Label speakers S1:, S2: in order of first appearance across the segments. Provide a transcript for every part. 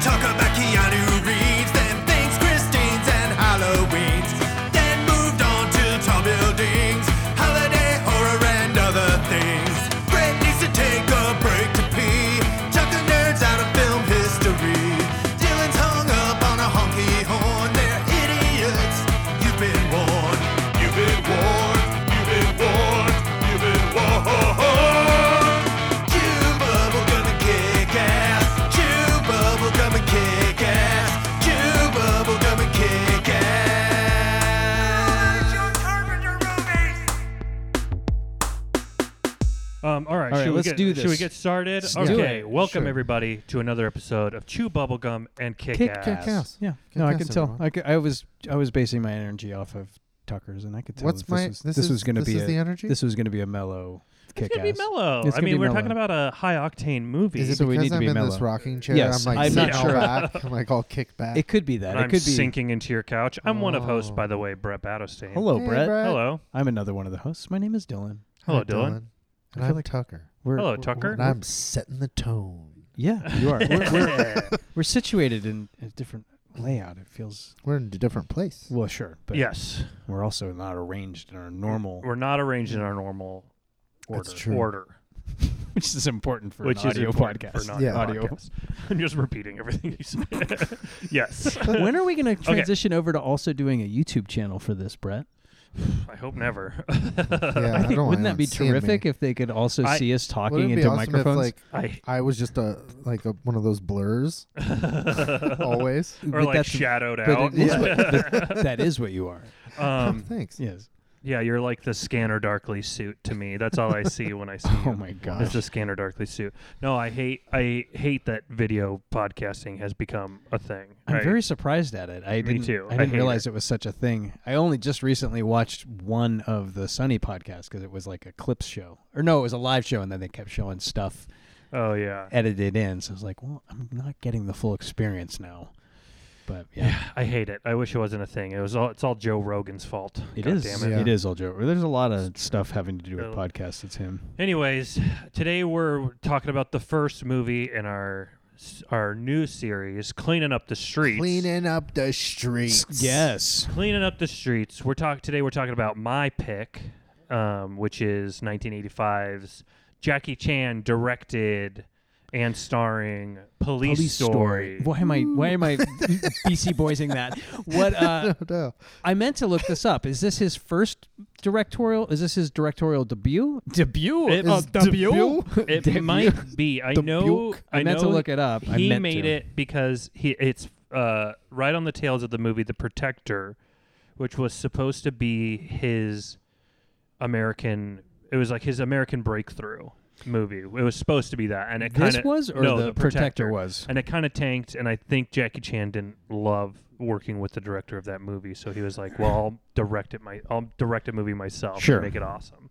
S1: talk about Keanu Reeves, then things, Christine's and Halloween's, then moved on to tall buildings, holiday horror and other things. Brett needs to take a break to pee, chuck the nerds out of film history. Dylan's hung up on a honky horn, they're idiots. You've been warned, you've been warned, you've been warned, you've been warned. Chew bubblegum and kick ass. Chew bubblegum and kick ass. Chew bubblegum and kick ass.
S2: Um, all right,
S3: All right,
S2: should we
S3: let's
S2: get,
S3: do
S2: Should we
S3: this.
S2: get started?
S3: Let's do
S2: okay,
S3: it.
S2: welcome
S3: Sure.
S2: everybody to another episode of Chew Bubblegum and Kick,
S3: Kick,
S2: Ass.
S3: kick
S4: ass.
S3: Yeah.
S4: Kick
S3: no, I
S4: ass,
S3: can tell.
S4: everyone.
S3: I, c- I was I was basing my energy off of Tucker's, and I could tell
S4: What's
S3: that
S4: my?
S3: this was, this was going to
S4: this
S3: be
S4: is
S3: a,
S4: the energy.
S3: this was going to be a mellow kick
S2: It's gonna
S3: ass.
S2: be mellow.
S3: It's
S2: I
S3: gonna
S2: mean,
S3: be
S2: we're
S3: mellow.
S2: talking about a high octane movie.
S4: is it
S3: So we
S4: because
S3: need to
S4: I'm
S3: be
S4: in
S3: mellow.
S4: this rocking chair?
S3: Yes,
S4: I'm like
S3: I'm
S4: sitting
S2: not sure.
S4: back. I'm like all kicked back.
S3: It could be that.
S2: And
S3: it
S2: I'm
S3: could be.
S2: sinking into your couch. I'm one of hosts,
S4: Oh.
S2: by the way, Brett Battlestein.
S3: Hello,
S4: Hey,
S3: Brett.
S4: Brett.
S2: Hello.
S3: I'm another one of the hosts. My name is Dylan.
S2: Hello,
S4: Hi,
S2: Dylan.
S3: I
S4: And
S3: feel
S4: I'm
S3: like
S4: Tucker.
S3: We're
S2: Hello, Tucker.
S4: And I'm setting the tone.
S3: yeah, you are. We're, we're, we're situated in a different layout. It feels
S4: We're in a different place.
S3: well, sure, but
S2: yes,
S3: we're also not arranged in our normal,
S2: we're not arranged in our normal order.
S4: That's true.
S2: Order,
S3: which is important for
S2: which
S3: an audio
S2: is important
S3: podcast.
S2: For an
S4: Yeah.
S2: audio.
S3: Audio.
S2: podcast. I'm just repeating everything you said. yes.
S3: when are we going to transition over to also doing a YouTube channel for this, Brett?
S2: I hope never.
S4: Yeah,
S3: I think
S4: don't
S3: wouldn't
S4: want
S3: that be
S4: anyone seeing
S3: terrific
S4: me.
S3: if they could also
S2: I-
S3: see us
S4: Wouldn't
S3: talking
S4: it be
S3: into
S4: awesome
S3: microphones?
S4: If, like,
S2: I.
S4: I was just a like a, one of those blurs
S2: Um,
S4: always.
S2: or
S3: But
S2: like
S3: that's-
S2: shadowed
S3: but
S2: out.
S3: it is what- but that is what you are.
S4: Oh,
S2: um,
S4: thanks.
S3: Yes.
S2: yeah, you're like the Scanner Darkly suit to me. That's all I see when I see you.
S3: Oh my
S2: It's
S3: gosh.
S2: the Scanner Darkly suit. No, I hate. I hate that video podcasting has become a thing.
S3: I'm
S2: right?
S3: very surprised at it. I
S2: Me
S3: didn't,
S2: too. I
S3: I didn't
S2: hate
S3: realize it. was such a thing. I only just recently watched one of the Sunny podcasts because it was like a clips show, or no, it was a live show, and then they kept showing stuff
S2: Oh yeah.
S3: edited in. So I was like, well, I'm not getting the full experience now. But yeah,
S2: I hate it. I wish it wasn't a thing. It was all. It's all Joe Rogan's fault.
S3: it
S2: God
S3: is.
S2: Damn it.
S4: Yeah.
S3: It is all Joe. There's a lot of stuff having to do with
S2: Yeah.
S3: podcasts. It's him.
S2: Anyways, today we're talking about the first movie in our s- our new series, cleaning up the streets.
S4: Cleaning up the streets.
S3: Yes.
S2: cleaning up the streets. We're talking today. We're talking about my pick, um, which is 1985's Jackie Chan directed and starring Police, Story.
S3: Why am I? Why am I BC boysing that? What? Uh,
S4: No.
S3: I meant to look this up. Is this his first directorial? Is this his directorial debut? Debut?
S2: It-
S3: oh,
S2: His
S3: debut?
S2: It
S3: Debut?
S2: might be. I
S3: The
S2: know.
S3: Buke.
S2: I,
S3: I meant
S2: know
S3: to look it up. I
S2: He
S3: meant
S2: made
S3: to.
S2: it because he. It's uh, right on the tails of the movie The Protector, which was supposed to be his American. It was like his American breakthrough movie. It was supposed to be that, and it kind
S3: This was, or
S2: no,
S3: the, protector,
S2: Protector
S3: was.
S2: and it kind of tanked. And I think Jackie Chan didn't love working with the director of that movie, so he was like, "Well, I'll direct it. My I'll direct a movie myself. and
S3: Sure.
S2: make it awesome."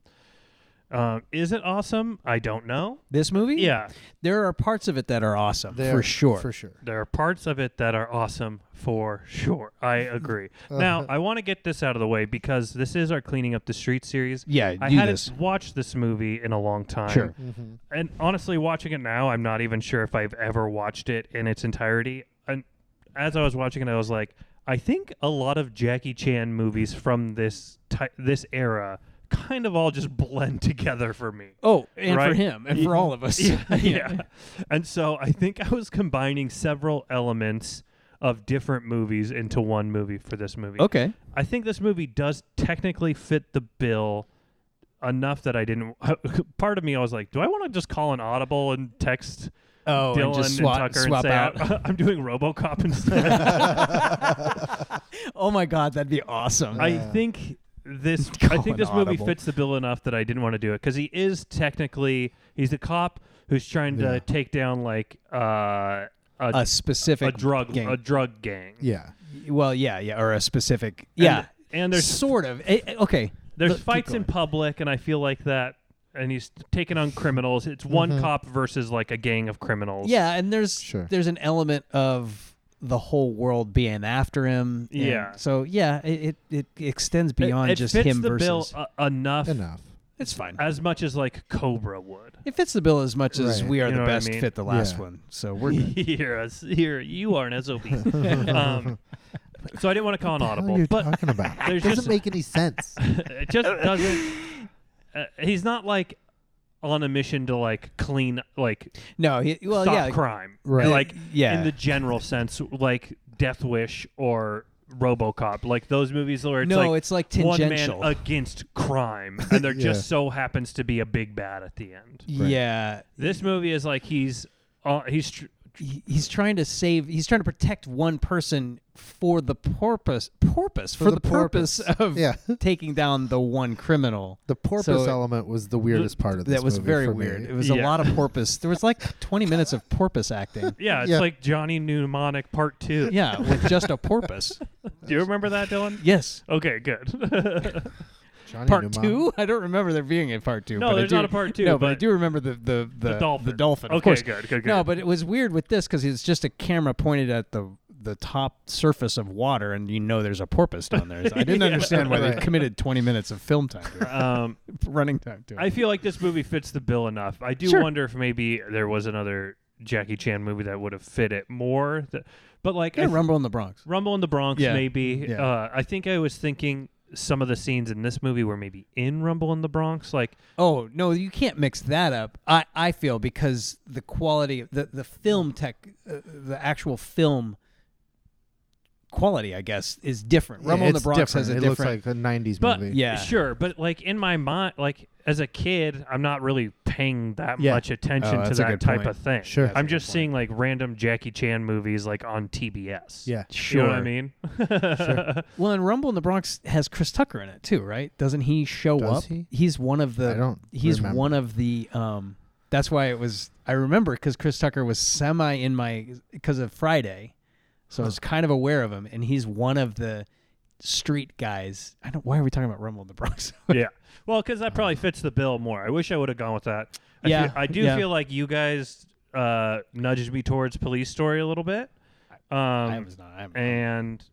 S2: Um, is it awesome? I don't know.
S3: This movie?
S2: Yeah,
S3: There are parts of it that are awesome
S4: There,
S3: for sure.
S4: For sure.
S2: there are parts of it that are awesome for sure. I agree. now I want to get this out of the way because this is our cleaning up the street series.
S3: Yeah,
S2: I
S3: do
S2: hadn't
S3: this.
S2: watched this movie in a long time.
S3: Sure.
S2: And honestly, watching it now, I'm not even sure if I've ever watched it in its entirety. And as I was watching it, I was like, I think a lot of Jackie Chan movies from this ty- this era kind of all just blend together for me.
S3: Oh, and
S2: Right.
S3: for him, and for all of us.
S2: Yeah, yeah. And so I think I was combining several elements of different movies into one movie for this movie.
S3: Okay.
S2: I think this movie does technically fit the bill enough that I didn't. Part of me, I was like, do I want to just call an audible and text
S3: Oh,
S2: Dylan
S3: and just
S2: and
S3: swap,
S2: Tucker
S3: swap
S2: and say
S3: out.
S2: I, am doing RoboCop instead?
S3: oh my God, that'd be awesome.
S2: I think this. I
S3: Call
S2: think
S3: an
S2: this movie
S3: audible.
S2: fits the bill enough that I didn't want to do it because he is technically he's the cop who's trying to
S4: Yeah.
S2: take down like uh, a,
S3: a
S2: a,
S3: specific
S2: drug
S3: gang.
S2: a drug gang.
S4: Yeah.
S3: well, yeah, yeah, or a specific. Yeah.
S2: and there's
S3: sort of. Eh, eh, okay.
S2: There's
S3: Look, keep
S2: fights in
S3: going.
S2: public, and I feel like that. And he's taking on criminals. It's one cop versus like a gang of criminals.
S3: Mm-hmm. Yeah, and there's
S4: Sure.
S3: there's an element of the whole world being after him. and
S2: Yeah.
S3: So yeah, it it, it extends
S2: It-
S3: beyond
S2: it
S3: just
S2: fits
S3: him
S2: the
S3: versus.
S2: bill uh, enough
S4: Enough.
S3: It's fine.
S2: as much as like Cobra would.
S3: It fits the bill as much as
S4: Right.
S3: We Are
S2: You know
S3: the
S2: what I
S3: Best
S2: mean?
S3: fit the last
S4: Yeah.
S3: one. So we're good.
S2: here, us, here, you are an SOB. um, so I didn't want to call an
S4: What the hell are
S2: audible,
S4: you
S2: but
S4: talking about?
S2: there's
S4: It doesn't
S2: just-
S4: make any sense.
S2: it just doesn't. Uh, he's not like on a mission to like clean, like
S3: No, he, well,
S2: stop
S3: yeah,
S2: crime,
S4: Right.
S2: Like
S3: Yeah.
S2: in the general sense, like Death Wish or RoboCop, like those movies where it's
S3: No,
S2: like
S3: it's like
S2: one man
S3: tangential.
S2: against crime, and there
S4: Yeah.
S2: just so happens to be a big bad at the end.
S3: yeah.
S2: This movie is like he's uh, he's tr-
S3: He- He's trying to save. He's trying to protect one person for the purpose. Purpose for,
S4: For
S3: the,
S4: the
S3: purpose, of
S4: Yeah.
S3: taking down the one criminal.
S4: The porpoise
S3: So it-
S4: element was the weirdest part of this.
S3: that was
S4: movie
S3: very
S4: for me.
S3: weird. It was a
S2: Yeah.
S3: lot of porpoise. There was like 20 minutes of porpoise acting.
S2: yeah, it's
S4: Yeah.
S2: like Johnny Mnemonic Part Two.
S3: Yeah, with just a porpoise.
S2: Do you remember that, Dylan?
S3: Yes.
S2: Okay, good.
S4: Johnny
S3: Part
S4: Mnemonic.
S3: two? I don't remember there being a part two.
S2: No,
S3: but I
S2: there's
S3: do-
S2: not a part two,
S3: No, but, I
S2: but-
S3: do remember the the the,
S2: The dolphin.
S3: of
S2: Okay,
S3: course.
S2: good, good,
S3: No,
S2: good.
S3: but it was weird with this because it's just a camera pointed at the the top surface of water, and you know there's a porpoise down there. I didn't understand why they
S4: Right.
S3: committed 20 minutes of film time, to it,
S2: um,
S3: running time to it.
S2: I feel like this movie fits the bill enough. I do
S3: Sure.
S2: wonder if maybe there was another Jackie Chan movie that would have fit it more. Th- But like I
S3: yeah,
S2: th-
S3: Rumble in the Bronx.
S2: Rumble in the Bronx,
S3: Yeah.
S2: maybe.
S3: Yeah.
S2: Uh, I think I was thinking some of the scenes in this movie were maybe in Rumble in the Bronx. Like,
S3: Oh no, you can't mix that up. I, I feel because the quality, of the the film tech, uh, the actual film quality, I guess, is different.
S4: Yeah,
S3: Rumble in the
S4: it's
S3: Bronx
S4: different.
S3: has a
S4: it
S3: different.
S4: looks like a '90s
S2: but
S4: movie.
S3: Yeah.
S2: sure. But like in my mind, like as a kid, I'm not really paying that
S4: Yeah.
S2: much attention
S3: Oh,
S2: to
S3: that's a
S2: that
S3: good
S2: type
S3: point.
S2: of thing.
S4: Sure. That's
S2: I'm
S4: a good
S2: just seeing like random Jackie Chan movies like on TBS.
S4: Yeah.
S2: You know what I mean?
S3: well, and Rumble in the Bronx has Chris Tucker in it too, right? Doesn't he show
S4: Does
S3: up?
S4: he?
S3: He's one of the.
S4: I don't
S3: He's
S4: remember.
S3: one of the. Um, that's why it was. I remember because Chris Tucker was semi in my because of Friday, so I was kind of aware of him, and he's one of the street guys. I don't. Why are we talking about Rumble in the Bronx?
S2: yeah. Well, because that probably fits the bill more. I wish I would have gone with that. I
S3: Yeah,
S2: feel- I do
S3: yeah.
S2: feel like you guys uh, nudged me towards Police Story a little bit. Um,
S3: I was not. I'm,
S2: and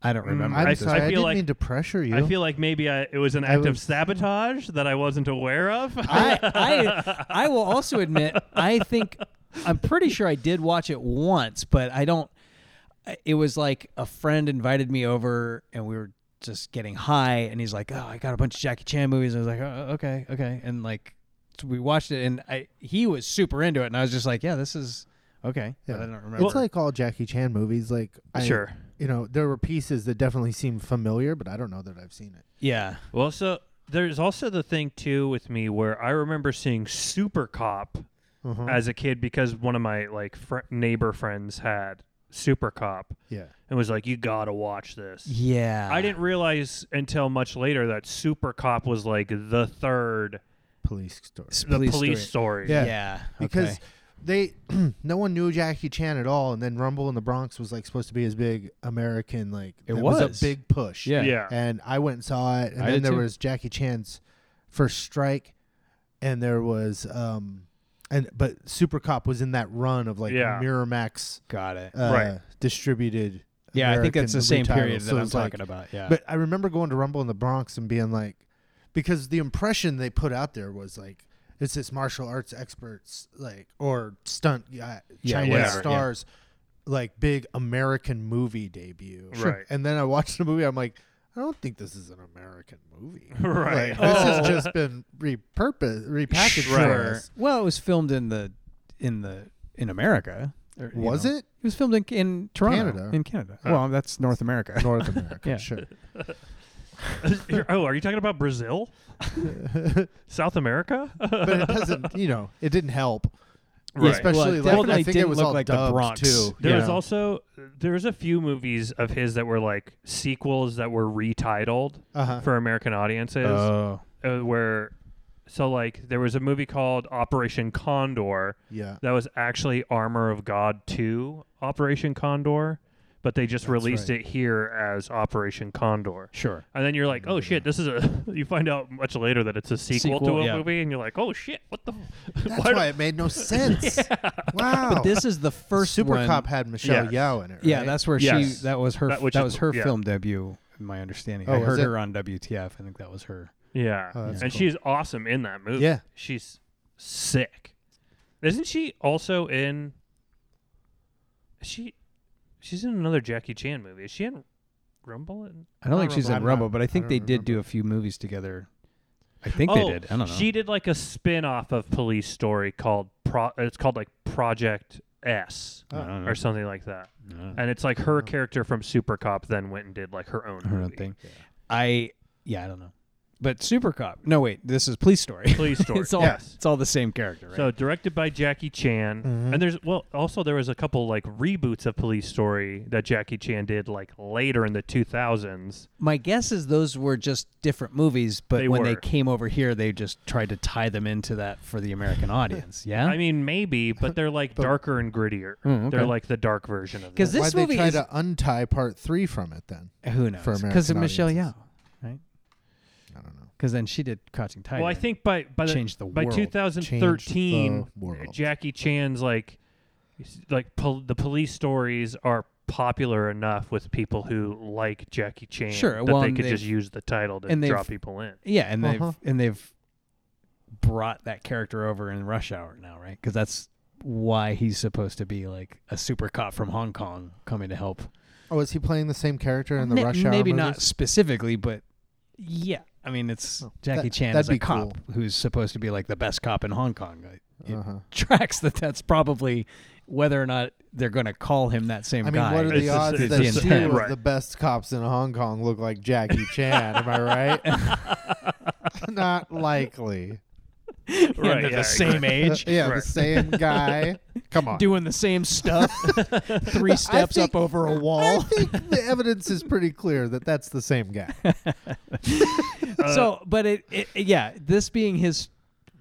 S3: I don't remember.
S4: I'm
S2: I-
S3: this.
S4: sorry.
S2: I feel
S4: I, didn't
S2: like-
S4: mean to pressure you.
S2: I feel like maybe I, it was an
S4: I
S2: act of
S4: was-
S2: sabotage that I wasn't aware of.
S3: I, I I will also admit I think I'm pretty sure I did watch it once, but I don't. It was like a friend invited me over, and we were just getting high, and he's like, "Oh, I got a bunch of Jackie Chan movies." And I was like, "Oh, okay, okay," and like so we watched it, and I he was super into it, and I was just like, "Yeah, this is okay."
S4: Yeah.
S3: But I don't remember.
S4: it's like all Jackie Chan movies. Like, I,
S2: sure.
S4: you know, there were pieces that definitely seemed familiar, but I don't know that I've seen it.
S3: yeah,
S2: Well, so there's also the thing too with me where I remember seeing Super Cop
S4: Uh-huh.
S3: Uh-huh.
S2: as a kid because one of my like fr- neighbor friends had Super Cop
S4: Yeah,
S2: and was like, "You gotta watch this."
S3: yeah.
S2: I didn't realize until much later that Super Cop was like the third
S4: police story.
S2: the police, story.
S4: Yeah.
S3: Yeah,
S4: Because
S3: okay.
S4: they, no one knew Jackie Chan at all, and then Rumble in the Bronx was like supposed to be his big American like.
S3: It
S4: that
S3: was.
S4: a big push.
S3: Yeah.
S2: Yeah.
S4: and I went and saw it, and
S3: I
S4: then
S3: did
S4: there
S3: too.
S4: was Jackie Chan's first strike, and there was um, and but Super Cop was in that run of like
S2: Yeah.
S4: Miramax
S3: got it.
S4: uh,
S2: Right.
S4: distributed.
S3: yeah, I think
S4: American
S3: that's the
S4: movie
S3: same period
S4: titles.
S3: that
S4: So
S3: I'm
S4: it's like-
S3: talking about. Yeah,
S4: But I remember going to Rumble in the Bronx and being like, because the impression they put out there was like, it's this martial arts experts like or stunt guy,
S3: Yeah,
S4: Chinese
S2: whatever, yeah.
S4: stars, like big American movie debut.
S2: Sure. Right.
S4: And then I watched the movie. I'm like, I don't think this is an American movie.
S2: Right.
S4: Like, this
S3: Oh.
S4: has just been repurposed, repackaged. for
S2: Sure.
S4: us.
S3: Well, it was filmed in the in the in America. or, you
S4: Was
S3: know.
S4: it
S3: It was filmed in in Toronto,
S4: Canada.
S3: in Canada. Well, that's North America.
S4: North America?
S3: Yeah.
S4: Sure.
S2: oh, are you talking about Brazil? South America?
S4: But it doesn't. You know, it didn't help.
S2: Right.
S3: Well, it
S4: Especially like
S3: definitely
S4: I think
S3: didn't
S4: it was
S3: look
S4: all
S3: like the
S4: dubbed,
S3: Bronx.
S4: too.
S2: There
S4: you
S2: was
S4: know?
S2: also there was a few movies of his that were like sequels that were retitled
S4: Uh-huh. Oh.
S2: for American audiences. uh, where so like there was a movie called Operation Condor
S4: yeah.
S2: that was actually Armor of God 2 Operation Condor, but they just released
S4: right.
S2: it here as Operation Condor.
S3: sure.
S2: And then you're like, oh shit, this is a. You find out much later that it's a sequel,
S3: Sequel,
S2: to a
S3: yeah.
S2: movie, and you're like, oh shit, what the?
S4: That's why, it made no sense. Wow.
S3: But this is the first
S4: Oh, Super
S3: one-
S4: Cop had Michelle
S2: Yes.
S4: Yao in it. Right?
S3: Yeah, that's where
S2: Yes.
S3: she. That was her.
S2: That
S3: That,
S2: which is-
S3: was her
S2: yeah.
S3: film debut. in My understanding.
S4: Oh,
S3: I
S4: was
S3: heard
S4: it?
S3: her on WTF. I think that was her.
S2: Yeah.
S4: Oh, that's
S2: and
S4: cool.
S2: she's awesome in that movie.
S4: Yeah.
S2: She's sick. Isn't she also in she she's in another Jackie Chan movie. Is she in Rumble? In,
S3: I don't
S4: I
S3: think she's in
S4: remember. I'm
S3: Rumble,
S4: not-
S3: but I think
S4: I
S3: they
S4: don't
S3: did do
S4: remember.
S3: a few movies together. I think
S2: oh,
S3: they did. I don't know.
S2: She did like a spin-off of Police Story called Pro it's called like Project S
S4: Oh.
S3: I don't know.
S2: or something like that.
S3: I don't know.
S2: And it's like her character from Super Cop then went and did like her own
S3: her own
S2: movie.
S3: thing. I yeah, I don't know. But Super Cop. No, wait. This is Police Story.
S2: Police Story.
S3: it's all
S2: yes.
S3: it's all the same character, right?
S2: So directed by Jackie Chan,
S4: Mm-hmm.
S2: and there's well also there was a couple like reboots of Police Story that Jackie Chan did like later in the 2000s.
S3: My guess is those were just different movies, but
S2: They
S3: when they
S2: were.
S3: came over here, they just tried to tie them into that for the American audience.
S2: I
S3: Yeah,
S2: mean maybe, but they're like darker and grittier.
S3: Mm,
S2: They're
S3: okay.
S2: like the dark version of
S3: because
S2: this.
S3: this
S4: Why'd
S3: movie
S4: they try
S3: is
S4: to untie part three from it then?
S3: who knows
S4: for
S3: because of
S4: American
S3: Michelle Yeoh,
S4: audiences.
S3: right?
S4: I don't know.
S3: Because then she did Crouching Tiger.
S2: Well, I think by by the,
S3: Changed the
S2: by
S3: world.
S2: 2013
S4: Changed the world.
S2: Jackie Chan's like like pol- the police stories are popular enough with people who like Jackie Chan
S3: Sure,
S2: that
S3: well,
S2: they
S3: and
S2: could just
S3: they've-
S2: use the title to
S3: and they've-
S2: draw people in.
S3: Yeah, and
S4: Uh-huh.
S3: they've and they've brought that character over in Rush Hour now, right? Because that's why he's supposed to be like a super cop from Hong Kong coming to help.
S4: Oh, is he playing the same character in the
S3: Ma-
S4: Rush Hour?
S3: maybe not
S4: movies?
S3: specifically, but yeah. I mean, it's
S4: Oh,
S3: Jackie
S4: that-
S3: Chan
S4: that'd
S3: is a
S4: be
S3: cop
S4: cool.
S3: who's supposed to be like the best cop in Hong Kong. It it
S4: Uh-huh.
S3: tracks that that's probably whether or not they're going to call him that same
S4: I mean,
S3: guy.
S4: what are
S2: It's
S4: the
S2: the
S4: odds
S2: same-
S4: that
S3: it's the
S4: two
S3: same.
S4: of
S2: Right.
S4: the best cops in Hong Kong look like Jackie Chan? am I right? not likely. Uh,
S3: And
S2: Right,
S3: they're
S2: yeah,
S3: the same age,
S4: yeah, the
S2: Right.
S4: same guy. Come on.
S3: doing the same stuff, three steps
S4: think-
S3: up over a
S4: I
S3: wall.
S4: think the evidence is pretty clear that that's the same guy. Uh,
S3: so but it, it it- yeah this being his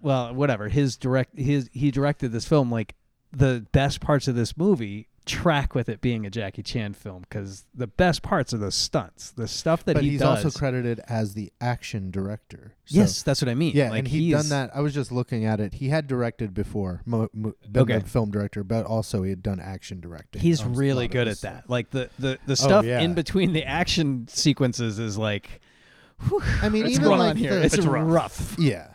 S3: well whatever his direct his he directed this film like the best parts of this movie track with it being a Jackie Chan film because the best parts are the stunts the stuff that
S4: But
S3: he
S4: he's
S3: does
S4: also credited as the action director. So-
S3: yes that's what I mean
S4: Yeah,
S3: like
S4: and he'd
S3: he's-
S4: done that. I was just looking at it. He had directed before, mo- mo- been
S3: Okay.
S4: a film director, but also he had done action directing.
S3: he's
S4: on Oh, a
S3: really
S4: lot of
S3: good at
S4: his-
S3: that like the the the stuff
S4: yeah.
S3: in between the action sequences is like
S4: I mean,
S3: it's
S4: even
S3: rough
S4: like
S3: here
S4: the-
S3: it's,
S2: It's rough.
S3: rough,
S4: yeah,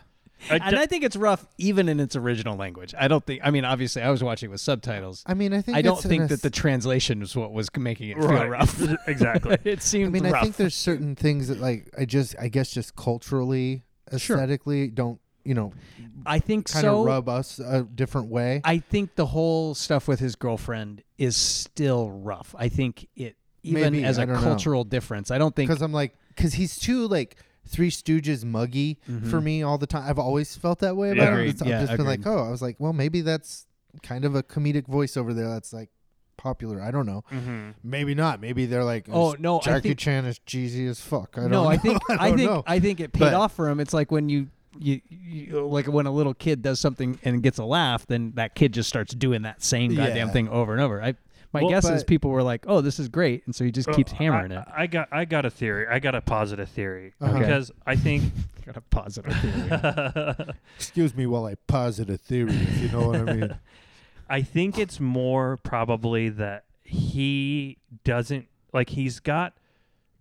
S2: I
S3: and I think it's rough even in its original language I don't think I mean obviously I was watching with subtitles
S4: I mean, I think
S3: I don't
S4: it's an
S3: think
S4: ass-
S3: that the translation was what was making it feel
S2: Right.
S3: rough.
S2: exactly.
S3: it
S4: I
S3: seemed
S4: mean,
S3: rough.
S4: I think there's certain things that like I just I guess just culturally,
S3: Sure.
S4: aesthetically don't you know
S3: I think
S4: kind
S3: so.
S4: of rub us a different way.
S3: I think the whole stuff with his girlfriend is still rough. I think it even
S4: Maybe,
S3: as
S4: I
S3: a
S4: don't know.
S3: cultural difference. I don't think
S4: Because I'm like, because he's too like Three Stooges muggy for me all the time. I've always felt that way about him.
S3: Agreed.
S4: It's- I've
S3: Mm-hmm. Yeah,
S4: just been like,
S3: agreed.
S4: oh, I was like, well, maybe that's kind of a comedic voice over there. That's like popular. I don't know.
S3: Mm-hmm.
S4: Maybe not. Maybe they're like,
S3: Oh, no, I
S4: Jackie
S3: think-
S4: Chan is cheesy as fuck. I don't
S3: no.
S4: know.
S3: I think I,
S4: don't
S3: think
S4: know.
S3: I think it paid
S4: But-
S3: off for him. It's like when you. You, you like when a little kid does something and gets a laugh, then that kid just starts doing that same goddamn
S4: Yeah.
S3: thing over and over. I my
S2: Well,
S3: guess is
S4: but-
S3: people were like, "Oh, this is great," and so he just keeps
S2: Uh,
S3: hammering
S2: I,
S3: it.
S2: I got I got a theory. I got a positive theory
S4: Okay.
S2: because I think
S3: Got a positive theory.
S4: Excuse me while I posit a theory, if you know what I mean.
S2: I think it's more probably that he doesn't like he's got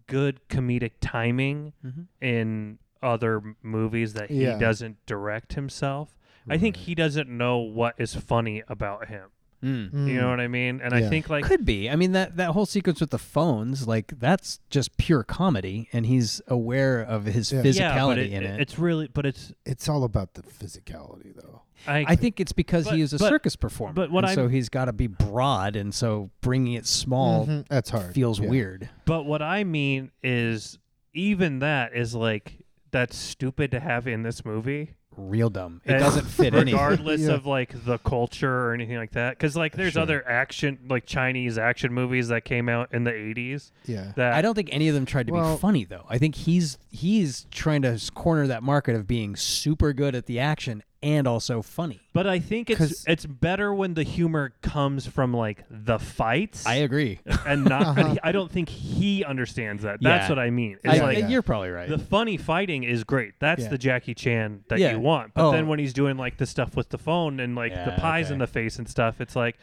S2: good comedic timing in other m- movies that he
S4: Yeah.
S2: doesn't direct himself. I think he doesn't know what is funny about him.
S3: Mm.
S2: You know what I mean? And I
S4: Yeah.
S2: think like
S3: could be. I mean that that whole sequence with the phones, like that's just pure comedy, and he's aware of his
S4: Yeah.
S3: physicality
S2: yeah, but it-
S3: in it.
S2: It's really but it's
S4: It's all about the physicality, though.
S2: I,
S3: I think it's because
S2: but-
S3: he is a
S2: but-
S3: circus performer,
S2: but what
S3: and
S2: I'm-
S3: so he's got to be broad, and so bringing it small
S4: Mhm. That's hard.
S3: feels
S4: Yeah.
S3: weird.
S2: But what I mean is, even that is like that's stupid to have in this movie.
S3: Real dumb. It
S2: And
S3: doesn't fit anything.
S2: Eh, regardless
S4: Yeah.
S2: of like the culture or anything like that. Because like there's other action, like Chinese action movies that came out in the '80s.
S4: Yeah.
S2: That
S3: I don't think any of them tried to
S4: Well-
S3: be funny though. I think he's he's trying to corner that market of being super good at the action and also funny.
S2: But I think
S4: 'Cause-
S2: it's it's better when the humor comes from like the fights.
S3: I agree.
S2: and not. But he, I don't think he understands that. That's
S3: Yeah.
S2: what I mean. It's
S3: I-
S2: like.
S3: you're probably right.
S2: The funny fighting is great. That's
S3: Yeah.
S2: the Jackie Chan that
S3: Yeah.
S2: you want. But
S3: Oh.
S2: then when he's doing like the stuff with the phone and like the
S3: Yeah,
S2: pies in
S3: okay.
S2: the face and stuff, it's like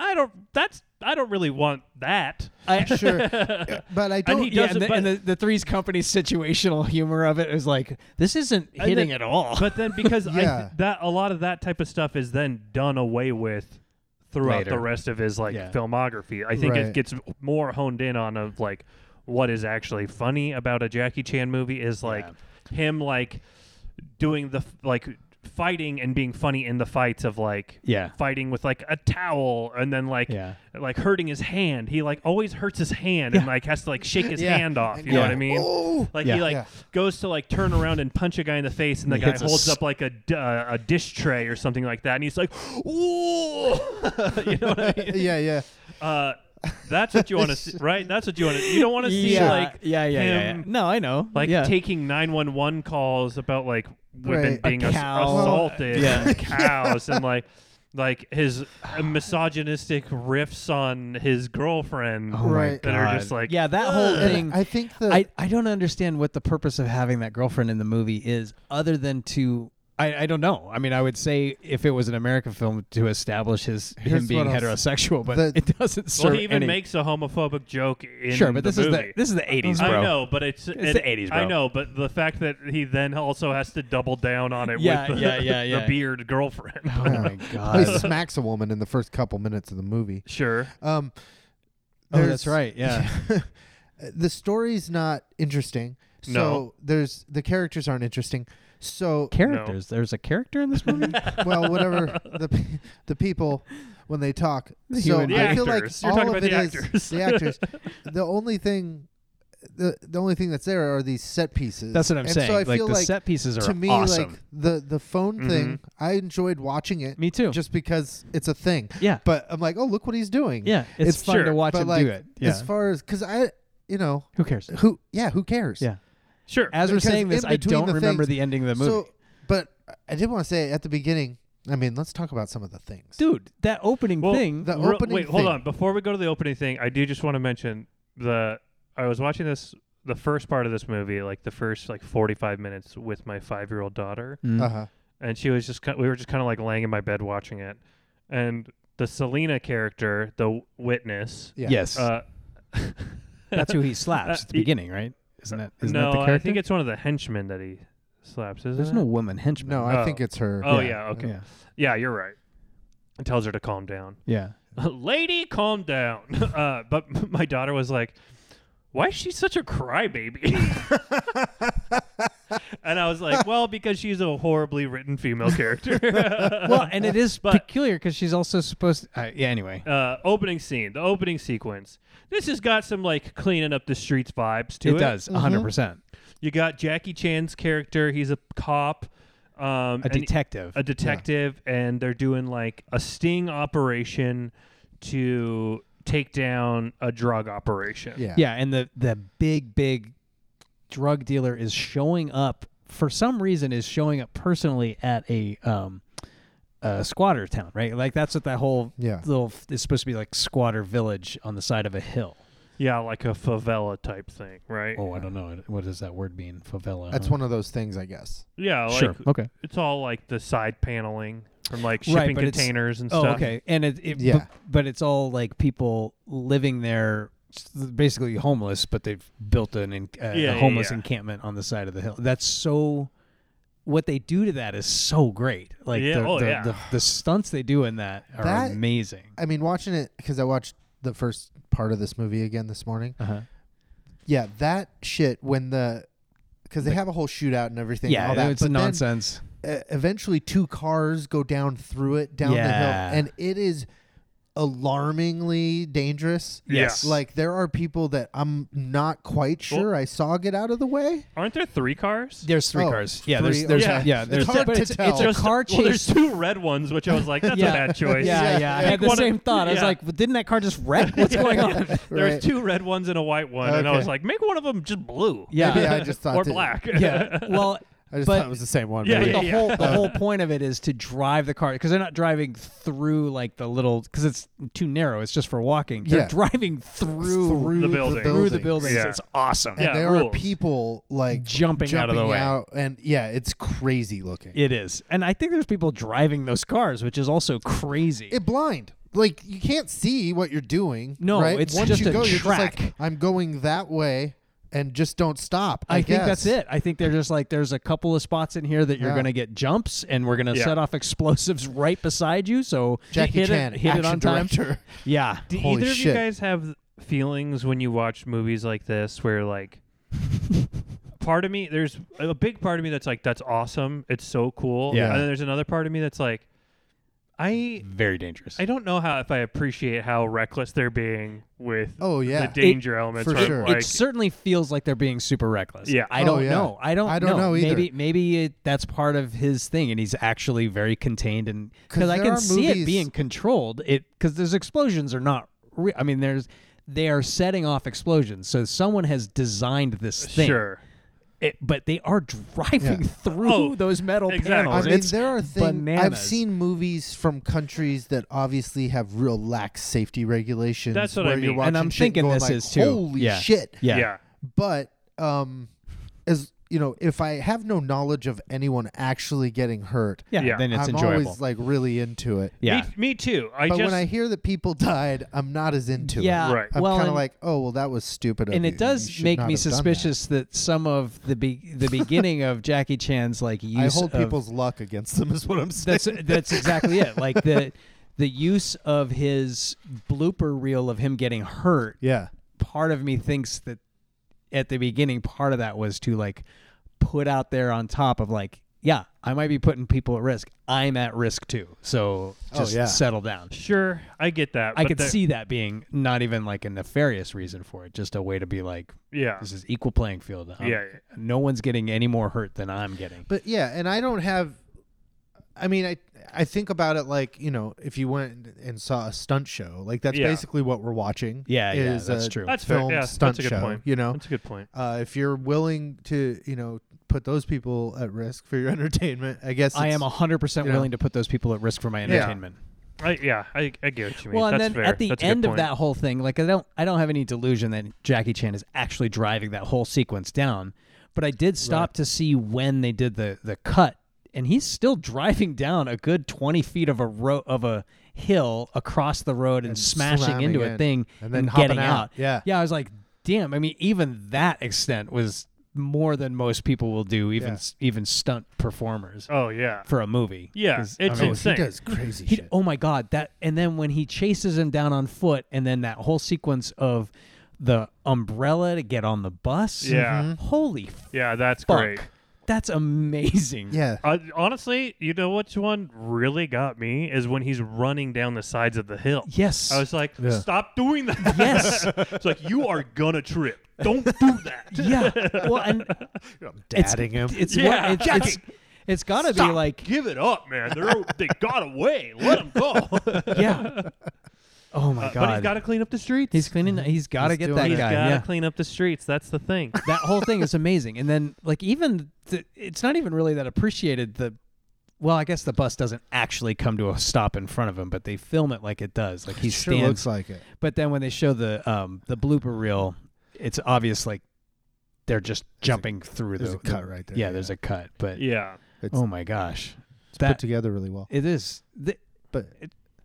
S2: I don't. That's I don't really want that.
S3: I,
S4: Sure, but I don't.
S2: he
S3: yeah,
S2: does
S3: and,
S2: it,
S3: the, and the, the Three's Company situational humor of it is like this isn't
S2: And
S3: hitting
S2: then-
S3: at all.
S2: But then because I
S4: Yeah.
S2: th- that a lot of that type of stuff is then done away with throughout
S3: Later.
S2: the rest of his like
S3: Yeah.
S2: filmography. I think it
S4: Right.
S2: gets more honed in on of like what is actually funny about a Jackie Chan movie is like him like doing the f- like fighting and being funny in the fights of like
S3: Yeah.
S2: fighting with like a towel and then like
S3: Yeah.
S2: like hurting his hand he like always hurts his hand and like has to like shake his
S4: Yeah.
S2: hand off you
S4: And
S2: know
S3: yeah.
S2: what i mean
S4: Oh!
S2: like he
S3: Yeah.
S2: like
S4: Yeah.
S2: goes to like turn around and punch a guy in the face, and the
S3: He
S2: guy
S3: hits a
S2: holds
S3: s-
S2: up like a d- uh, a dish tray or something like that, and he's like, "Ooh," you know what I mean?
S4: yeah, yeah.
S2: Uh, that's what you want to see, right? That's what you want to. You don't want to see
S3: yeah.
S2: like
S3: yeah, yeah, yeah, yeah.
S2: him,
S3: No, I know.
S2: like
S3: yeah.
S2: taking nine one one calls about like women
S4: Right. A
S2: being ass-
S3: cow.
S2: assaulted,
S3: Yeah.
S2: and cows, and like like his uh, misogynistic riffs on his girlfriend
S3: Oh my
S4: Right.
S2: that are
S3: God.
S2: just like
S3: yeah, that whole
S2: "Ugh."
S3: thing.
S4: I think the
S3: I, I don't understand what the purpose of having that girlfriend in the movie is other than to I, I don't know. I mean, I would say if it was an American film to establish his him
S4: Here's
S3: being
S4: what I'll s-
S3: heterosexual, but
S4: the-
S3: it doesn't serve
S2: Well, he even
S3: any-
S2: makes a homophobic joke in
S3: Sure, but
S2: the
S3: this is
S2: movie.
S3: the this is the 80s, bro.
S2: I know, but it's, it-
S3: the 80s,
S2: I
S3: bro.
S2: know, but the fact that he then also has to double down on it
S3: Yeah,
S2: with the,
S3: yeah, yeah,
S2: the
S3: yeah.
S2: beard girlfriend.
S3: Oh my
S4: he
S3: god.
S4: smacks a woman in the first couple minutes of the movie.
S2: sure.
S4: Um,
S3: oh,
S4: there's-
S3: that's right. Yeah.
S4: the story's not interesting. So
S2: No.
S4: there's the characters aren't interesting. So
S3: Characters. There's a character in this movie?
S4: well, whatever the pe- the people when they talk.
S3: The
S4: so
S3: human
S2: The
S4: I
S2: actors.
S4: feel like
S2: You're
S4: all
S2: talking
S4: of
S2: about
S4: it
S2: the
S4: is-
S2: actors.
S4: the actors. The only thing, the the only thing that's there are these set pieces.
S3: That's what I'm
S4: And
S3: saying.
S4: So I
S3: like
S4: feel
S3: the
S4: like
S3: set pieces are
S4: to me,
S3: awesome. Mm-hmm.
S4: like the the phone thing, I enjoyed watching it.
S3: Me too.
S4: Just because it's a thing.
S3: yeah.
S4: But I'm like, oh, look what he's doing.
S3: Yeah. It's,
S2: it's
S3: fun
S2: sure,
S3: to watch
S4: But
S3: him
S4: like,
S3: do it. Yeah.
S4: as far as because I, you know,
S3: Who cares?
S4: who, yeah, who cares?
S3: Yeah.
S2: Sure.
S3: As we're
S4: Because
S3: saying this,
S4: in
S3: I
S4: between
S3: don't
S4: the
S3: remember
S4: things-
S3: the ending of the movie.
S4: So, but I did want to say at the beginning. I mean, let's talk about some of the things.
S3: Dude, that opening
S2: Well,
S3: thing.
S4: the
S2: Real-
S4: opening
S2: wait, hold
S4: thing.
S2: on. Before we go to the opening thing, I do just want to mention the I was watching this the first part of this movie, like the first like 45 minutes with my 5-year-old daughter,
S3: Mm.
S4: Uh huh.
S2: and she was just ki- we were just kind of like laying in my bed watching it. And the Selena character, the witness,
S4: Yeah.
S3: Yes.
S2: uh
S3: That's who he slaps
S2: Uh,
S3: at the
S2: y-
S3: beginning, right? Isn't that isn't
S2: no,
S3: that the
S2: I
S3: character?
S2: think it's one of the henchmen that he slaps, isn't
S3: There's
S2: it?
S3: no woman henchman.
S4: No, I
S2: Oh.
S4: think it's her.
S2: Oh, yeah, okay.
S3: Yeah.
S2: Yeah, you're right. And tells her to calm down.
S3: Yeah.
S2: Lady, calm down. Uh, but my daughter was like, why is she such a crybaby? and I was like, well, because she's a horribly written female character.
S3: Well, and it is
S2: But-
S3: peculiar because she's also supposed. To, uh, yeah. Anyway.
S2: uh, opening scene, the opening sequence. This has got some like cleaning up the streets vibes to it.
S3: it does
S4: Mm-hmm.
S3: 100 percent.
S2: You got Jackie Chan's character. He's a cop. Um,
S3: A
S2: and-
S3: detective.
S2: a detective and they're doing like a sting operation to take down a drug operation.
S4: Yeah.
S3: yeah, and the the big big drug dealer is showing up for some reason is showing up personally at a um a squatter town, right? Like that's what that whole
S4: Yeah.
S3: little it's supposed to be like squatter village on the side of a hill.
S2: Yeah, like a favela type thing, right?
S3: Oh, I don't know what does that word mean? Favela.
S4: That's
S3: huh?
S4: one of those things, I guess.
S2: Yeah, like
S3: Sure. Okay.
S2: it's all like the side paneling from like
S3: Right,
S2: shipping
S3: but it's-
S2: containers and
S3: Oh,
S2: stuff.
S3: okay. And it, it
S4: Yeah.
S3: but, but it's all like people living there, s- basically homeless, but they've built an en- uh,
S2: yeah,
S3: a homeless
S2: yeah.
S3: encampment on the side of the hill. That's so. What they do to that is so great. Like
S2: Yeah,
S3: the,
S2: oh,
S3: the,
S2: yeah.
S3: the the stunts they do in that are
S4: That-
S3: amazing.
S4: I mean, watching it because I watched the first part of this movie again this morning.
S3: Uh-huh.
S4: Yeah, that shit when the because they have a whole shootout and everything.
S3: Yeah,
S4: all that,
S3: it's
S4: but then,
S3: nonsense.
S4: uh, eventually, two cars go down through it down
S3: Yeah.
S4: the hill, and it is alarmingly dangerous.
S2: Yes.
S4: Like there are people that I'm not quite sure I saw get out of the way.
S2: Aren't there three cars?
S3: There's three
S4: Oh,
S3: cars. Yeah,
S4: three-
S3: there's there's
S2: Yeah.
S3: yeah,
S2: It's
S3: there's
S4: hard
S3: but
S4: to
S3: it's,
S4: tell.
S3: it's a
S2: Just-
S3: car
S2: Well,
S3: chase.
S2: there's two red ones, which I was like, that's
S3: yeah.
S2: a bad choice.
S3: Yeah,
S4: Yeah.
S3: yeah. I had
S2: Pick
S3: the
S2: one of-
S3: same thought. I was
S2: yeah.
S3: like, well, didn't that car just wreck? What's going on?
S2: There's
S4: Right.
S2: two red ones and a white one, and I
S4: Okay.
S2: was like, make one of them just blue.
S3: Yeah.
S4: Maybe I just thought
S2: or
S4: that-
S2: black.
S3: yeah. Well,
S4: I just
S3: But-
S4: thought it was the same one.
S2: Yeah,
S4: but-
S3: But
S2: yeah, Uh-huh.
S3: the whole the whole point of it is to drive the car because they're not driving through like the little because it's too narrow. It's just for walking. They're
S4: Yeah.
S3: driving through
S4: Through
S2: The building.
S3: through the buildings.
S2: Yeah.
S3: It's awesome.
S4: And
S2: Yeah,
S4: there
S2: rules.
S4: are people like
S3: Jumping out of the
S4: jumping
S3: way.
S4: out, and yeah, it's crazy looking.
S3: It is, and I think there's people driving those cars, which is also crazy.
S4: it blind. like you can't see what you're doing.
S3: No,
S4: right?
S3: it's
S4: Once
S3: just
S4: you
S3: a
S4: go, You're
S3: track.
S4: just like, I'm going that way, and just don't stop. I,
S3: I, think that's
S4: guess."
S3: it. I think they're just like there's a couple of spots in here that you're
S4: Yeah.
S3: going to get jumps, and we're going to
S2: Yeah.
S3: set off explosives right beside you. So
S4: Jackie
S3: hit
S4: Chan,
S3: it, hit it
S4: action
S3: on time.
S4: director.
S3: Yeah,
S2: Do
S4: Holy
S2: either of you
S4: shit.
S2: guys have feelings when you watch movies like this where like part of me there's a big part of me that's like that's awesome, it's so cool.
S3: Yeah.
S2: And then there's another part of me that's like I
S3: very dangerous.
S2: I don't know how if I appreciate how reckless they're being with
S4: Oh yeah,
S2: the danger elements
S4: for
S2: where,
S4: sure.
S2: like
S3: it certainly feels like they're being super reckless.
S2: Yeah.
S3: I
S4: Oh,
S3: don't
S4: yeah.
S3: know. I don't.
S4: I don't know either.
S3: Maybe maybe it, that's part of his thing, and he's actually very contained and
S4: 'Cause
S3: because I
S4: there
S3: can
S4: are
S3: see it
S4: movies-
S3: being controlled. It because those explosions are not. Re- I mean, there's they are setting off explosions, so someone has designed this thing.
S2: sure.
S3: It, but they are driving
S4: Yeah.
S3: through
S2: Oh,
S3: those metal
S2: exactly.
S4: I
S3: panels.
S4: mean,
S3: It's
S4: there are things I've
S3: bananas.
S4: seen movies from countries that obviously have real lax safety regulations.
S2: That's what I
S4: where you're
S2: mean.
S4: watching
S3: And I'm
S4: shit
S3: thinking
S4: going
S3: this
S4: like,
S3: is too.
S4: Holy
S3: Yeah.
S4: shit!
S3: Yeah.
S2: Yeah.
S4: but um, as you know, if I have no knowledge of anyone actually getting hurt,
S3: Yeah,
S2: Yeah.
S3: then it's
S4: I'm
S3: enjoyable.
S4: always like really into it.
S3: yeah.
S2: Me, me too. I
S4: but
S2: just
S4: when I hear that people died, I'm not as into
S3: yeah.
S4: it.
S2: Right.
S4: I'm
S3: well,
S4: kind
S3: and-
S4: of like, oh well, that was stupid. Of
S3: and
S4: you.
S3: it does
S4: You should
S3: make
S4: not
S3: me
S4: have done that."
S3: suspicious that. some of the be- the beginning of Jackie Chan's like use
S4: I hold
S3: of,
S4: people's luck against them, is what I'm saying.
S3: that's that's exactly it. Like the the use of his blooper reel of him getting hurt.
S4: yeah,
S3: Part of me thinks that at the beginning, part of that was to like put out there on top of like, yeah, I might be putting people at risk. I'm at risk too. So
S4: Oh,
S3: just
S4: yeah.
S3: settle down.
S2: sure, I get that.
S3: I
S2: but
S3: could
S2: the-
S3: see that being not even like a nefarious reason for it, just a way to be like,
S2: Yeah.
S3: this is equal playing field. I'm-
S2: Yeah.
S3: No one's getting any more hurt than I'm getting.
S4: but yeah, and I don't have. I mean, I I think about it like you know, if you went and saw a stunt show, like that's
S2: Yeah.
S4: basically what we're watching.
S3: Yeah, yeah,
S4: is
S3: that's
S4: a
S3: true.
S2: That's fair.
S4: Film
S2: Yeah,
S4: stunt
S2: that's a good
S4: show,
S2: point.
S4: you know.
S2: That's a good point.
S4: Uh, if you're willing to, you know, put those people at risk for your entertainment, I guess
S3: I am
S4: it's-
S3: 100%
S4: you know.
S3: willing to put those people at risk for my entertainment.
S2: I, yeah, I, I get what you mean.
S3: Well, and
S2: That's
S3: then
S2: fair.
S3: at the
S2: That's a good
S3: end of
S2: point.
S3: that whole thing, like I don't, I don't have any delusion that Jackie Chan is actually driving that whole sequence down. But I did stop to see when they did the the cut, and he's still driving down a good twenty feet of a row of a hill across the road and, smashing
S4: slamming
S3: into a
S4: in,
S3: thing
S4: and then hopping
S3: getting
S4: out. Yeah.
S3: yeah. I was like, damn. I mean, even that extent was more than most people will do, even
S4: Yeah.
S3: s even stunt performers
S2: Oh yeah.
S3: for a movie.
S2: Yeah,
S3: 'Cause,
S2: it's
S4: Oh,
S2: insane.
S4: He does crazy
S3: he,
S4: shit.
S3: oh my god that and then when he chases him down on foot and then that whole sequence of the umbrella to get on the bus
S2: Yeah. Mm-hmm.
S3: holy fuck
S2: Yeah, that's great.
S3: that's amazing
S4: Yeah.
S2: Uh, honestly, you know which one really got me is when he's running down the sides of the hill.
S3: yes
S2: I was like,
S4: Yeah.
S2: stop doing that.
S3: Yes.
S2: it's like you are gonna trip. Don't do that.
S3: yeah well and it's
S4: Dadding him.
S3: it's
S2: Yeah.
S3: what, it's, it's it's gotta
S2: Stop.
S3: be like
S2: give it up, man. They're they got away. Let them go.
S3: yeah oh my god
S2: Uh, but he's got to clean up the streets.
S3: He's cleaning that- he's gotta
S4: He's
S3: get
S4: doing
S3: that
S4: it.
S3: guy
S2: He's gotta
S3: yeah.
S2: clean up the streets. That's the thing.
S3: that whole thing is amazing. And then like even the, it's not even really that appreciated the well, I guess the bus doesn't actually come to a stop in front of him, but they film it like it does. Like he
S4: sure
S3: stands
S4: looks like it.
S3: but then when they show the um the blooper reel, it's obvious like they're just jumping through
S4: there's
S3: the
S4: a cut
S3: the-
S4: right there,
S3: Yeah,
S4: yeah.
S3: there's a cut. But
S2: Yeah.
S4: It's,
S3: oh my gosh.
S4: it's
S3: that-
S4: put together really well.
S3: It is the,
S4: But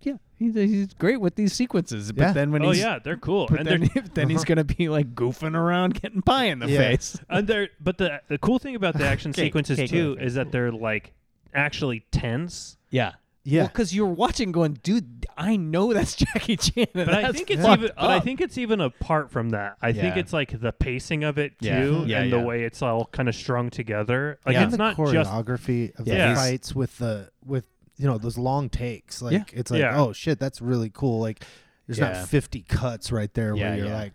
S3: yeah, he's, he's great with these sequences. But
S4: Yeah.
S3: then when
S2: oh
S3: he's
S2: yeah, they're cool.
S3: but
S2: And
S3: then,
S2: they're
S3: then he's gonna be like goofing around getting pie in the
S4: Yeah.
S3: face.
S2: And they're but the the cool thing about the action
S3: Cake,
S2: sequences
S3: cake
S2: too
S3: laughing.
S2: is that they're like actually tense.
S3: Yeah.
S4: yeah,
S3: because you're watching, going, dude, I know that's Jackie Chan. and
S2: But I
S3: that's
S2: think it's
S3: fucked
S2: even but I
S3: up."
S2: think it's even apart from that. I think
S3: Yeah.
S2: it's like the pacing of it too
S3: Yeah. Yeah,
S2: and
S3: yeah.
S2: the way it's all kind of strung together. Like
S3: Yeah.
S2: it's
S4: and the
S2: not just
S4: choreography of
S2: Yeah.
S4: the
S2: He's-
S4: fights with the with you know those long takes. Like
S3: Yeah.
S4: it's like
S2: Yeah.
S4: oh shit, that's really cool. Like there's
S3: Yeah.
S4: not 50 cuts right there
S3: Yeah,
S4: where you're
S3: yeah.
S4: like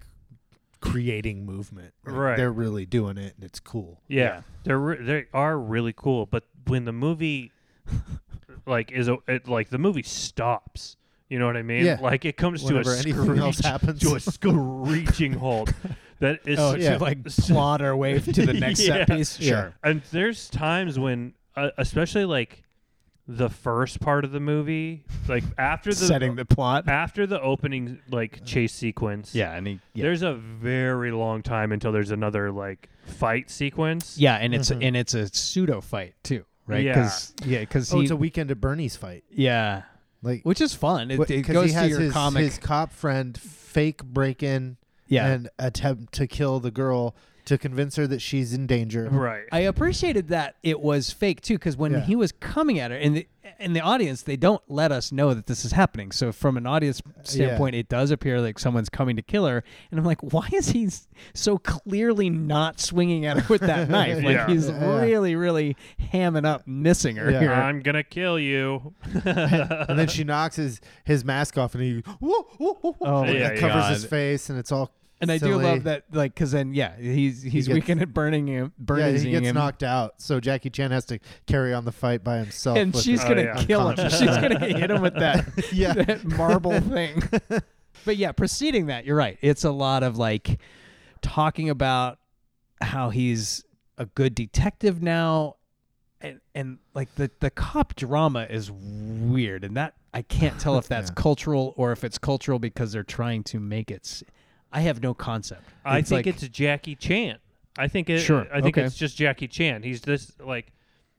S4: creating movement. Like,
S2: Right.
S4: they're really doing it, and it's cool.
S2: yeah,
S3: Yeah.
S2: They're re- they are really cool, but when the movie like is a, it, like the movie stops, you know what I mean?
S4: Yeah.
S2: Like it comes
S4: Whenever
S2: to a
S4: anything
S2: screech,
S4: else happens.
S2: to a screeching halt. That is
S3: oh,
S2: such
S3: to
S2: a-
S3: like plod our way to the next set
S2: Yeah.
S3: piece. Sure.
S4: Yeah.
S2: And there's times when, uh, especially like the first part of the movie, like after the
S3: Setting the plot.
S2: after the opening like chase sequence,
S3: Yeah, and he, yeah,
S2: there's a very long time until there's another like fight sequence.
S3: yeah, and it's and it's a pseudo fight too, right?
S2: Mm-hmm. Yeah.
S3: Cause, yeah, because
S4: Oh,
S3: he,
S4: it's a weekend at Bernie's fight.
S3: yeah,
S4: Like
S3: which is fun. It,
S4: Wh-
S3: it
S4: 'cause
S3: goes
S4: he
S3: to
S4: has
S3: your
S4: his,
S3: comic.
S4: his cop friend fake break in
S3: Yeah.
S4: and attempt to kill the girl to convince her that she's in danger.
S2: Right.
S3: I appreciated that it was fake too, because when
S4: Yeah.
S3: he was coming at her in the in the audience, they don't let us know that this is happening. So from an audience standpoint, it does appear like someone's coming to kill her, and I'm like, why is he s- so clearly not swinging at her with that knife? Like
S2: Yeah.
S3: he's
S4: Yeah.
S3: really, really hamming up, missing her
S4: Yeah.
S3: here.
S2: I'm gonna kill you.
S4: And then she knocks his, his mask off and he whoa, whoa, whoa, whoa,
S3: Oh
S4: and
S2: my
S4: it covers his
S3: God.
S4: face and it's all
S3: and I do
S4: silly.
S3: love that, like, because then yeah, he's he's
S4: gets-
S3: weakened at burning him,
S4: Yeah,
S3: burning
S4: he gets
S3: him.
S4: knocked out, so Jackie Chan has to carry on the fight by himself.
S3: and
S4: with
S3: she's
S4: him.
S3: gonna
S2: Oh, yeah.
S3: kill him.
S4: Unconscious.
S3: She's gonna hit him with that,
S4: Yeah.
S3: that marble thing. But yeah, preceding that, you're right. It's a lot of like talking about how he's a good detective now, and and like the the cop drama is weird, and that I can't tell if that's
S4: Yeah.
S3: cultural or if it's cultural because they're trying to make it. s- I have no concept.
S2: I think
S3: like-
S2: it's Jackie Chan. I think it,
S3: Sure,
S2: I think
S3: okay.
S2: it's just Jackie Chan. He's just like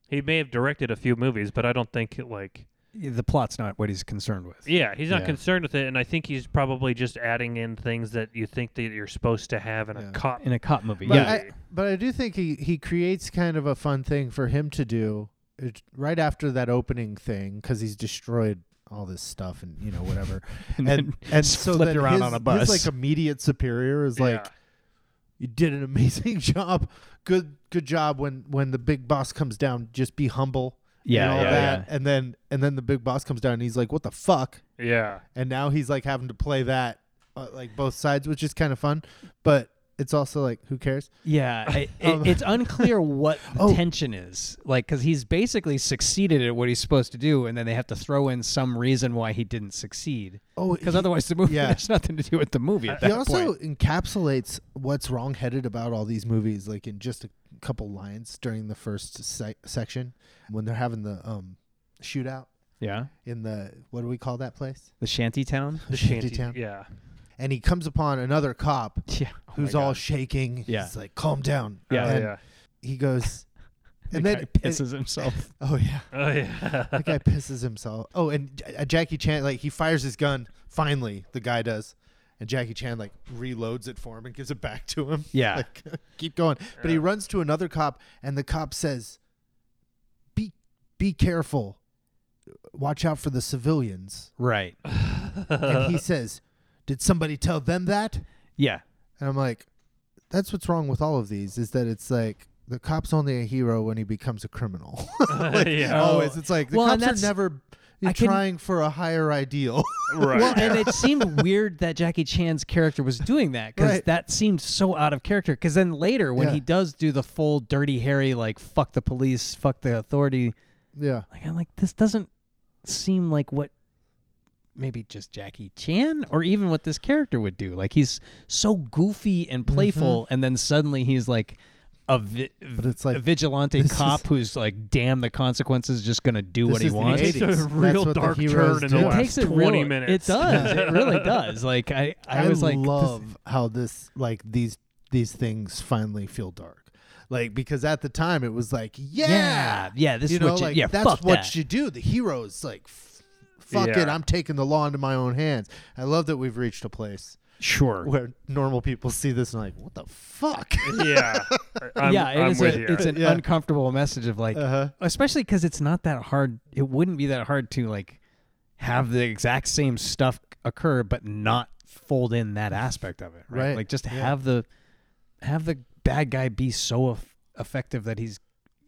S2: he may have directed a few movies, but I don't think it, like
S3: the plot's not what he's concerned with.
S2: yeah, he's not
S4: Yeah.
S2: concerned with it. And I think he's probably just adding in things that you think that you're supposed to have in
S4: Yeah.
S2: a cop.
S3: In a cop movie,
S4: But
S3: yeah,
S4: I, but I do think he, he creates kind of a fun thing for him to do it, right after that opening thing because he's destroyed all this stuff and you know whatever
S3: And
S4: and
S3: then
S4: and so
S3: flipped
S4: then
S3: around
S4: his,
S3: on a
S4: his,
S3: bus.
S4: like immediate superior is like
S2: Yeah.
S4: you did an amazing job good good job when when the big boss comes down just be humble and
S3: Yeah,
S4: all
S2: yeah,
S4: that and then and then the big boss comes down and he's like what the fuck
S2: yeah,
S4: and now he's like having to play that uh, like both sides which is kind of fun but it's also like who cares
S3: Yeah, I,
S4: Um,
S3: it, it's unclear what the
S4: Oh.
S3: tension is. Like, because he's basically succeeded at what he's supposed to do, and then they have to throw in some reason why he didn't succeed.
S4: oh
S3: Because otherwise, the movie
S4: yeah.
S3: there's nothing to do with the movie at that
S4: he also
S3: point.
S4: encapsulates what's wrong-headed about all these movies like in just a couple lines during the first se- section when they're having the um shootout
S3: Yeah,
S4: in the what do we call that place
S3: the shanty town.
S2: the
S4: shanty
S2: shanty.
S4: town.
S2: Yeah,
S4: and he comes upon another cop
S3: Yeah, Oh
S4: who's all shaking
S3: Yeah.
S4: he's like calm down
S3: Yeah.
S2: oh
S4: and
S2: yeah,
S4: he goes
S3: and
S4: and
S3: the
S4: then
S3: guy pisses himself.
S4: oh yeah
S2: oh yeah.
S4: the guy pisses himself oh and J- uh, jackie chan like he fires his gun finally the guy does and jackie chan like reloads it for him and gives it back to him
S3: Yeah.
S4: like keep going but he runs to another cop and the cop says be be careful watch out for the civilians
S3: Right.
S4: and he says did somebody tell them that
S3: Yeah.
S4: and i'm like that's what's wrong with all of these is that it's like the cop's only a hero when he becomes a criminal like,
S2: Yeah.
S4: always it's like the
S3: Well, and
S4: cops
S3: that's-
S4: are never
S3: I can-
S4: trying for a higher ideal
S2: right.
S3: Well, and it seemed weird that Jackie Chan's character was doing that because
S4: Right.
S3: that seemed so out of character. Because then later, when
S4: Yeah.
S3: he does do the full Dirty Harry, like fuck the police, fuck the authority,
S4: yeah
S3: Like I'm like, this doesn't seem like what maybe just Jackie Chan or even what this character would do. Like he's so goofy
S4: Mm-hmm.
S3: and playful, and then suddenly he's like a, vi-
S4: it's like,
S3: a vigilante
S4: this
S3: cop
S4: is-
S3: who's like, damn the consequences, just gonna do what
S4: This
S3: he
S4: is the
S3: wants.
S2: it takes
S4: 80s.
S2: a
S4: That's
S2: real
S4: what the
S2: dark
S4: heroes
S2: turn in
S4: do.
S2: the
S4: It
S2: last
S3: a
S2: twenty
S3: real-
S2: minutes.
S3: It does. It really does. Like I, I, was like, this-
S4: love how this like these these things finally feel dark like because at the time it was like yeah
S3: yeah, yeah. This
S4: you
S3: is
S4: know
S3: what you,
S4: like
S3: yeah.
S4: that's
S3: fuck
S4: what
S3: that.
S4: you do the heroes like f- fuck it
S2: Yeah.
S4: i'm taking the law into my own hands i love that we've reached a place
S3: sure.
S4: where normal people see this and like what the fuck
S2: yeah, I'm,
S3: yeah, it
S2: I'm
S3: is
S2: with
S3: a,
S2: you.
S3: it's an
S4: Yeah.
S3: uncomfortable message of like,
S4: Uh-huh.
S3: especially because it's not that hard. It wouldn't be that hard to like have the exact same stuff occur, but not fold in that aspect of it, right?
S4: Right,
S3: Like just
S4: yeah.
S3: have the have the bad guy be so eff- effective that he's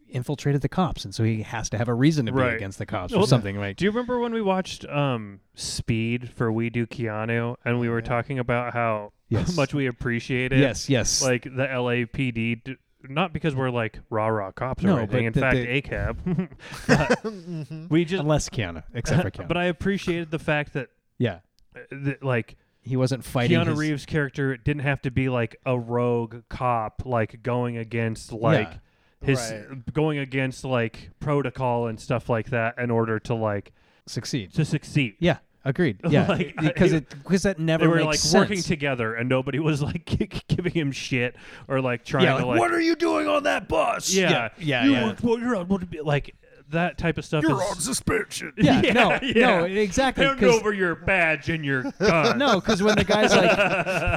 S3: infiltrated the cops, and so he has to have a reason to
S2: Right.
S3: be against the cops
S2: Well,
S3: or something, right?
S2: Do you remember when we watched um, Speed for We Do Keanu and we were talking about how
S3: Yes.
S2: much we appreciated
S3: Yes, yes.
S2: like the LAPD d- not because we're like rah rah cops
S3: No,
S2: or anything.
S3: but
S2: In
S3: that
S2: fact,
S3: they-
S2: ACAB. But we just
S3: Unless Keanu, except for
S2: but
S3: Keanu.
S2: Mm-hmm. I appreciated the fact that,
S3: yeah,
S2: uh, that like
S3: he wasn't fighting.
S2: Keanu
S3: his-
S2: Reeves' character didn't have to be like a rogue cop, like going against like his
S4: Right.
S2: going against like protocol and stuff like that in order to like
S3: succeed.
S2: to succeed.
S3: Yeah, agreed. Yeah,
S2: Like, I-
S3: because it because that never
S2: they were
S3: makes
S2: like
S3: sense.
S2: working together and nobody was like giving him shit or like trying
S3: yeah,
S2: to
S3: like,
S2: like
S3: what are you doing on that bus?
S2: yeah
S3: yeah,
S2: you
S3: yeah.
S2: worked- well, you're on- what- like that type of stuff. is,
S1: suspension.
S3: Yeah,
S2: Yeah,
S3: no,
S2: yeah.
S3: no, exactly.
S2: Hand
S3: 'cause-
S2: over your badge and your gun.
S3: No, because when the guy's like,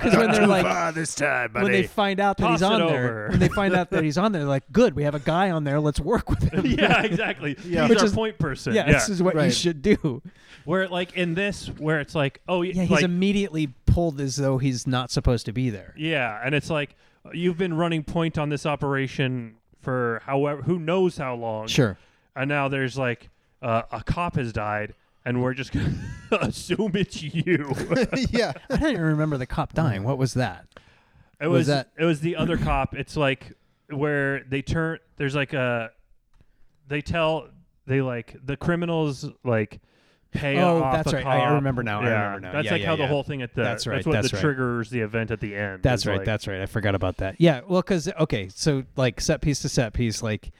S3: because when they're like,
S1: this time,
S3: when they find out that he's
S2: Toss it
S3: on
S2: over.
S3: there, when they find out that he's on there, they're like, good, we have a guy on there. Let's work with him.
S2: yeah, exactly. He's
S3: Which
S2: our
S3: is-
S2: point person.
S3: yeah,
S2: Yeah,
S3: this is what you
S4: Right.
S3: should do.
S2: where like in this, where it's like, oh,
S3: Yeah, he's
S2: like,
S3: immediately pulled as though he's not supposed to be there.
S2: yeah, and it's like you've been running point on this operation for however, who knows how long.
S3: Sure.
S2: and now there's like uh, a cop has died, and we're just gonna assume it's you.
S4: yeah.
S3: I don't even remember the cop dying. What was that?
S2: It
S3: Was
S2: was,
S3: that-
S2: it was the other cop. It's like where they turn. There's like a. They tell they like the criminals like pay
S3: Oh,
S2: off
S3: that's
S2: a
S3: right. I
S2: cop.
S3: remember now. I
S2: Yeah.
S3: remember now.
S2: That's
S3: Yeah,
S2: like
S3: yeah,
S2: how
S3: yeah.
S2: the whole thing at the.
S3: That's right,
S2: That's what
S3: that's
S2: the
S3: right.
S2: triggers the event at the end.
S3: That's
S2: is,
S3: right.
S2: like-
S3: that's right. I forgot about that. Yeah. Well, because okay, so like set piece to set piece, like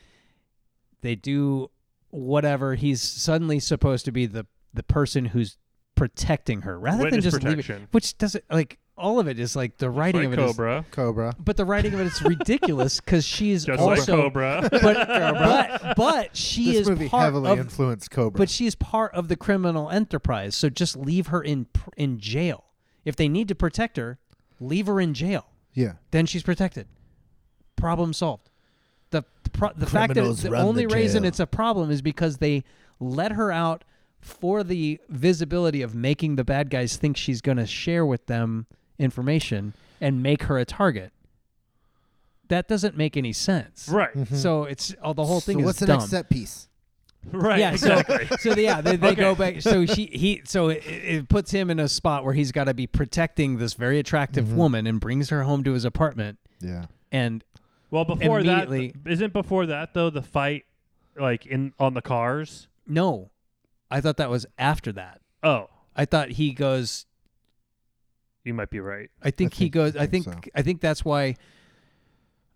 S3: they do whatever. He's suddenly supposed to be the the person who's protecting her, rather than
S2: Witness
S3: just leaving.
S2: protection.
S3: Which doesn't like all of it is like the writing
S2: Like
S3: of it is-
S2: Cobra.
S4: Cobra.
S3: but the writing of it is ridiculous because she's
S2: Just like
S3: also.
S2: Cobra.
S3: but, but but she
S4: This
S3: is
S4: movie
S3: part
S4: heavily
S3: of
S4: influenced Cobra.
S3: but she's part of the criminal enterprise. So just leave her in pr- in jail. If they need to protect her, leave her in jail.
S4: yeah.
S3: Then she's protected. Problem solved. The the pro- the fact that
S4: Criminals
S3: the
S4: run the
S3: only reason
S4: jail.
S3: it's a problem is because they let her out for the visibility of making the bad guys think she's going to share with them information and make her a target. That doesn't make any sense.
S2: right.
S3: So it's oh, the whole thing is
S4: Mm-hmm. so what's the
S3: dumb.
S4: next set piece?
S2: Right.
S3: Yeah, so,
S2: Exactly.
S3: so they- yeah, they, they go back. So she he so it, it puts him in a spot where he's got to be protecting this very attractive
S4: Mm-hmm.
S3: woman and brings her home to his apartment.
S4: Yeah.
S3: And
S2: well, before that,
S3: Immediately-
S2: isn't before that though the fight like in on the cars?
S3: no, I thought that was after that.
S2: Oh,
S3: I thought he goes.
S2: you might be right.
S3: I think he
S4: think-
S3: goes.
S4: I
S3: I think
S4: think
S3: I think, that's why.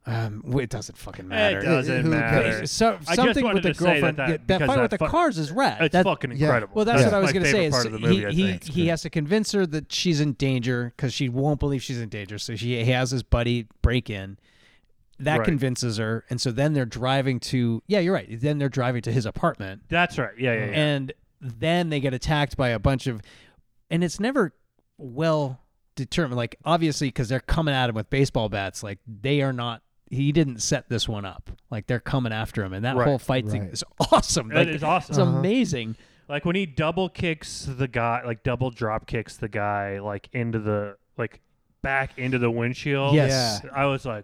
S3: Um, well, it doesn't fucking matter.
S2: It doesn't
S4: who
S2: matter.
S4: cares?
S3: So,
S2: I just
S3: something
S2: wanted
S3: with the
S2: to say that
S3: girlfriend.
S2: that-
S3: yeah,
S2: because
S3: fight
S2: that
S3: with the
S2: fu-
S3: cars is rad.
S2: It's
S3: That-
S2: fucking
S4: yeah.
S2: incredible.
S3: Well, that's, what I was
S2: my
S3: going to
S2: favorite
S3: say. is
S2: Part of the movie, I
S3: he
S2: think.
S3: he, he has to convince her that she's in danger because she won't believe she's in danger. So she he has his buddy break in. That
S2: Right.
S3: convinces her, and so then they're driving to. Yeah, you're right. Then they're driving to his apartment,
S2: That's right. Yeah, yeah, yeah.
S3: and then they get attacked by a bunch of, and it's never well determined. Like obviously, because they're coming at him with baseball bats. Like they are not. He didn't set this one up. Like they're coming after him, and that
S2: Right.
S3: whole fight thing
S4: Right. Uh-huh.
S3: is awesome.
S2: That
S3: Like,
S2: is awesome.
S3: It's amazing.
S2: like when he double kicks the guy, like double drop kicks the guy, like into the like back into the windshield.
S3: Yes.
S2: I was like,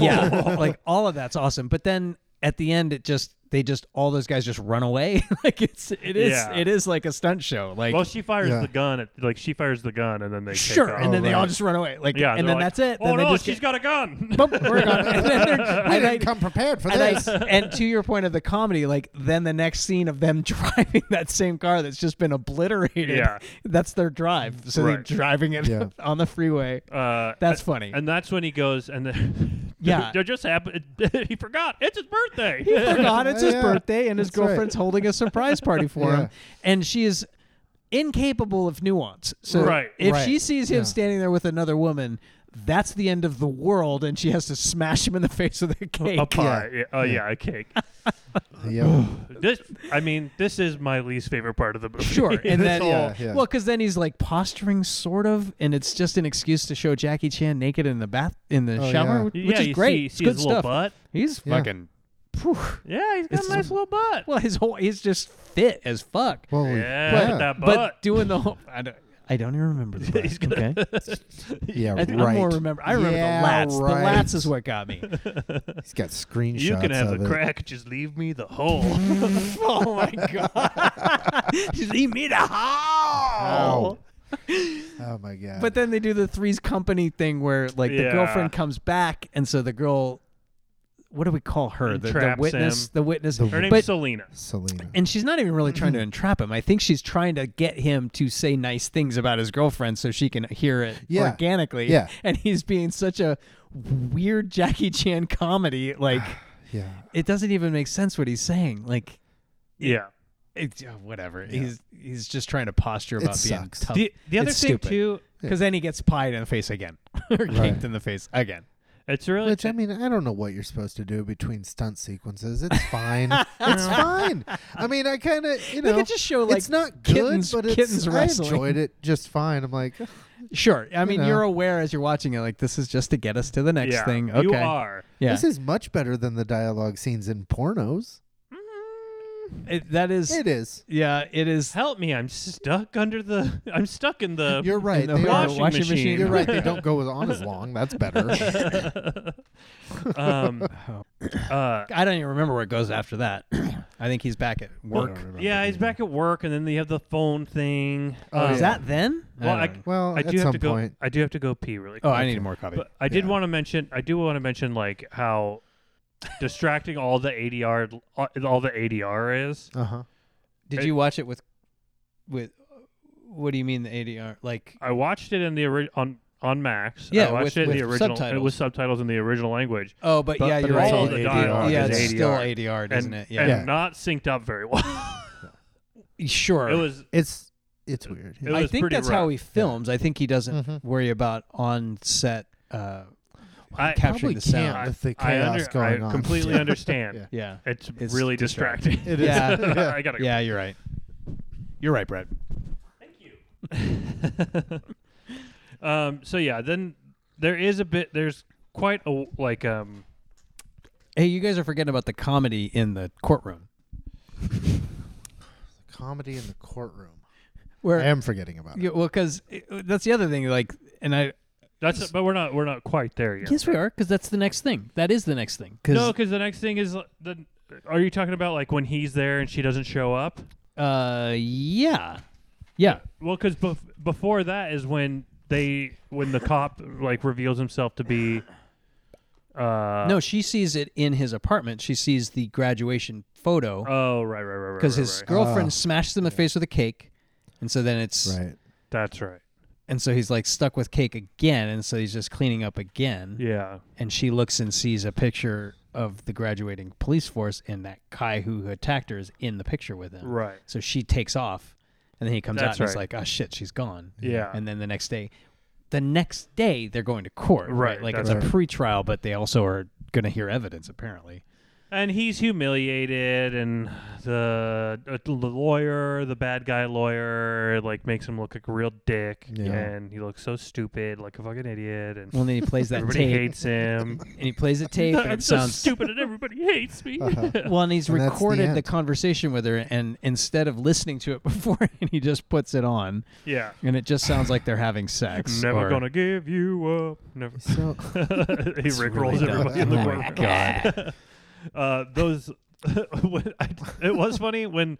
S3: yeah like all of that's awesome but then at the end it just they just all those guys just run away like it's it is
S2: Yeah.
S3: it is like a stunt show like
S2: well, she fires
S4: Yeah.
S2: the gun. At, like she fires the gun, and then they
S3: sure
S2: Take off.
S3: and then they all
S4: right.
S3: just run away like
S2: yeah,
S3: and
S2: they're
S3: then
S2: like,
S3: that's it
S2: Oh
S3: then they
S2: no,
S3: just
S2: she's
S3: get,
S2: got a gun.
S3: boom, we're gone. and then they're
S4: I
S3: and
S4: didn't
S3: I-
S4: come prepared for
S3: and, I-
S4: this.
S3: and to your point of the comedy, like then the next scene of them driving that same car that's just been obliterated,
S2: Yeah.
S3: that's their drive. So
S2: Right.
S3: they're driving it
S4: Yeah.
S3: on the freeway.
S2: Uh,
S3: That's funny.
S2: and that's when he goes, and then
S3: Yeah.
S2: they're just happy. he forgot. It's his birthday.
S3: He forgot it's his
S4: Yeah,
S3: birthday, and his
S4: that's right.
S3: girlfriend's holding a surprise party for
S4: Yeah.
S3: him, and she is incapable of nuance. So
S2: Right,
S3: if
S4: right.
S3: she sees him
S4: Yeah.
S3: standing there with another woman, that's the end of the world, and she has to smash him in the face with a cake.
S2: a pie. Yeah. Oh yeah, a cake.
S4: yeah.
S2: this, I mean, this is my least favorite part of the movie.
S3: Sure, and then
S4: whole- Yeah, yeah.
S3: well, because then he's like posturing, sort of, and it's just an excuse to show Jackie Chan naked in the bath in the
S4: Oh,
S3: shower,
S4: yeah.
S3: which
S2: yeah,
S3: is
S2: you
S3: great.
S2: See,
S3: it's
S2: see
S3: good
S2: his
S3: stuff.
S2: little butt.
S3: He's
S4: Yeah.
S3: fucking. phew.
S2: Yeah, he's got
S4: It's-
S2: a nice little butt.
S3: Well, his whole he's just fit as fuck.
S4: Holy
S2: yeah,
S4: crap.
S2: with that
S3: but,
S2: butt.
S3: doing the whole I don't, I don't even remember the butt. okay.
S4: yeah,
S3: I think
S4: right.
S3: I'm more remember. I remember
S4: Yeah,
S3: the lats.
S4: right.
S3: The lats is what got me.
S4: He's got screenshots
S2: you can have
S4: of
S2: a
S4: it.
S2: crack, just leave me the hole.
S3: oh my god! Just eat me to hell.
S4: Ow. Oh my god.
S3: But then they do the Three's Company thing where like the
S2: Yeah.
S3: girlfriend comes back, and so the girl, what do we call her? The, the
S2: Entraps
S3: witness.
S2: him.
S3: The witness.
S4: The-
S2: Her name's
S3: But-
S2: Selena.
S4: Selena.
S3: and she's not even really trying
S4: Mm-hmm.
S3: to entrap him. I think she's trying to get him to say nice things about his girlfriend so she can hear it
S4: Yeah.
S3: organically.
S4: Yeah.
S3: And he's being such a weird Jackie Chan comedy. Like,
S4: Yeah.
S3: it doesn't even make sense what he's saying. Like,
S2: Yeah.
S3: it's uh, whatever. He's he's just trying to posture about being
S4: sucks.
S3: tough.
S2: The, the other
S3: It's
S2: thing
S3: stupid.
S2: too
S3: because then he gets pied in the face again, or kicked in the face again.
S2: It's really
S4: Which I mean, I don't know what you're supposed to do between stunt sequences. It's fine. it's fine. I mean, I kind of you
S3: They
S4: know,
S3: could just show, like,
S4: it's not
S3: kittens-
S4: good, but it's,
S3: kittens
S4: I
S3: wrestling.
S4: enjoyed it just fine. I'm like,
S3: Sure. I mean,
S4: know.
S3: you're aware as you're watching it, like this is just to get us to the next
S2: yeah,
S3: thing. Okay.
S2: You are.
S3: Yeah.
S4: this is much better than the dialogue scenes in pornos.
S3: It- that is.
S4: It is.
S3: Yeah. It is.
S2: Help me! I'm stuck under the. I'm stuck in the.
S4: You're right.
S3: the
S4: They are,
S2: washing
S3: washing
S2: machine.
S3: machine.
S4: you're right. They don't go on as long. That's better.
S2: um,
S4: Oh.
S2: uh,
S3: I don't even remember where it goes after that. I think he's back at work.
S2: yeah, he's back at work, and then they have the phone thing.
S4: Oh,
S3: Is
S4: yeah.
S3: that then?
S2: Well, I,
S3: don't know.
S4: Well,
S2: I
S4: at
S2: do have
S4: some
S2: to go.
S4: point.
S2: I do have to go pee really.
S3: oh,
S2: Quick.
S3: I need more coffee.
S2: But I did
S4: Yeah.
S2: want to mention. I do want to mention like how distracting all the ADR, uh, all the ADR is.
S4: Uh huh.
S3: Did
S2: It-
S3: you watch it with, with, what do you mean the ADR? Like,
S2: I watched it in the ori- on on Max.
S3: Yeah,
S2: I watched
S3: with-
S2: it in the
S3: with
S2: original. It
S3: subtitles.
S2: was subtitles in the original language,
S3: oh, but,
S2: But-
S3: yeah,
S2: but
S3: you're
S2: it's
S3: right.
S4: all the dialogue
S3: yeah,
S4: is
S3: it's still
S2: ADR.
S3: ADR,
S2: and,
S3: isn't it? Yeah.
S2: and
S4: Yeah.
S2: not synced up very well.
S3: Sure.
S2: it was
S4: It's it's weird.
S2: it was
S3: I think
S2: pretty
S3: that's
S2: rough.
S3: how he films. I think he doesn't
S4: Mhm.
S3: worry about on set. Uh,
S2: I
S3: capturing
S4: Probably
S3: the sound.
S4: can't with the
S2: I,
S4: chaos
S2: under-
S4: going
S2: I
S4: on.
S2: completely
S4: Yeah.
S2: understand.
S4: Yeah.
S3: yeah.
S2: It's,
S3: It's
S2: really
S3: distracting.
S2: distracting.
S4: It is.
S3: Yeah.
S2: I gotta.
S3: Yeah, you're right. You're right, Brad.
S2: Go. um. So yeah, then there is a bit. There's quite a like um.
S3: Hey, you guys are forgetting about the comedy in the courtroom.
S4: Comedy in the courtroom.
S3: Where
S4: I am forgetting about it.
S3: Yeah, well, because that's the other thing. Like, and I
S2: That's but we're not we're not quite there yet.
S3: yes, we are because that's the next thing. That is the next thing.
S2: No,
S3: Because
S2: because the next thing is uh, the. Are you talking about like when he's there and she doesn't show up?
S3: uh, yeah, yeah,
S2: Well, because bef- before that is when they when the cop like reveals himself to be. Uh,
S3: no, she sees it in his apartment. She sees the graduation photo
S2: Oh right, right, right, right.
S3: because
S2: right,
S3: his
S2: right.
S3: girlfriend
S4: Ah.
S3: smashed him in the face with a cake, and so then it's
S4: Right.
S2: That's right.
S3: and so he's like stuck with cake again, and so he's just cleaning up again,
S2: Yeah.
S3: and she looks and sees a picture of the graduating police force, and that guy who attacked her is in the picture with him.
S2: Right.
S3: So she takes off, and then he comes
S2: That's
S3: out and he's
S2: right.
S3: like, "Oh shit, she's gone."
S2: Yeah.
S3: And then the next day, the next day they're going to court,
S2: Right,
S3: Like
S2: that's
S3: it's a pretrial, but they also are going to hear evidence apparently.
S2: And he's humiliated, and the, uh, the lawyer, the bad guy lawyer, like makes him look like a real dick,
S4: Yeah.
S2: and he looks so stupid, like a fucking idiot, and
S3: Well, then he plays that
S2: everybody
S3: tape,
S2: hates him.
S3: and he plays a tape, and
S2: I'm
S3: it
S2: so
S3: sounds Uh-huh.
S2: stupid, and everybody hates me.
S3: Well, and he's
S4: And that's the
S3: recorded the,
S4: end.
S3: conversation with her, and instead of listening to it before, he just puts it on,
S2: yeah,
S3: and it just sounds like they're having sex.
S2: never
S3: or-
S2: gonna give you up. Never.
S4: So
S2: he Rick rolls
S4: really dumb.
S2: everybody in the
S4: Oh my
S2: room. uh, those when I, it was funny when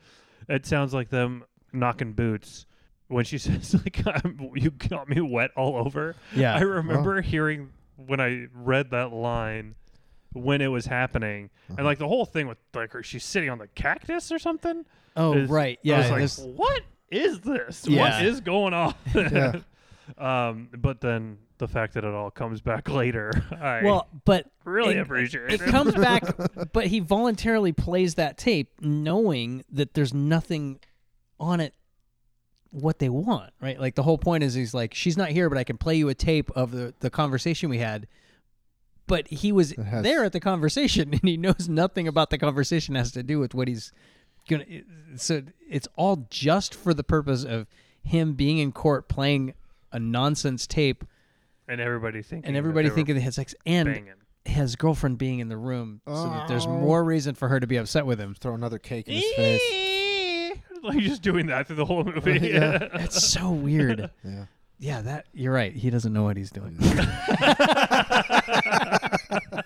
S2: it sounds like them knocking boots when she says like I'm, you got me wet all over
S3: Yeah.
S2: i remember hearing when i read that line when it was happening and like the whole thing with like her she's sitting on the cactus or something
S3: Oh,
S2: is-
S3: right.
S2: i
S3: Yeah.
S2: was like
S3: this-
S2: what is this
S3: Yeah.
S2: what is going on
S4: Yeah.
S2: um but then the fact that it all comes back later I,
S3: well, but
S2: Really
S3: it-
S2: appreciate
S3: It
S2: it.
S3: comes back, but he voluntarily plays that tape, knowing that there's nothing on it. What they want, right? Like the whole point is, he's like, she's not here, but I can play you a tape of the the conversation we had. But he was
S4: has-
S3: there at the conversation, and he knows nothing about the conversation has to do with what he's gonna. So it's all just for the purpose of him being in court playing a nonsense tape,
S2: and everybody thinking
S3: and
S2: that
S3: everybody
S2: they were
S3: thinking they had sex, and
S2: banging
S3: his girlfriend being in the room so that there's
S4: Oh.
S3: more reason for her to be upset with him.
S4: throw another cake in his face.
S2: like just doing that through the whole movie.
S3: That's so weird.
S4: Yeah.
S3: yeah, that you're right. He doesn't know what he's doing.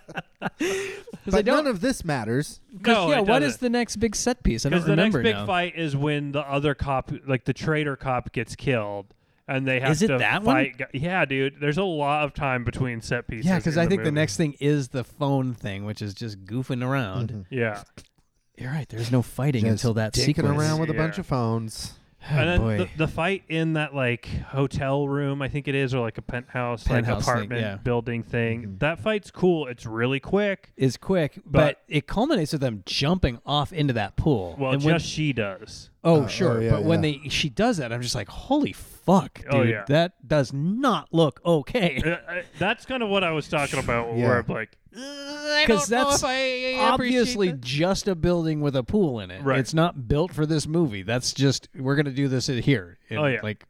S3: 'Cause I
S4: But
S3: don't
S4: none of this matters.
S2: no,
S3: yeah,
S2: it
S3: what is
S2: doesn't.
S3: the next big set piece? I don't
S2: Because the next
S3: remember
S2: big
S3: now.
S2: fight is when the other cop, like the traitor cop, gets killed, and they have
S3: Is it
S2: to
S3: that one?
S2: fight. gu- Yeah, dude. There's a lot of time between set pieces.
S3: Yeah, because
S2: in
S3: I think the
S2: movie.
S3: next thing is the phone thing, which is just goofing around.
S2: Yeah,
S3: You're right. There's no fighting
S4: Just
S3: until that
S4: dicking
S3: sequence.
S4: around with a bunch
S2: Yeah.
S4: of phones.
S2: and then
S3: Oh, boy.
S2: the, the fight in that like hotel room, I think it is, or like a penthouse,
S3: Penthouse
S2: like
S3: thing,
S2: apartment
S3: yeah. Mm-hmm.
S2: building thing. That fight's cool. It's really quick.
S3: Is quick, but,
S2: But-
S3: it culminates with them jumping off into that pool.
S2: Well,
S3: and
S2: just
S3: when,
S2: she does.
S3: oh,
S4: oh,
S3: sure,
S4: yeah,
S3: but when
S4: yeah.
S3: they she does that, I'm just like, holy fuck, dude,
S2: Oh, yeah.
S3: that does not look okay.
S2: Uh, uh, that's kind of what I was talking about.
S4: Yeah.
S2: Where I'm like,
S3: Because that's obviously just a building with a pool in it.
S2: Right.
S3: It's not built for this movie. That's just we're gonna do this in here. And,
S2: Oh, yeah.
S3: Like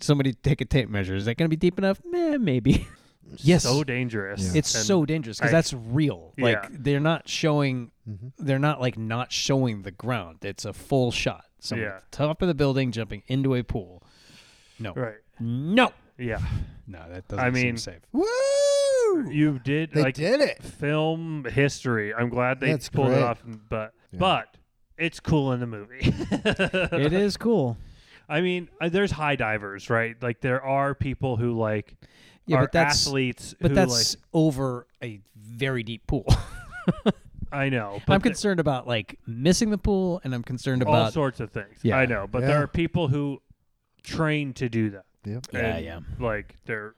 S3: somebody take a tape measure. Is that gonna be deep enough? Meh, maybe. yes.
S2: so dangerous.
S3: it's
S2: And-
S3: so dangerous because
S2: I-
S3: that's real. Like
S2: Yeah.
S3: they're not showing. They're not like not showing the ground. It's a full shot. So
S2: Yeah.
S3: top of the building jumping into a pool. No.
S2: right.
S3: No.
S2: Yeah,
S3: No, that doesn't
S2: I
S3: seem
S2: mean,
S3: safe.
S4: Woo!
S2: you did.
S4: They
S2: like,
S4: did it.
S2: film history. I'm glad they
S4: That's
S2: pulled
S4: great.
S2: it off, but but it's cool in the movie.
S3: It is cool.
S2: I mean, uh, there's high divers, right? Like there are people who like
S3: Yeah,
S2: are
S3: but that's
S2: athletes.
S3: but
S2: who,
S3: that's over a very deep pool.
S2: like, I know. But
S3: I'm
S2: th-
S3: concerned about like missing the pool, and I'm concerned
S2: all
S3: about
S2: sorts of things.
S3: Yeah.
S2: I know, but there
S4: Yeah.
S2: are people who train to do that.
S4: Yep.
S3: yeah,
S2: And,
S3: yeah.
S2: Like they're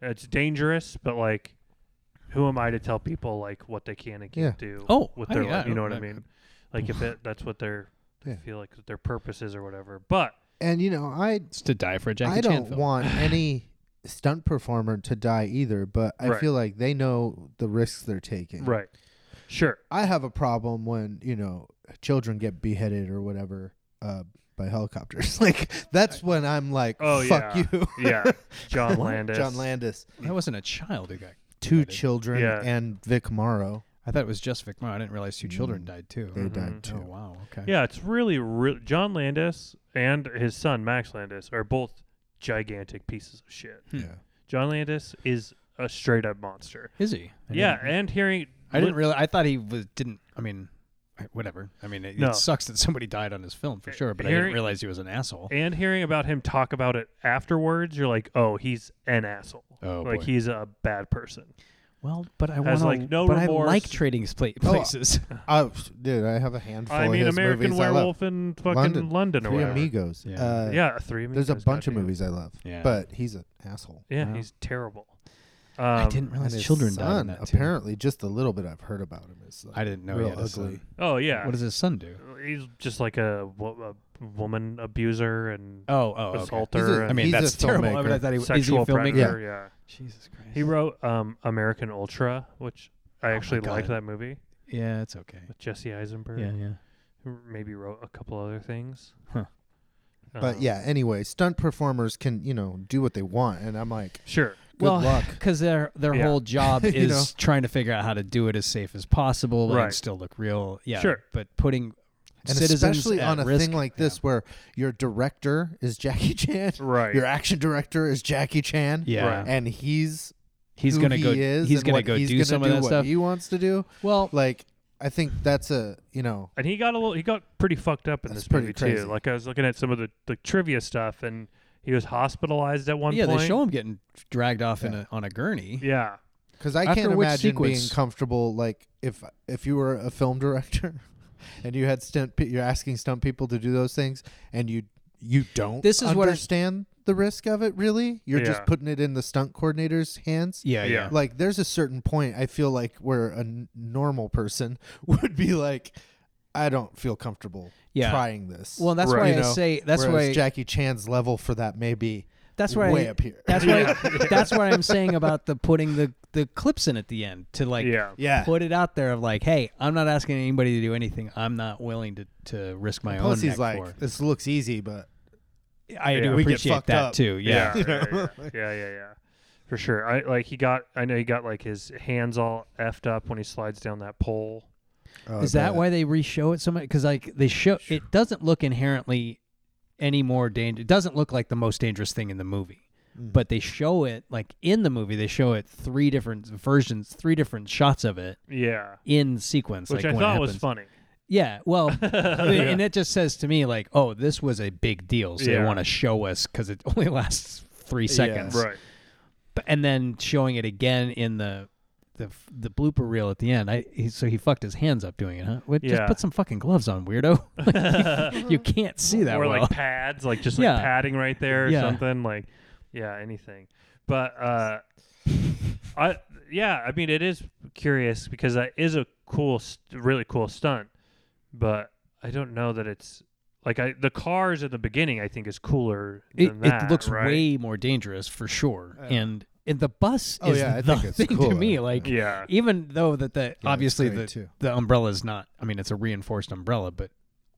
S2: it's dangerous, but like who am I to tell people like what they can and can't do?
S3: Oh,
S2: with
S3: I-
S2: their
S3: yeah,
S2: life,
S3: I
S2: you know
S3: don't-
S2: what I mean? Like if it, that's what their they
S4: Yeah.
S2: feel like their purpose is or whatever. But
S4: And you know, I
S3: It's to die for a Jackie
S4: I
S3: Chan
S4: don't
S3: film.
S4: want any stunt performer to die either, but I
S2: Right.
S4: feel like they know the risks they're taking.
S2: right, sure,
S4: I have a problem when you know children get beheaded or whatever uh, by helicopters. like that's when I'm like,
S2: Oh,
S4: fuck
S2: yeah.
S4: you,
S2: yeah, John Landis,
S4: John Landis.
S3: I wasn't a child who got.
S4: Two
S3: beheaded.
S4: children
S2: Yeah.
S4: and Vic Morrow.
S3: I thought it was just Vic Morrow. I didn't realize two children died too.
S4: Mm. They died
S3: Oh
S4: too.
S3: wow. Okay.
S2: Yeah, it's really, re- John Landis and his son Max Landis are both gigantic pieces of shit.
S3: Hmm.
S4: Yeah.
S2: John Landis is a straight up monster.
S3: Is he? I
S2: yeah,
S3: didn't-
S2: and hearing
S3: I didn't really. I thought he was didn't. I mean, I- whatever. I mean, it,
S2: No.
S3: it sucks that somebody died on his film for sure, but I didn't
S2: Harry-
S3: realize he was an asshole.
S2: and hearing about him talk about it afterwards, you're like, oh, he's an asshole.
S3: Oh,
S2: like
S3: boy.
S2: he's a bad person.
S3: Well, but I want
S2: Has, like, no
S3: But I
S2: remorse.
S3: like trading pla- places.
S4: Oh, dude, I have a handful.
S2: I
S4: of
S2: mean,
S4: his
S2: American
S4: movies I love.
S2: Werewolf in fucking
S4: London.
S2: London, or
S4: Three
S2: whatever.
S4: Amigos.
S3: Yeah.
S4: Uh,
S2: Yeah, three. Amigos,
S4: There's a bunch of
S2: goddamn.
S4: movies I love,
S3: Yeah.
S4: but he's an asshole.
S2: Yeah,
S3: Wow.
S2: he's terrible.
S3: I
S2: Um,
S3: didn't
S4: And
S3: realize
S4: his
S3: children died. in
S4: son,
S3: that, too.
S4: apparently, just a little bit I've heard about him is like
S3: I didn't know
S4: real
S3: he had a
S4: ugly.
S3: son.
S2: Oh yeah,
S3: What does his son do?
S2: he's just like a, wo- a woman abuser and
S3: Oh, oh, okay.
S2: assaulter.
S4: He's a-
S2: and
S3: I mean,
S4: He's a
S3: that's terrible. I,
S4: filmmaker.
S3: mean, I thought he was is he a
S2: sexual
S3: filmmaker.
S2: predator. Yeah.
S3: Jesus Christ.
S2: he wrote um, American Ultra, which I actually
S3: Oh God.
S2: liked that movie
S3: yeah, it's okay.
S2: with Jesse Eisenberg.
S3: yeah.
S2: Who maybe wrote a couple other things.
S3: Huh.
S2: Um,
S4: But yeah, anyway, stunt performers can you know do what they want, and I'm like,
S2: sure.
S4: good luck.
S3: because their their
S2: Yeah.
S3: whole job
S4: You
S3: is
S4: know?
S3: trying to figure out how to do it as safe as possible and
S2: Right.
S3: still look real. Yeah,
S2: Sure.
S3: But putting
S4: And
S3: citizens
S4: especially
S3: at
S4: on a
S3: risk,
S4: thing like this where your director is Jackie Chan,
S2: Right.
S4: Your action director is Jackie Chan,
S3: Yeah,
S2: Right.
S4: and he's
S3: he's
S4: who
S3: gonna
S4: he
S3: go.
S4: Is
S3: he's
S4: and
S3: gonna
S4: what
S3: go
S4: he's
S3: do
S4: gonna
S3: some
S4: do
S3: of that
S4: what
S3: stuff.
S4: he wants to do.
S3: well,
S4: Like, I think that's a you know,
S2: And he got a little. He got pretty fucked up in
S4: That's
S2: this movie
S4: pretty
S2: too.
S4: crazy.
S2: Like I was looking at some of the, the trivia stuff, and he was hospitalized at one
S3: yeah,
S2: point.
S3: they show him getting dragged off in
S4: Yeah.
S3: a, on a gurney.
S2: Yeah.
S4: because I
S3: After
S4: can't
S3: which
S4: imagine being
S3: sequence?
S4: comfortable. Like, if if you were a film director and you had stunt, pe- you're asking stunt people to do those things, and you you don't.
S3: This is what I-
S4: understand the risk of it. Really, you're
S2: Yeah.
S4: just putting it in the stunt coordinator's hands.
S3: Yeah,
S2: Yeah.
S3: yeah.
S4: like there's a certain point I feel like where a n- normal person would be like, I don't feel comfortable
S3: Yeah.
S4: trying this.
S3: Well, that's
S2: Right.
S3: why
S4: You
S3: I
S4: know,
S3: say that's
S4: whereas
S3: why
S4: Jackie Chan's level for that may be
S3: that's why
S4: way
S3: I,
S4: up here.
S3: That's why that's what I'm saying about the putting the the clips in at the end to like
S2: Yeah.
S4: yeah.
S3: put it out there of like, hey, I'm not asking anybody to do anything. I'm not willing to, to risk my own
S4: Plus, he's
S3: neck for.
S4: like, this looks easy, but
S3: I
S2: Yeah.
S3: do
S4: We get
S3: appreciate
S4: fucked
S3: that
S4: up.
S3: too. Yeah.
S2: Yeah, yeah, yeah, yeah, yeah, yeah. for sure. I like he got. I know he got like his hands all effed up when he slides down that pole.
S4: Oh,
S3: Is
S4: I
S3: that
S4: bet.
S3: why they re-show it so much? Because like they show, it doesn't look inherently any more dangerous. It doesn't look like the most dangerous thing in the movie.
S4: Mm.
S3: But they show it like in the movie. They show it three different versions, three different shots of it
S2: Yeah,
S3: in sequence.
S2: which
S3: like
S2: I
S3: when it
S2: thought was
S3: happens.
S2: funny.
S3: Yeah, well, and it just says to me like, "Oh, this was a big deal, so they
S2: Yeah.
S3: want to show us because it only lasts three seconds."
S2: Right.
S3: But- And then showing it again in the the the blooper reel at the end. I he, so he fucked his hands up doing it, huh? Well,
S2: Yeah.
S3: Just put some fucking gloves on, weirdo. Like, you can't see that
S2: or
S3: well.
S2: like pads, like just like
S3: Yeah.
S2: padding right there or
S3: Yeah.
S2: something, like yeah, anything. But uh, I yeah, I mean it is curious because that is a cool, st- really cool stunt, but I don't know that it's like I the cars at the beginning I think is cooler.
S3: it,
S2: than that,
S3: it looks
S2: right?
S3: way more dangerous for sure.
S4: Yeah.
S3: And and the bus
S4: Oh,
S3: is
S4: yeah, I
S3: the
S4: think it's
S3: thing to
S4: cooler.
S3: me. Like
S2: yeah.
S3: even though that the obviously
S4: great,
S3: the
S4: too.
S3: the umbrella is not. I mean, it's a reinforced umbrella, but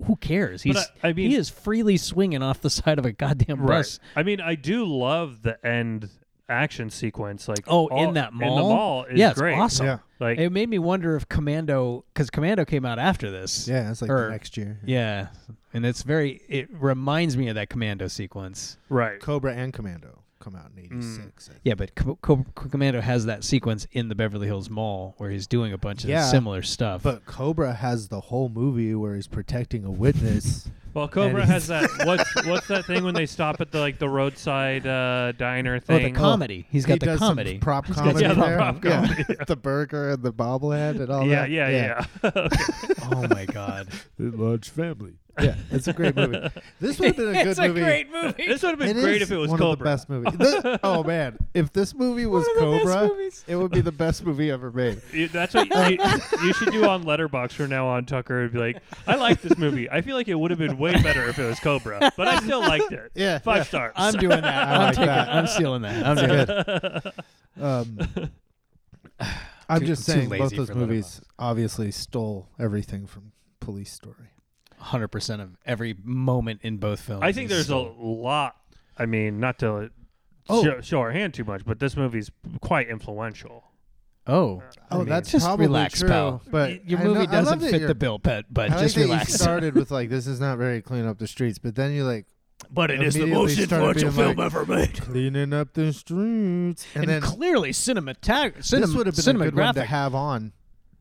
S3: who cares? He's
S2: I- I mean-
S3: he is freely swinging off the side of a goddamn bus.
S2: I mean, I do love the end action sequence. Like,
S3: Oh,
S2: all-
S3: in that mall.
S2: in the mall is
S3: yeah, it's
S2: great.
S3: awesome.
S4: Yeah.
S2: Like,
S3: It made me wonder if Commando, because Commando came out after this.
S4: Yeah, it's like
S3: Or-
S4: the next year.
S3: Yeah, and it's very. It reminds me of that Commando sequence.
S2: right?
S4: Cobra and Commando come out in '86.
S2: Mm.
S3: Yeah, but Co- Co- Commando has that sequence in the Beverly Hills Mall where he's doing a bunch of
S4: Yeah,
S3: similar stuff.
S4: But Cobra has the whole movie where he's protecting a witness.
S2: Well, Cobra
S4: And-
S2: has that. What's what's that thing when they stop at the like the roadside uh, diner
S3: oh,
S2: thing?
S3: the comedy. He's got
S4: he
S3: the
S4: does
S3: comedy.
S4: some prop
S3: He's got
S4: comedy
S2: Yeah, the
S4: there.
S2: prop
S4: the burger and the bobblehead and all
S2: yeah,
S4: that.
S2: yeah, yeah,
S3: oh my god!
S4: The large family. Yeah, it's a great movie. This would have been a good movie.
S3: movie.
S2: this would have been
S4: It
S2: great
S4: is
S2: if it was
S4: one
S2: Cobra.
S4: of the best movies. This- oh man, if this movie was
S3: One of the best
S4: Cobra,
S3: movies.
S4: it would be the best movie ever made.
S2: You- That's what you, you should do on Letterbox from now on, Tucker. Would be like, I like this movie. I feel like it would have been way better if it was Cobra, but I still liked it.
S4: Yeah,
S2: five
S4: yeah.
S2: stars.
S3: I'm doing that.
S4: I
S3: I'm
S4: like
S3: taking.
S4: that.
S3: I'm stealing that. I'm
S4: It's
S3: doing it.
S4: good. Um, I'm
S3: Too-
S4: just
S3: too
S4: saying, both
S3: lazy
S4: those
S3: for
S4: movies obviously stole everything from Police Story.
S3: 100 percent of every moment in both films.
S2: I think
S3: is
S2: there's a
S3: stolen.
S2: lot. I mean, not to
S4: Oh.
S2: show, show our hand too much, but this movie's quite influential.
S3: Oh, I
S4: Oh,
S3: mean,
S4: that's
S3: just
S4: probably
S3: relax,
S4: true.
S3: pal.
S4: But
S3: Y- your
S4: I
S3: movie
S4: know- I love
S3: doesn't
S4: that
S3: fit
S4: you're-
S3: the bill, pet.
S4: I
S3: But
S4: like
S3: Uh, just
S4: that
S3: relax.
S4: You started with like, "This is not very clean up the streets," but then you're like,
S3: but
S4: it is the immediately most started being influential like-
S3: ever made.
S4: "Cleaning up the streets," and,
S3: And,
S4: then
S3: clearly, cinematag- cinem-
S4: this would have been a good one to
S3: cinematographic.
S4: have on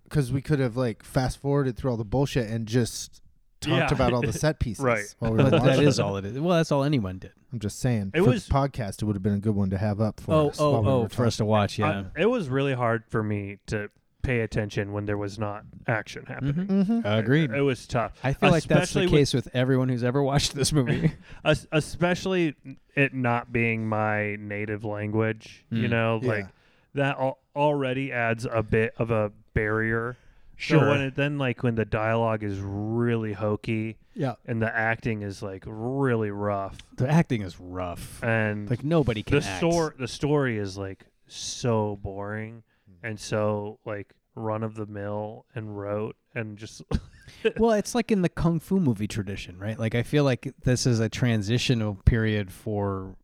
S4: because we could have like fast forwarded through all the bullshit and just talked
S2: Yeah.
S4: about all the set pieces.
S2: Right.
S4: While we were
S3: But that
S4: watching.
S3: is all it is. Well, that's all anyone did.
S4: I'm just saying.
S2: It
S4: for
S2: was-
S4: the podcast. It would have been a good one to have up for
S3: Oh,
S4: us.
S3: oh,
S4: while we
S3: oh,
S4: were
S3: for us to watch. Yeah.
S2: I- it was really hard for me to pay attention when there was not action happening.
S4: Mm-hmm.
S3: Agreed.
S2: It was tough.
S3: I feel like that's the
S2: Especially
S3: case with everyone who's ever watched this movie.
S2: With, es- especially it not being my native language. You
S3: Mm.
S2: know,
S4: Yeah.
S2: like that al- already adds a bit of a barrier. So
S3: Sure.
S2: when it, then, like when the dialogue is really hokey
S3: yeah.
S2: and the acting is like really rough,
S3: The acting is rough.
S2: and
S3: Like nobody can
S2: the
S3: act.
S2: story the story is like so boring
S3: Hmm.
S2: and so like run of the mill and rote and just
S3: well, it's like in the kung fu movie tradition, right? Like I feel like this is a transitional period for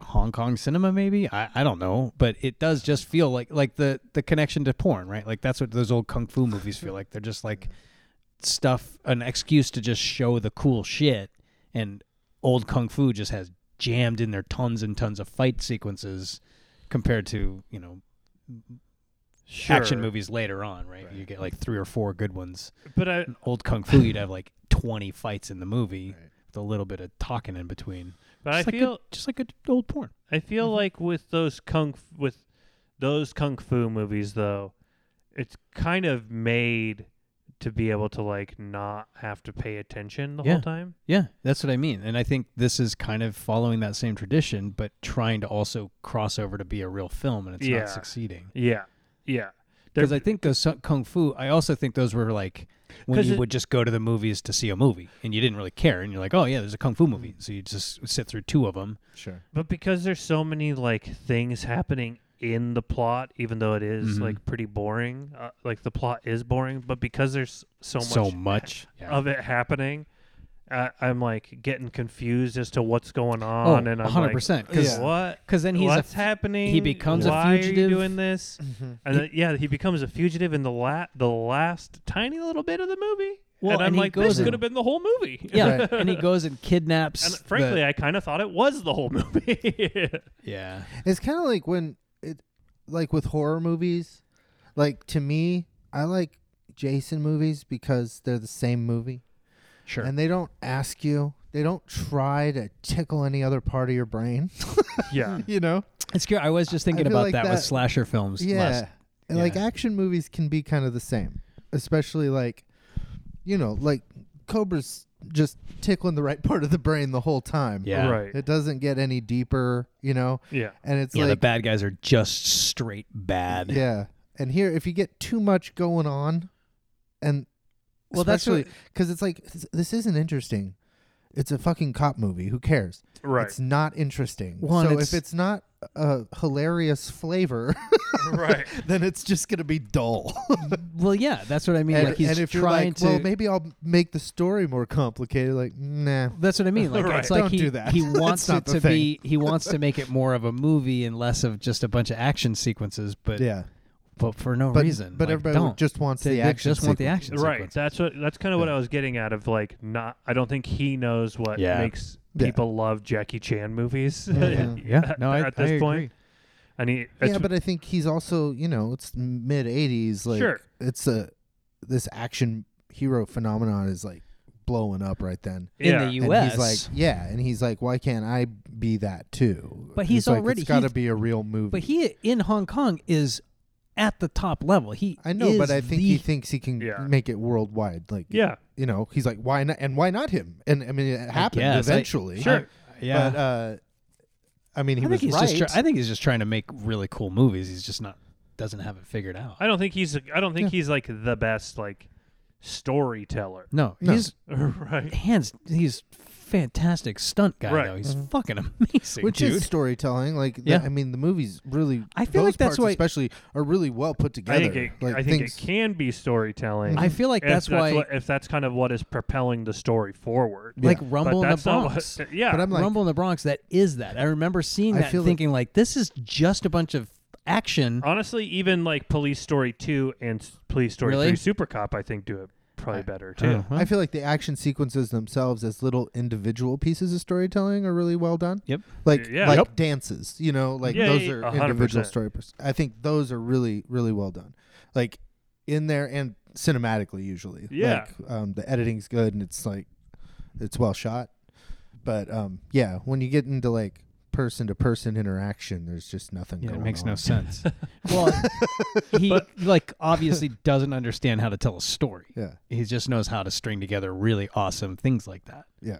S3: Hong Kong cinema, maybe. I, I don't know, but it does just feel like like the the connection to porn, right? Like that's what those old kung fu movies feel like. They're just like stuff, an excuse to just show the cool shit, and old kung fu just has jammed in there tons and tons of fight sequences compared to you know action
S2: Sure.
S3: movies later on right you get like three or four good ones
S2: But I,
S3: old kung fu, you'd have like 20 fights in the movie with a little bit of talking in between.
S2: but
S3: just
S2: I
S3: like Mm-hmm.
S2: feel
S3: good, just like good old porn.
S2: I feel like with those kung f- with those kung fu movies though, it's kind of made to be able to like not have to pay attention the
S3: Yeah.
S2: whole time.
S3: Yeah, that's what I mean. And I think this is kind of following that same tradition, but trying to also cross over to be a real film, and it's
S2: Yeah.
S3: not succeeding.
S2: Yeah, yeah.
S3: Because
S2: They're-
S3: I think those su- kung fu, I also think those were like when
S2: 'Cause
S3: you
S2: it-
S3: would just go to the movies to see a movie, and you didn't really care, and you're like, oh yeah, there's a kung fu movie, so you just sit through two of them.
S4: Sure.
S2: but because there's so many like things happening in the plot, even though it is,
S3: Mhm.
S2: like pretty boring, uh, like the plot is boring, but because there's so much
S3: so much. Yeah.
S2: of it happening, uh, I'm like getting confused as to what's going on, and I'm
S3: Oh, hundred
S2: like,
S3: percent. Because
S4: Yeah.
S2: what?
S3: then he's
S2: what's
S3: a,
S2: happening?
S3: he becomes a
S2: Why Are you
S3: fugitive.
S2: doing this?
S4: Mm-hmm.
S3: Mm-hmm.
S2: And then, yeah, he becomes a fugitive in the la- the last tiny little bit of the movie.
S3: Well,
S2: and I'm
S3: and he
S2: like,
S3: goes
S2: this
S3: in-
S2: could have been the whole movie.
S3: yeah,
S4: Right.
S3: and he goes and kidnaps.
S2: and
S3: the-
S2: frankly, I kind of thought it was the whole movie.
S3: yeah,
S4: It's kind of like when it, like with horror movies, like to me, I like Jason movies because they're the same movie.
S3: sure.
S4: And they don't ask you. They don't try to tickle any other part of your brain.
S2: yeah.
S4: you know.
S3: It's scary. I was just thinking
S4: feel
S3: about
S4: like
S3: that, with
S4: that-
S3: slasher films
S4: Yeah.
S3: last
S4: And, Like
S3: Yeah.
S4: action movies can be kind of the same, especially like, you know, like Cobra's just tickling the right part of the brain the whole time.
S3: Yeah.
S2: Right.
S4: It doesn't get any deeper, you know,
S2: yeah.
S4: and it's
S3: yeah, the
S4: like
S3: bad guys are just straight bad.
S4: yeah. And here, if you get too much going on, and
S3: Well, that's what-
S4: especially because it's like this, this isn't interesting. It's a fucking cop movie. Who cares?
S2: Right.
S4: It's not interesting.
S3: Well, and
S4: so
S3: it's-
S4: if it's not a hilarious flavor,
S2: right.
S4: then it's just gonna be dull.
S3: Well, yeah, that's what I mean.
S4: and,
S3: like he's
S4: and if you're
S3: trying
S4: like,
S3: to.
S4: well, maybe I'll make the story more complicated. Like, nah.
S3: that's what I mean. Like
S2: Right.
S3: it's like
S4: Don't
S3: he
S4: do that.
S3: he
S4: That's
S3: wants it
S4: not
S3: to
S4: the
S3: be he wants to make it more of a movie and less of just a bunch of action sequences, but
S4: Yeah,
S3: but for no
S4: but
S3: reason.
S4: but
S3: Like,
S4: everybody
S3: don't.
S4: just wants
S3: they,
S4: the
S3: they
S4: action.
S3: just want the
S4: sequence.
S3: action
S2: Right.
S3: sequence.
S2: That's what that's kind of what I was getting at of like not I don't think he knows what
S3: Yeah.
S2: makes
S4: Yeah.
S2: people love Jackie Chan movies.
S4: Mhm.
S3: Yeah. No, I-
S2: at this
S3: I
S2: point. And he it's,
S4: yeah, but I think he's also, you know, it's mid '80s. Like,
S2: Sure.
S4: it's a this action hero phenomenon is like blowing up right then.
S2: yeah.
S3: In the
S4: And
S3: U.S.,
S4: he's like, yeah, and he's like, why can't I be that too?
S3: But he's
S4: like,
S3: already-
S4: it's got to
S3: he's-
S4: be a real movie.
S3: but he in Hong Kong is at the top level. He
S4: I know,
S3: is
S4: but I think
S3: the-
S4: he thinks he can
S2: Yeah.
S4: make it worldwide. Like,
S2: yeah.
S4: you know, he's like, why not? And why not him? And I mean, it happened
S3: guess, I-
S4: eventually.
S2: Sure.
S3: yeah.
S4: But, uh, I mean, he
S3: I
S4: was
S3: think he's
S4: right.
S3: just. try- I think he's just trying to make really cool movies. He's just not doesn't have it figured out.
S2: I don't think he's I don't think he's like the best like storyteller.
S3: No,
S4: No.
S3: he's
S2: right.
S3: hands. He's fantastic stunt guy.
S2: Right.
S3: Though he's fucking amazing,
S4: Mm-hmm. which
S3: dude.
S4: is storytelling. Like,
S3: Yeah.
S4: the, I mean, the movies really.
S3: I feel
S4: those
S3: like that's
S4: parts
S3: why-
S4: especially are really well
S2: I
S4: put together.
S2: think it
S4: like
S2: I think
S4: things,
S2: it can be storytelling.
S3: I feel like
S2: if
S3: that's, why,
S2: what, if that's kind of what is propelling the story forward.
S3: like
S4: Yeah.
S3: Rumble
S2: but
S3: in the
S2: that's not
S3: Bronx.
S2: What, yeah.
S4: But I'm like,
S3: Rumble in the Bronx. That is that. I remember seeing
S4: I
S3: that,
S4: feel
S3: and
S4: like-
S3: thinking like, this is just a bunch of action.
S2: Honestly, even like Police Story 2 and S- Police Story
S3: Really?
S2: 3 Super Cop, I think, do it probably better too.
S3: Oh, well.
S4: I feel like the action sequences themselves, as little individual pieces of storytelling, are really well done.
S3: Yep.
S4: Like
S2: Yeah.
S4: like
S2: Yep.
S4: dances, you know, like
S2: Yeah,
S4: those
S2: yeah,
S4: are
S2: yeah, a hundred
S4: individual
S2: percent.
S4: story. pers- I think those are really really well done, like in there and cinematically usually.
S2: Yeah.
S4: Like, um, the editing's good and it's like it's well shot, but um, yeah, when you get into like person to person interaction, there's just nothing.
S3: Yeah, it
S4: going
S3: makes
S4: on.
S3: no sense. well, he like obviously doesn't understand how to tell a story.
S4: Yeah.
S3: He just knows how to string together really awesome things like that.
S4: Yeah.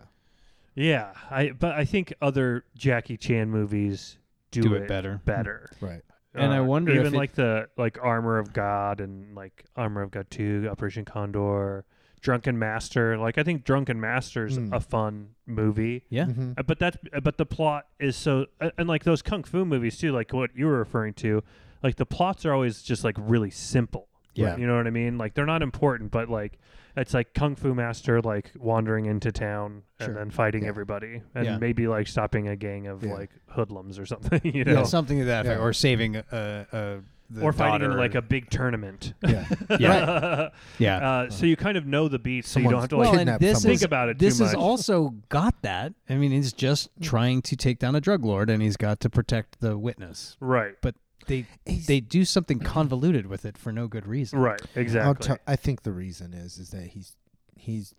S2: Yeah. I but I think other Jackie Chan movies do,
S3: Do it better.
S2: Better. Uh,
S4: Right.
S3: And I wonder if
S2: even
S3: it-
S2: like the like Armor of God and like Armor of God 2, Operation Condor, Drunken Master. Like I think Drunken Master's
S3: Hmm.
S4: Mm.
S2: a fun movie.
S3: Yeah.
S4: hmm
S2: Uh, but that's uh, but the plot is so uh, and like those kung fu movies too like what you were referring to like the plots are always just like really simple
S4: Yeah.
S2: you know what i mean like they're not important but like it's like kung fu master like wandering into town
S4: Sure.
S2: and then fighting
S4: Yeah.
S2: everybody and
S3: Yeah.
S2: maybe like stopping a gang of
S4: Yeah.
S2: like hoodlums or something you know
S3: Yeah, something to that effect,
S4: Yeah.
S3: or saving a, a the
S2: or fighting in
S3: daughter.
S2: like a big tournament
S4: Yeah.
S3: yeah, yeah.
S2: uh, so you kind of know the beats so you don't have
S4: Someone's
S2: to like
S4: Well,
S3: and
S4: kidnap
S3: this
S4: someone.
S2: think
S3: is,
S2: about it
S3: This
S2: too
S3: is
S2: much.
S3: also got that. I mean, he's just
S4: Mm.
S3: trying to take down a drug lord, and he's got to protect the witness.
S2: right
S3: But they
S4: He's-
S3: they do something convoluted with it for no good reason.
S2: right
S4: I'll
S2: exactly
S4: tell- I think the reason is is that he's he's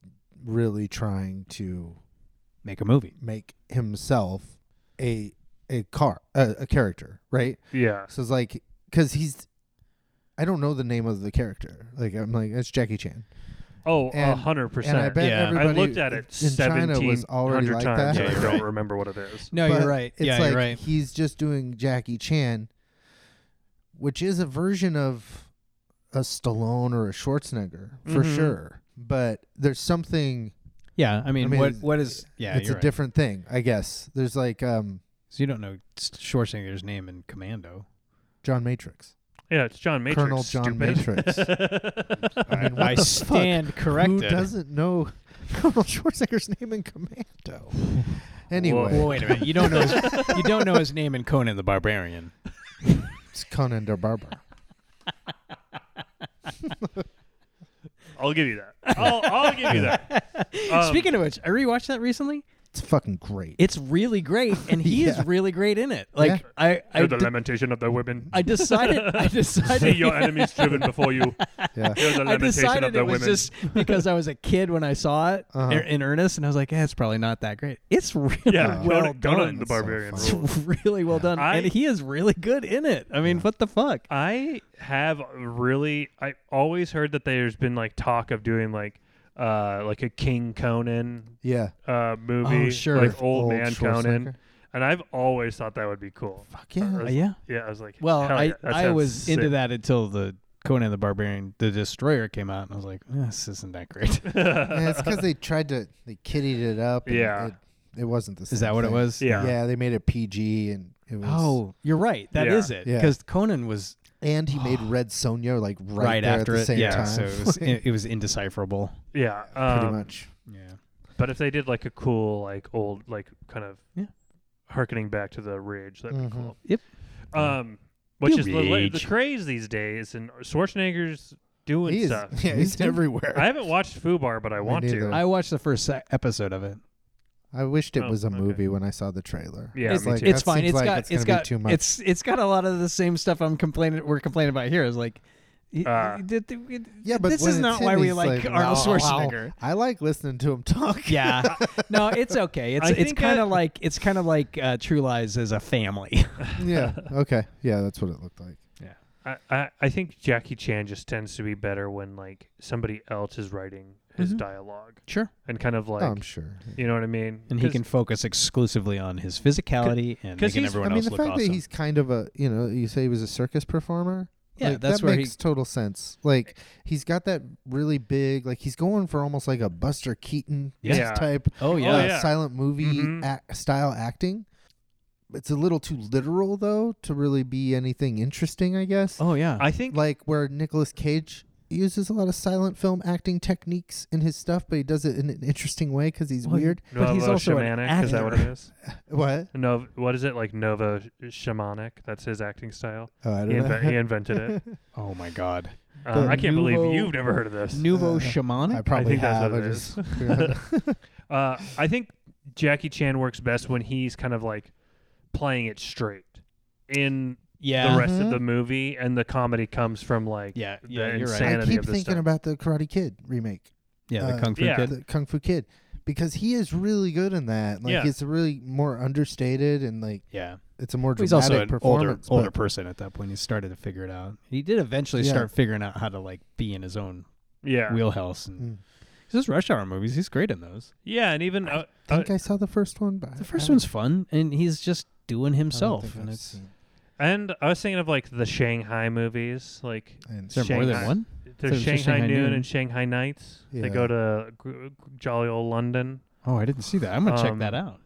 S4: really trying to
S3: Make a movie.
S4: make himself a a car a, a character, right?
S2: yeah
S4: So it's like because he's I don't know the name of the character. Like I'm like it's Jackie Chan,
S2: oh a
S4: And-
S2: hundred percent
S4: and I bet
S3: Yeah. I
S2: I
S4: everybody
S2: looked at it
S4: in China
S2: seventeen
S4: was already
S2: hundred
S4: like
S2: times, and
S4: that.
S3: Yeah,
S2: I
S3: you're
S2: don't
S3: right.
S2: remember what it is.
S3: No,
S4: But
S3: Oh, you're right.
S4: It's
S3: yeah,
S4: like
S3: you're right.
S4: he's just doing Jackie Chan, which is a version of a Stallone or a Schwarzenegger for
S2: Mhm.
S4: sure. But there's something
S3: Yeah, I mean,
S4: mean,
S3: what what is? Yeah,
S4: it's a
S3: you're right.
S4: different thing, I guess. There's like um,
S3: So you don't know Schwarzenegger's name in Commando.
S4: John Matrix.
S2: Yeah, it's John Matrix.
S4: Colonel John
S2: stupid.
S4: Matrix. I mean, what
S3: I
S4: the
S3: stand
S4: fuck? Who
S3: corrected.
S4: doesn't know Colonel Schwarzenegger's name in Commando? Anyway,
S2: Whoa.
S3: Well, wait a minute. You don't know. His, you don't know his name in Conan the Barbarian.
S4: it's Conan the Barber.
S2: I'll give you that. I'll, I'll give you that. Um,
S3: Speaking of which, I rewatched that recently.
S4: It's fucking great.
S3: It's really great, and he
S4: Yeah.
S3: is really great in it. Like
S4: Yeah.
S3: I, I,
S2: Hear the
S3: de-
S2: lamentation of the women.
S3: I decided, I
S2: See
S3: decided,
S2: your enemies driven before you. Hear
S4: yeah.
S2: the lamentation
S3: I
S2: of
S3: decided
S2: the
S3: it was
S2: women.
S3: just because I was a kid when I saw it
S4: Uh-huh.
S3: in, in earnest, and I was like, "Yeah, it's probably not that great." It's really
S2: yeah,
S3: well
S2: Conan,
S3: done.
S2: Conan the
S4: That's so
S2: Barbarian
S4: funny.
S2: rules.
S3: it's really well done,
S2: I-
S3: and he is really good in it. I mean, what the fuck?
S2: I have really. I always heard that there's been like talk of doing like, uh, like a King Conan
S4: Yeah.
S2: uh movie,
S3: Oh, sure.
S2: like old,
S4: Old
S2: man
S4: Schwarzenegger.
S2: Conan, and I've always thought that would be cool.
S4: Fuck yeah.
S2: I
S3: Uh,
S2: was-
S3: yeah.
S2: Yeah, I was like,
S3: Well,
S2: hell
S3: I,
S2: yeah, that
S3: I
S2: sounds
S3: was
S2: sick.
S3: into that until the Conan the Barbarian, the Destroyer came out, and I was like, "Eh, "This isn't that great."
S4: Yeah, it's because they tried to they kiddied it up. and
S2: Yeah.
S4: it, it wasn't the.
S3: is
S4: same
S3: that what it
S4: thing.
S3: was?
S2: Yeah.
S4: Yeah. they made it PG and it was.
S3: Oh, you're right. That
S2: Yeah.
S3: is it.
S4: Yeah.
S3: Because Conan was
S4: and he made Red Sonia like right,
S3: right,
S4: there
S3: after
S4: at the
S3: it.
S4: same
S3: yeah,
S4: time.
S3: so it was, it, it was indecipherable.
S2: yeah,
S4: pretty
S2: um,
S4: much.
S3: Yeah.
S2: But if they did like a cool, like old, like kind of
S3: Yeah.
S2: harkening back to the Ridge, that'd be
S4: Mhm.
S2: cool.
S3: Yep.
S2: Um, which
S3: The
S2: is the, la- the
S3: Ridge.
S2: craze these days, and Schwarzenegger's doing
S4: He is,
S2: stuff.
S4: yeah, he's everywhere.
S2: I haven't watched Fubar, but I
S4: Me
S2: want
S4: neither.
S2: to.
S3: I watched the first se- episode of it.
S4: I wished it
S2: Oh,
S4: was a
S2: okay.
S4: movie when I saw the trailer.
S2: Yeah,
S4: It's
S2: me
S4: like,
S2: too.
S3: it's
S4: that
S3: fine.
S4: seems
S3: It's
S4: like
S3: got
S4: it's
S3: it's
S4: gonna be
S3: got
S4: too much.
S3: it's it's got a lot of the same stuff I'm complaining we're complaining about here. Is like, y-
S2: Uh,
S3: y- th- th- th-
S4: yeah, but
S3: this
S4: when
S3: is
S4: it's
S3: not
S4: him,
S3: why we
S4: he's
S3: like, Arnold
S4: "Wow, wow."
S3: Schwarzenegger.
S4: I like listening to him talk.
S3: Yeah, Uh, no, it's okay. It's
S2: I
S3: it's
S2: think
S3: kind
S2: I-
S3: of like it's kind of like uh, True Lies as a family.
S4: yeah. Okay. Yeah, that's what it looked like.
S2: I, I, I think Jackie Chan just tends to be better when like somebody else is writing his
S3: Mhm.
S2: dialogue
S3: sure,
S2: and kind of like
S4: oh, I'm sure.
S2: you know what I mean.
S3: and he
S2: 'Cause-
S3: can focus exclusively on his physicality and
S2: 'cause
S3: making
S2: he's-
S4: I
S3: everyone
S4: mean,
S3: else
S4: the
S3: look
S4: fact
S3: awesome.
S4: that he's kind of a you know you say he was a circus performer.
S3: yeah,
S4: Like,
S3: that's
S4: that
S3: where
S4: makes
S3: he.
S4: total sense. Like he's got that really big, like he's going for almost like a Buster Keaton
S2: Yeah.
S4: type
S3: Oh
S2: Oh,
S3: yeah,
S4: uh,
S2: yeah.
S4: silent movie
S2: Mhm.
S4: ac- style acting. It's a little too literal though to really be anything interesting, I guess.
S3: oh yeah.
S2: I think
S4: Like where Nicolas Cage uses a lot of silent film acting techniques in his stuff, but he does it in an interesting way because he's
S3: Well,
S4: weird.
S3: but he's
S2: Novo
S3: also an
S2: shamanic. Is that what it is?
S4: What?
S2: No, what is it like? Novo sh- shamanic. That's his acting style.
S4: Oh, I
S2: He,
S4: don't
S2: inven- he
S4: know.
S2: invented it.
S3: oh my god.
S2: Um,
S4: The
S2: I can't believe
S3: nouveau-
S2: you've never heard of this.
S3: Nouveau
S4: Uh,
S3: shamanic.
S4: I probably
S2: think that's
S4: have.
S2: what
S4: I
S2: it
S4: just
S2: Uh, I think Jackie Chan works best when he's kind of like playing it straight in
S3: yeah.
S2: the rest of
S4: Mhm.
S2: the movie, and the comedy comes from like
S3: Yeah,
S2: the
S3: yeah, you're right.
S2: insanity
S4: I keep
S2: of the
S4: thinking
S2: stuff.
S4: about the Karate Kid remake.
S3: Yeah, the
S4: Uh,
S3: Kung Fu
S2: yeah.
S3: Kid.
S4: the Kung Fu Kid because he is really good in that. Like
S2: Yeah.
S4: it's really more understated and like
S3: Yeah,
S4: it's a more dramatic
S3: he's also an older
S4: performance.
S3: older
S4: but
S3: person at that point. He started to figure it out. He did eventually
S4: Yeah.
S3: start figuring out how to like be in his own
S2: yeah,
S3: wheelhouse. And
S4: Mm.
S3: those Rush Hour movies, he's great in those.
S2: yeah, and even uh,
S4: I
S2: uh,
S4: think I saw the first one, but I-
S3: The first
S4: I
S3: one's fun, and he's just doing
S4: don't- I don't
S3: himself.
S4: think
S3: And
S4: I've
S3: it's
S4: seen-
S2: and I was thinking of like the Shanghai movies, like
S4: and-
S3: is there more than
S2: Shanghai.
S3: one?
S2: there's
S3: So it's just
S2: Shanghai,
S3: Shanghai
S2: Noon,
S3: Noon.
S2: and Shanghai Nights. They
S4: Yeah.
S2: go to gr- gr- jolly old London,
S3: Oh, I didn't see that. I'm gonna check
S2: Um,
S3: that out.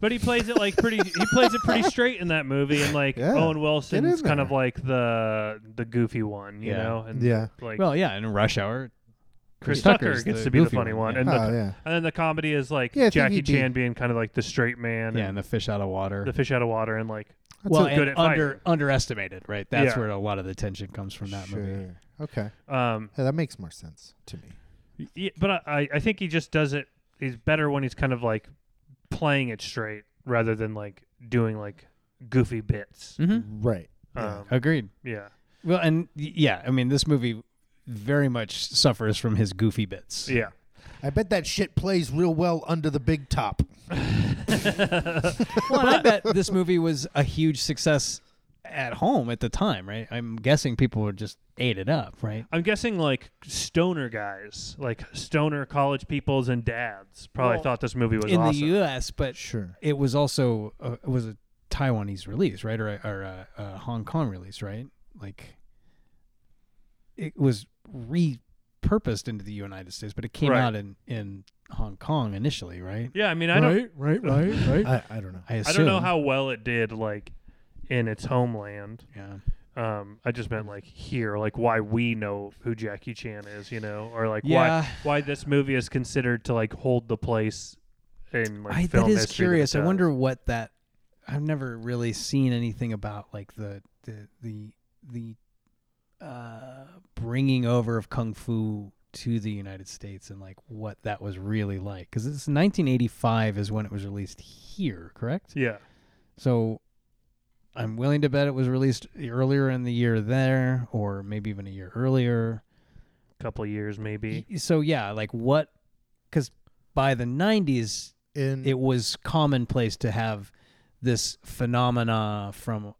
S2: but he plays it like pretty. he plays it pretty straight in that movie, and like
S4: Yeah.
S2: Owen Wilson's
S4: in
S2: kind of
S4: there.
S2: like the the goofy one, you
S3: Yeah.
S2: know, and
S4: Yeah.
S2: like
S3: Well, yeah, in Rush Hour,
S2: Chris
S3: Chris
S2: Tucker
S3: Tucker's
S2: gets
S3: the
S2: to be the
S3: goofy
S2: funny one,
S3: one, yeah.
S2: and the
S4: Oh yeah.
S2: And then the comedy is like
S4: Yeah, I think
S2: Jackie
S4: he'd be-
S2: Chan being kind of like the straight man
S3: yeah, and
S2: and
S3: the fish out of water.
S2: the fish out of water and like
S4: That's
S3: well,
S4: a-
S2: good at
S3: and under
S2: fighting.
S3: underestimated, right? That's
S2: Yeah.
S3: where a lot of the tension comes from that movie.
S4: Sure. Okay.
S2: um
S4: Yeah, that makes more sense to me.
S2: y- but I I think he just does it he's better when he's kind of like playing it straight rather than like doing like goofy bits.
S3: Mm-hmm.
S4: Right. Yeah.
S2: Um
S3: Agreed.
S2: yeah.
S3: Well, and y- yeah, I mean, this movie very much suffers from his goofy bits.
S2: Yeah.
S4: I bet that shit plays real well under the big top.
S3: Well, and I bet this movie was a huge success at home at the time, right? I'm guessing people would just ate it up, right?
S2: I'm guessing like stoner guys, like stoner college peoples and dads probably
S3: Well,
S2: thought this movie was
S3: In
S2: awesome.
S3: the U.S., but
S4: Sure.
S3: it was also uh, it was a Taiwanese release, right, or a, or a, a Hong Kong release, right? Like it was repurposed into the United States, but it came
S2: Right.
S3: out in in Hong Kong initially, right?
S2: yeah, I mean I don't
S3: right, right, right.
S4: I, I don't know.
S3: I,
S2: I
S3: assume.
S2: don't know how well it did like in its homeland.
S3: Yeah.
S2: Um, I just meant like here, like why we know who Jackie Chan is, you know, or like
S3: Yeah.
S2: why why this movie is considered to like hold the place in like
S3: I,
S2: film
S3: that is
S2: history it
S3: curious. I
S2: does.
S3: wonder what that. I've never really seen anything about like the the the the uh, bringing over of kung fu to the United States and like what that was really like because it's 1985 is when it was released here, correct?
S2: Yeah.
S3: So I'm willing to bet it was released earlier in the year there, or maybe even a year earlier.
S2: Couple years maybe.
S3: Y- So yeah, like what? Because by the 90s,
S4: In
S3: it was commonplace to have this phenomena from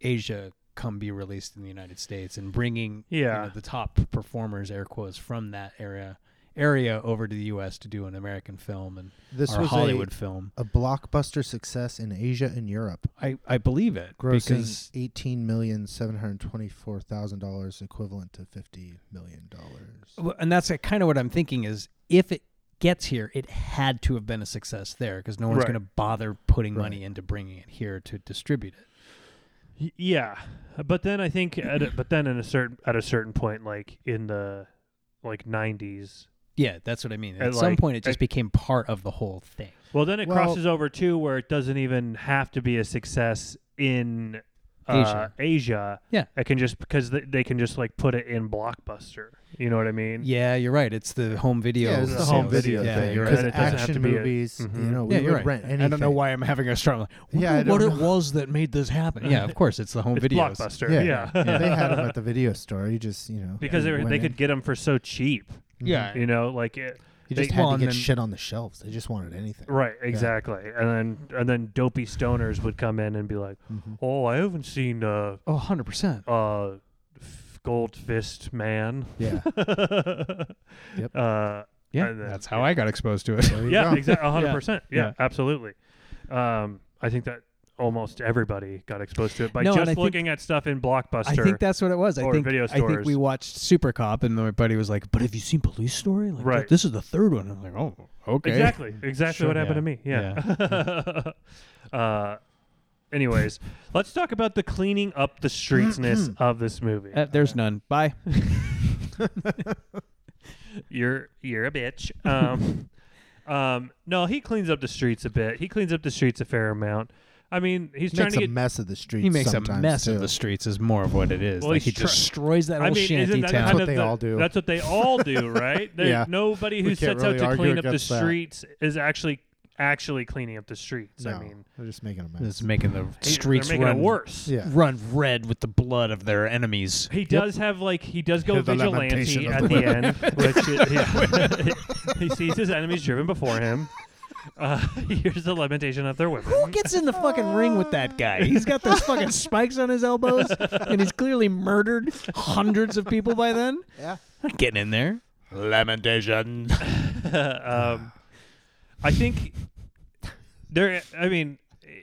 S3: Asia come be released in the United States and bringing you
S2: Yeah.
S3: know, the top performers, air quotes, from that area area over to the U.S. to do an American film and
S4: this
S3: or a
S4: was
S3: Hollywood
S4: a,
S3: film.
S4: a blockbuster success in Asia and Europe,
S3: I, I believe it
S4: grossing
S3: because
S4: eighteen million seven hundred twenty-four thousand dollars, equivalent to fifty million dollars.
S3: Well, and that's kind of what I'm thinking is if it gets here, it had to have been a success there because no one's
S2: Right.
S3: going to bother putting money
S4: Right.
S3: into bringing it here to distribute it.
S2: Y- yeah but then i think at a, but then at a certain at a certain point like in the like 90s
S3: Yeah, that's what I mean. At
S2: And,
S3: some
S2: like,
S3: point, it just
S2: I-
S3: became part of the whole thing.
S2: well then it
S4: Well-
S2: crosses over too where it doesn't even have to be a success in uh,
S3: Asia.
S2: asia
S3: Yeah.
S2: it can just because they, they can just like put it in blockbuster you know what i mean
S3: Yeah, you're right. It's the home video.
S4: Yeah, it was the
S2: sales.
S4: home video
S3: yeah,
S4: thing.
S3: You're
S2: right.
S4: Because
S2: And it doesn't have
S4: action
S2: to be a-
S4: movies, you
S2: Mhm.
S4: know, we
S3: Yeah,
S4: would
S3: you're right.
S4: rent anything.
S3: I don't know why I'm having a strong.
S4: Yeah, I
S3: what
S4: don't
S3: it
S4: know.
S3: was that made this happen. Yeah, of course, it's the home
S2: it's
S3: video.
S2: blockbuster
S4: Yeah,
S2: yeah,
S4: they had them at the video store. You just, you know,
S2: because they,
S4: you
S2: were,
S4: went
S2: they
S4: in.
S2: could get them for so cheap
S3: Mm-hmm. Yeah,
S2: you know like it,
S4: You
S2: They-
S4: just had
S3: well,
S4: to
S3: and
S4: get
S3: then-
S4: shit on the shelves. They just wanted anything.
S2: right exactly and then and then dopey stoners would come in and be like
S4: Mm-hmm.
S2: oh i haven't seen uh
S3: oh, 100 percent.
S2: uh, f- Gold Fist Man.
S4: Yeah. Yep.
S2: Uh,
S3: Yeah,
S2: And then-
S3: that's how I got exposed to it.
S4: There you
S2: yeah,
S4: go.
S2: exactly. 100%. Yeah,
S3: Yeah.
S2: absolutely. Um, I think that almost everybody got exposed to it by
S3: No, and I
S2: just
S3: think-
S2: looking at stuff in Blockbuster.
S3: I think that's what it was. I
S2: or
S3: think
S2: video
S3: I think
S2: stores.
S3: we watched Super Cop, and my buddy was like, "But have you seen Police Story? Like,
S2: Right.
S3: This is the third one." I'm like, "Oh, okay."
S2: Exactly. Exactly
S3: Sure.
S2: what happened
S3: Yeah.
S2: to me. Yeah. uh, anyways, let's talk about the cleaning up the streetsness
S4: Mm-hmm.
S2: of this movie.
S3: Uh, there's none. Bye.
S2: you're you're a bitch. Um, um, no, he cleans up the streets a bit. He cleans up the streets a fair amount. I mean, he's
S4: He
S2: trying
S4: makes
S2: to
S4: a
S2: get.
S4: mess of the streets.
S3: He makes a
S4: sometimes,
S3: mess
S4: too.
S3: of the streets. Is more of what it is.
S2: Well,
S3: like he
S2: he's try-
S3: destroys that
S2: I
S3: whole
S2: mean,
S3: shanty
S2: isn't that
S3: town.
S2: kind
S4: That's
S2: of
S4: what they
S2: the-
S4: all do.
S2: That's what they all do, right? There-
S4: Yeah.
S2: Nobody who
S4: We can't
S2: sets out
S4: really
S2: to
S4: argue
S2: clean up the
S4: against that.
S2: streets is actually actually cleaning up the streets.
S4: No,
S2: I mean,
S4: they're just making a mess.
S3: It's making the
S2: he-
S3: streets
S2: they're making
S3: run
S2: it worse.
S4: yeah,
S3: run red with the blood of their enemies.
S2: He does have like he does go
S4: The
S2: vigilante
S4: lamentation of
S2: at
S4: the
S2: the end, which is, yeah. he sees his enemies driven before him. Uh, he hears the lamentation of their women.
S3: Who gets in the fucking ring with that guy? He's got those fucking spikes on his elbows, and he's clearly murdered hundreds of people by then.
S4: Yeah.
S3: Not getting in there. Lamentation.
S2: um, I think there. I mean,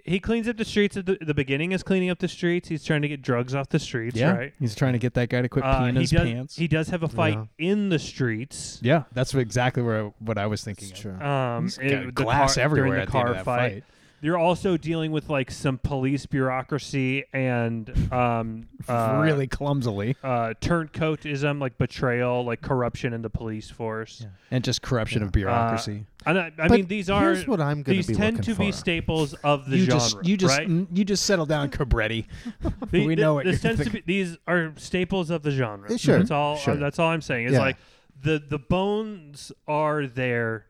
S2: he cleans up the streets at the, the beginning. Is cleaning up the streets. He's trying to get drugs off the streets.
S3: yeah,
S2: Right.
S3: he's trying to get that guy to quit
S2: Uh,
S3: peeing
S2: he
S3: his
S2: does.
S3: pants.
S2: He does have a fight
S4: Yeah.
S2: in the streets.
S3: yeah, that's what- exactly where I, what I was thinking.
S4: it's
S3: of.
S4: true.
S2: Um,
S3: He's
S2: it-
S3: got
S2: the
S3: glass
S2: car,
S3: everywhere
S2: during
S3: at
S2: the
S3: the end
S2: car
S3: of that
S2: fight.
S3: fight.
S2: You're also dealing with like some police bureaucracy and um, uh,
S3: really clumsily,
S2: uh, turncoatism, like betrayal, like corruption in the police force.
S3: and just corruption of
S2: Uh,
S3: bureaucracy.
S2: and I, I
S4: But
S2: mean, these are
S4: here's what I'm gonna
S2: these
S4: be
S2: tend to
S4: looking
S2: be
S4: for.
S2: staples of the
S3: you
S2: genre.
S3: just, you just,
S2: right?
S3: n- you just settle down, Cabretti.
S2: The-
S3: we
S2: the-
S3: know what
S2: this
S3: you're
S2: tends to be, these are staples of the genre.
S4: Eh, sure,
S2: that's all.
S4: sure.
S2: that's all I'm saying. Is
S4: Yeah.
S2: like the the bones are there.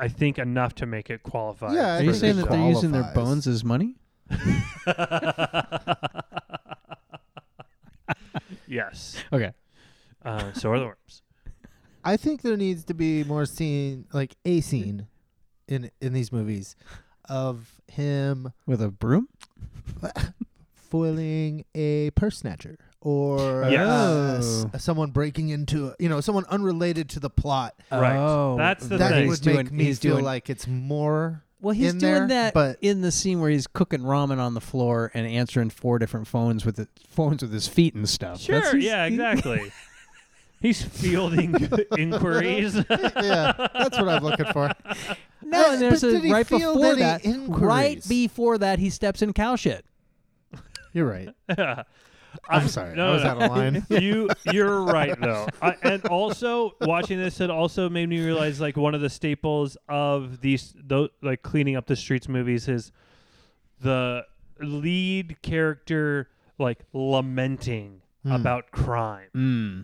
S2: I think enough to make it qualify.
S4: Yeah, I
S3: Are
S2: for
S3: you
S4: think
S3: saying
S4: it
S3: that they're using their
S4: qualifies.
S3: bones as money?
S2: yes.
S3: Okay.
S2: Uh, so are the worms.
S4: I think there needs to be more scene, like a scene, in in these movies, of him
S3: With a broom?
S4: foiling a purse snatcher or
S2: Yes.
S4: uh, s- someone breaking into, a, you know, someone unrelated to the plot.
S2: Right.
S3: Oh,
S2: That's the
S4: that
S2: thing.
S4: would
S3: He's doing-
S4: make me
S3: he's
S4: feel
S3: doing-
S4: like it's more.
S3: Well, he's
S4: in
S3: doing
S4: there,
S3: that
S4: but
S3: in the scene where he's cooking ramen on the floor and answering four different phones with the, phones with his feet and stuff. That's
S2: Sure.
S3: his-
S2: Yeah.
S3: he-
S2: Exactly. He's fielding inquiries.
S4: yeah, that's what I'm looking for.
S3: No,
S4: Uh,
S3: and there's
S4: but
S3: a,
S4: did he
S3: right
S4: field
S3: before
S4: any
S3: that, right
S4: inquiries?
S3: before that, he steps in cow shit.
S4: You're right.
S2: I'm
S4: sorry,
S2: No,
S4: I was
S2: no,
S4: out of line.
S2: you you're right though I, and also watching this it also made me realize like one of the staples of these those like cleaning up the streets movies is the lead character like lamenting about crime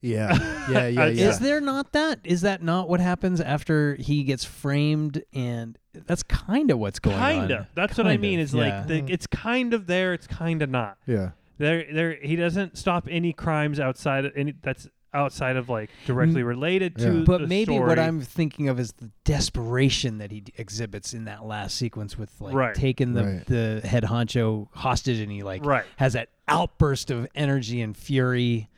S4: Yeah. Yeah. Yeah. Yeah.
S3: Is there not that? Is that not what happens after he gets framed? And that's kind of what's going on.
S2: Kind of. That's what I
S3: Kind
S2: mean.
S3: of,
S2: Is
S3: yeah.
S2: like the, it's kind of there. It's kind of not.
S4: yeah.
S2: There, there. He doesn't stop any crimes outside of any that's outside of like directly related to.
S4: Yeah.
S3: But
S2: the
S3: maybe
S2: story.
S3: what I'm thinking of is the desperation that he d- exhibits in that last sequence with like
S2: Right.
S3: taking the,
S4: Right.
S3: the head honcho hostage, and he like
S2: Right.
S3: has that outburst of energy and fury.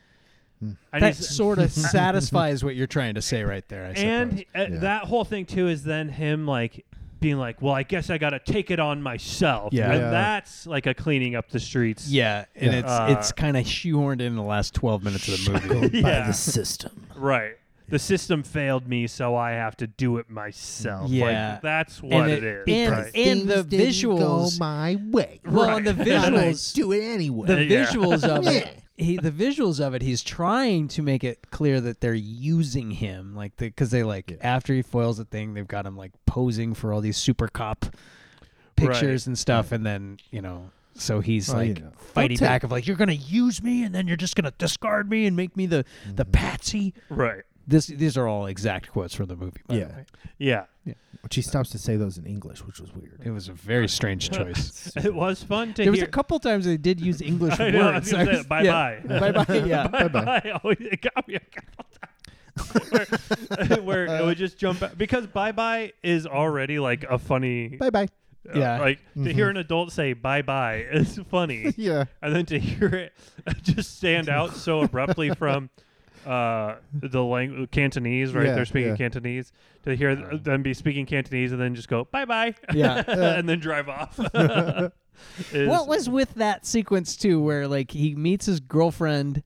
S2: I
S3: that
S2: just-
S3: sort of satisfies what you're trying to say right there. I
S2: and
S3: suppose.
S2: he- uh,
S4: Yeah.
S2: that whole thing too is then him like being like, well, I guess I gotta take it on myself.
S3: Yeah.
S2: And
S4: Yeah.
S2: that's like a cleaning up the streets.
S3: yeah, and
S4: Yeah.
S3: it's
S2: Uh,
S3: it's kind of shoehorned in the last 12 minutes of the movie.
S4: Shackled by
S2: Yeah.
S4: the system.
S2: Right. The system failed me, so I have to do it myself.
S3: Yeah.
S2: Like, that's what
S3: And
S2: it
S3: it-
S2: is.
S3: and-
S2: right.
S3: and the
S4: Things didn't go
S3: visuals-
S4: my way.
S3: Well, and the
S2: Right.
S3: visuals
S4: do it anyway.
S3: the
S2: Uh, Yeah.
S3: visuals of it he the visuals of it he's trying to make it clear that they're using him like because they like after he foils the thing they've got him like posing for all these super cop pictures and stuff and then you know so he's
S4: Well, you
S3: like
S4: know.
S3: fighting
S4: They'll take-
S3: back of like you're gonna use me and then you're just gonna discard me and make me the the
S4: Mm-hmm.
S3: patsy
S2: right.
S3: this these are all exact quotes from the movie by
S4: Yeah.
S3: the way
S2: Yeah.
S4: Which he stops to say those in English, which was weird.
S3: it was a very strange choice
S2: It was fun to
S3: there was
S2: hear.
S3: a couple times they did use english
S2: I
S3: words
S2: know, I was gonna say,
S3: yeah.
S2: bye-bye.
S3: bye-bye yeah
S2: bye. Oh, it got me a couple times. where, where it would just jump out. because bye bye is already like a funny
S4: Bye bye.
S2: uh,
S3: Yeah.
S2: like to hear an adult say bye bye is funny
S4: Yeah.
S2: and then to hear it just stand out so abruptly from uh, the language Cantonese, right?
S4: Yeah,
S2: They're speaking
S4: yeah. Uh-huh.
S2: Cantonese. To hear th- them be speaking Cantonese and then just go bye bye,
S3: Yeah.
S4: Uh,
S2: and then drive off. Is-
S3: What was with that sequence too, where like he meets his girlfriend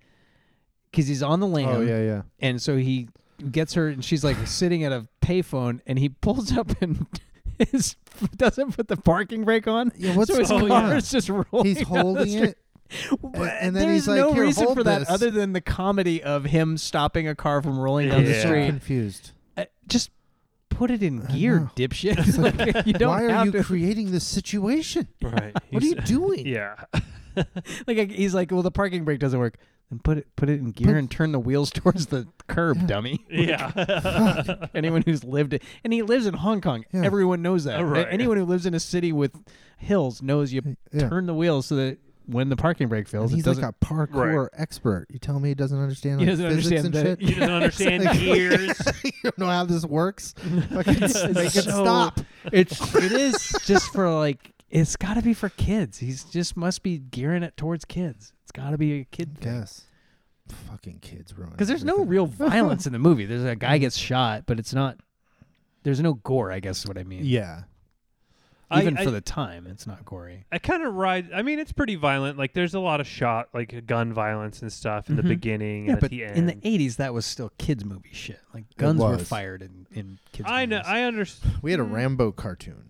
S3: because he's on the lam,
S4: Oh yeah. Yeah.
S3: and so he gets her, and she's like sitting at a payphone, and he pulls up and is doesn't put the parking brake on.
S4: Yeah, what's
S3: so his
S2: Oh,
S3: car
S2: yeah.
S3: is just rolling.
S4: He's
S3: down the
S4: holding
S3: street.
S4: it.
S3: Wha-
S4: and then
S3: There's
S4: he's like,
S3: no
S4: "Here,
S3: reason
S4: hold
S3: for that
S4: this."
S3: other than the comedy of him stopping a car from rolling down the
S2: Yeah.
S3: street.
S4: confused.
S3: Uh, just put it in gear,
S4: know.
S3: dipshit. like, you don't
S4: Why are
S3: have
S4: you
S3: to.
S4: creating this situation?
S2: right?
S4: What are you doing?
S2: Yeah,
S3: Like he's like, well, the parking brake doesn't work. Then put it put it in gear and turn the wheels towards the curb, dummy.
S2: yeah.
S3: Anyone who's lived it, and he lives in Hong Kong.
S4: Yeah.
S3: Everyone knows that.
S2: Oh, right.
S3: Anyone who lives in a city with hills knows you
S4: Yeah.
S3: turn the wheels so that when the parking brake
S4: And
S3: fails, it
S4: he's like
S3: doesn't.
S4: a parkour expert. You tell me he doesn't understand
S3: He
S4: like,
S3: doesn't
S4: physics
S3: understand
S4: and
S3: that
S4: shit.
S3: it-
S2: He doesn't understand gears.
S4: you don't know how this works. Fucking s- make it
S3: so-
S4: stop.
S3: it's it is just for like it's got to be for kids. He's just must be gearing it towards kids. It's got to be a kid thing.
S4: Yes. Fucking kids ruin.
S3: Because there's no
S4: everything.
S3: real violence in the movie. There's a guy gets shot, but it's not. There's no gore. I guess is what I mean.
S4: Yeah.
S2: I-
S3: even
S2: I-
S3: for the time, it's not gory.
S2: I kind of ride. I mean, it's pretty violent. Like, there's a lot of shot, like gun violence and stuff in
S3: Mhm.
S2: the beginning and at the end.
S3: in the '80s, that was still kids' movie shit. Like guns were
S4: was.
S3: fired in, in kids.
S2: I know.
S3: movies.
S2: I understand.
S4: We had
S3: Mm.
S4: a Rambo cartoon.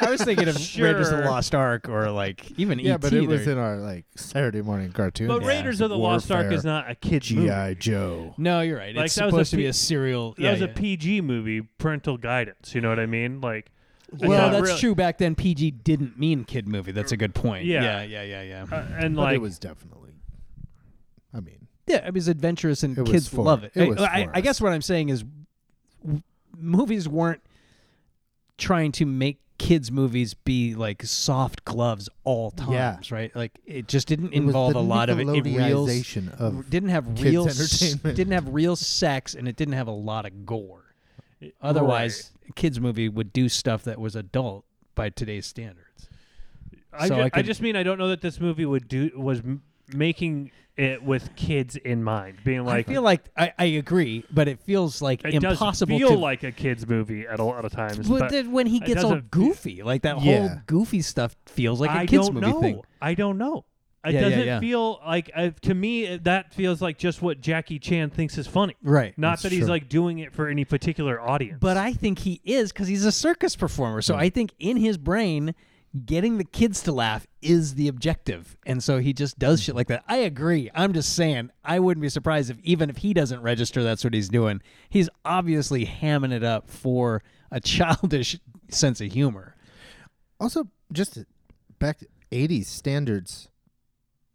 S3: I was thinking of Raiders of the
S2: Sure.
S3: Lost Ark or like even
S4: Yeah,
S3: ET.
S4: but it was
S3: there-
S4: in our like Saturday morning cartoon.
S2: But
S3: Yeah.
S2: Raiders of the Lost Ark
S4: Warfare.
S2: is not a kids movie.
S4: GI Joe.
S3: no, you're right.
S2: Like,
S3: it's
S2: that was a
S3: supposed to be
S2: P-
S3: a serial.
S2: that
S3: yeah,
S2: was
S3: yeah.
S2: a PG movie, parental guidance. You know what I mean? Like, it's
S3: well,
S2: not
S3: that's
S2: really-
S3: true. Back then, PG didn't mean kid movie. That's a good point.
S2: Yeah.
S3: yeah, yeah, yeah. Yeah,
S2: Uh, and
S4: But
S2: like,
S4: it was definitely. I mean,
S3: Yeah, it was adventurous and
S4: It was
S3: kids
S4: for-
S3: love it.
S4: it
S3: I-
S4: was
S3: I,
S4: for
S3: I guess
S4: us.
S3: what I'm saying is w- movies weren't trying to make kids movies be like soft gloves all
S4: Yeah.
S3: times, right? Like it just didn't
S4: it was
S3: involve a
S4: the
S3: lot of it. It real
S4: Nickelodeonization of
S3: didn't have
S4: kids'
S3: real s-
S4: entertainment.
S3: didn't have real sex and it didn't have a lot of gore. Otherwise, a kids movie would do stuff that was adult by today's standards.
S2: I,
S3: so
S2: ju-
S3: I
S2: I,
S3: could-
S2: just mean I don't know that this movie would do was m- making it with kids in mind, being like,
S3: I feel like I, I agree, but it feels like
S2: it
S3: impossible
S2: does feel
S3: to
S2: like a kids movie at a lot of times.
S3: Well,
S2: but
S3: then when he
S2: it
S3: gets all
S2: doesn't feel-
S3: goofy, like that whole
S4: Yeah.
S3: goofy stuff feels like a
S2: I
S3: kids
S2: don't
S3: movie
S2: know.
S3: thing.
S2: I don't know. It
S3: Yeah, yeah,
S2: doesn't
S3: yeah.
S2: feel like uh, to me it- that feels like just what Jackie Chan thinks is funny.
S3: Right.
S2: Not
S4: That's
S2: that he's
S4: true.
S2: like doing it for any particular audience.
S3: But I think he is because he's a circus performer. So I think in his brain, getting the kids to laugh is the objective. And so he just does shit like that. I agree. I'm just saying, I wouldn't be surprised if even if he doesn't register that's what he's doing, he's obviously hamming it up for a childish sense of humor.
S4: Also, just back to 80s standards,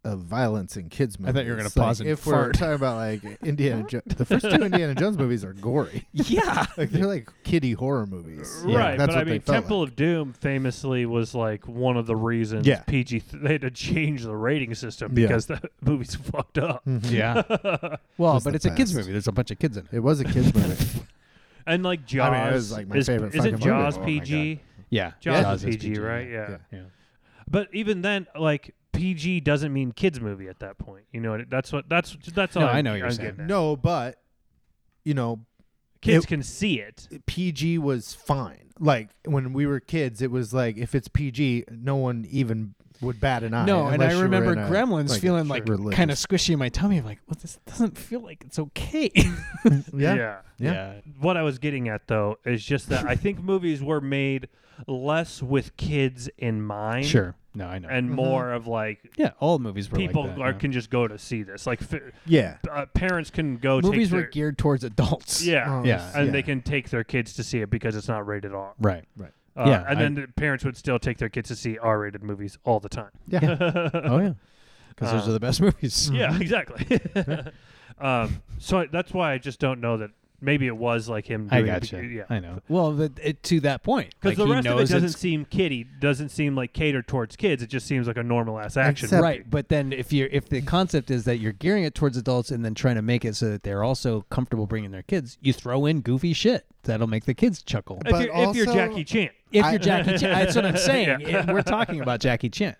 S4: of violence in kids movies.
S5: thought you were gonna
S4: Like,
S5: pause and
S4: if we're
S5: fart.
S4: talking about like Indiana Jones, the first two Indiana Jones movies are gory.
S3: Yeah.
S4: Like they're like kiddie horror movies. Yeah,
S2: right,
S4: that's
S2: but
S4: what
S2: I
S4: they
S2: mean,
S4: felt
S2: Temple
S4: like.
S2: of Doom famously was like one of the reasons
S4: Yeah.
S2: PG th- they had to change the rating system
S4: Yeah. Hmm.
S2: because the movie's fucked up.
S5: Yeah.
S3: Well, but
S4: Just the
S3: it's a kids
S4: best.
S3: movie. There's a bunch of kids in it.
S4: It was a kids movie.
S2: And like Jaws,
S4: I mean, it was, like, my
S2: is,
S4: favorite
S2: is it
S4: fucking
S2: Jaws
S4: movie.
S5: Oh my
S2: PG?
S5: Yeah.
S2: Jaws
S4: Yeah.
S2: is PG, right? Yeah.
S4: yeah.
S2: But even then, like PG doesn't mean kids movie at that point. You know, and that's what that's that's all.
S5: No,
S2: I'm,
S5: I know what you're
S2: I'm
S5: saying.
S2: getting at.
S4: no, but you know,
S2: kids
S4: it-
S2: can see it.
S4: PG was fine. Like when we were kids, it was like if it's PG, no one even would bat an eye.
S3: No, and
S4: unless
S3: I
S4: you were
S3: remember
S4: in a,
S3: Gremlins
S4: like,
S3: feeling like
S4: religious-
S3: kind of squishy in my tummy. I'm like, well, this doesn't feel like it's okay.
S4: yeah. Yeah.
S2: What I was getting at though is just that I think movies were made less with kids in mind,
S5: Sure. No, I know.
S2: and more of like
S5: yeah, all movies were
S2: people
S5: like that,
S2: are,
S5: yeah.
S2: can just go to see this. Like fi-
S4: Yeah.
S2: uh, parents can go.
S3: Movies
S2: take
S3: were
S2: their,
S3: geared towards adults.
S2: yeah,
S4: Oh,
S5: Yeah.
S2: and
S4: yeah.
S2: they can take their kids to see it because it's not rated R.
S5: Right.
S4: Right.
S2: Uh,
S5: Yeah,
S2: and
S5: I-
S2: then the parents would still take their kids to see R-rated movies all the time.
S4: Yeah.
S5: Oh yeah. Because those
S2: Uh,
S5: are the best movies.
S2: Yeah, exactly. um, so I, that's why I just don't know that maybe it was like him.
S5: I
S2: Doing
S5: gotcha.
S2: Yeah,
S5: I know.
S3: Well, but it, to that point,
S5: Like,
S2: Because the
S5: he
S2: rest of it
S5: knows
S2: doesn't
S5: it's-
S2: seem kiddie, doesn't seem like catered towards kids. It just seems like a normal ass action.
S4: Except-
S2: movie.
S3: right? But then, if you if the concept is that you're gearing it towards adults and then trying to make it so that they're also comfortable bringing their kids, you throw in goofy shit that'll make the kids chuckle.
S2: If,
S4: But
S2: you're, if you're
S4: also-
S2: Jackie Chan,
S3: If
S4: I-
S3: you're Jackie Chan, that's what I'm saying.
S2: Yeah.
S3: It- we're talking about Jackie Chan.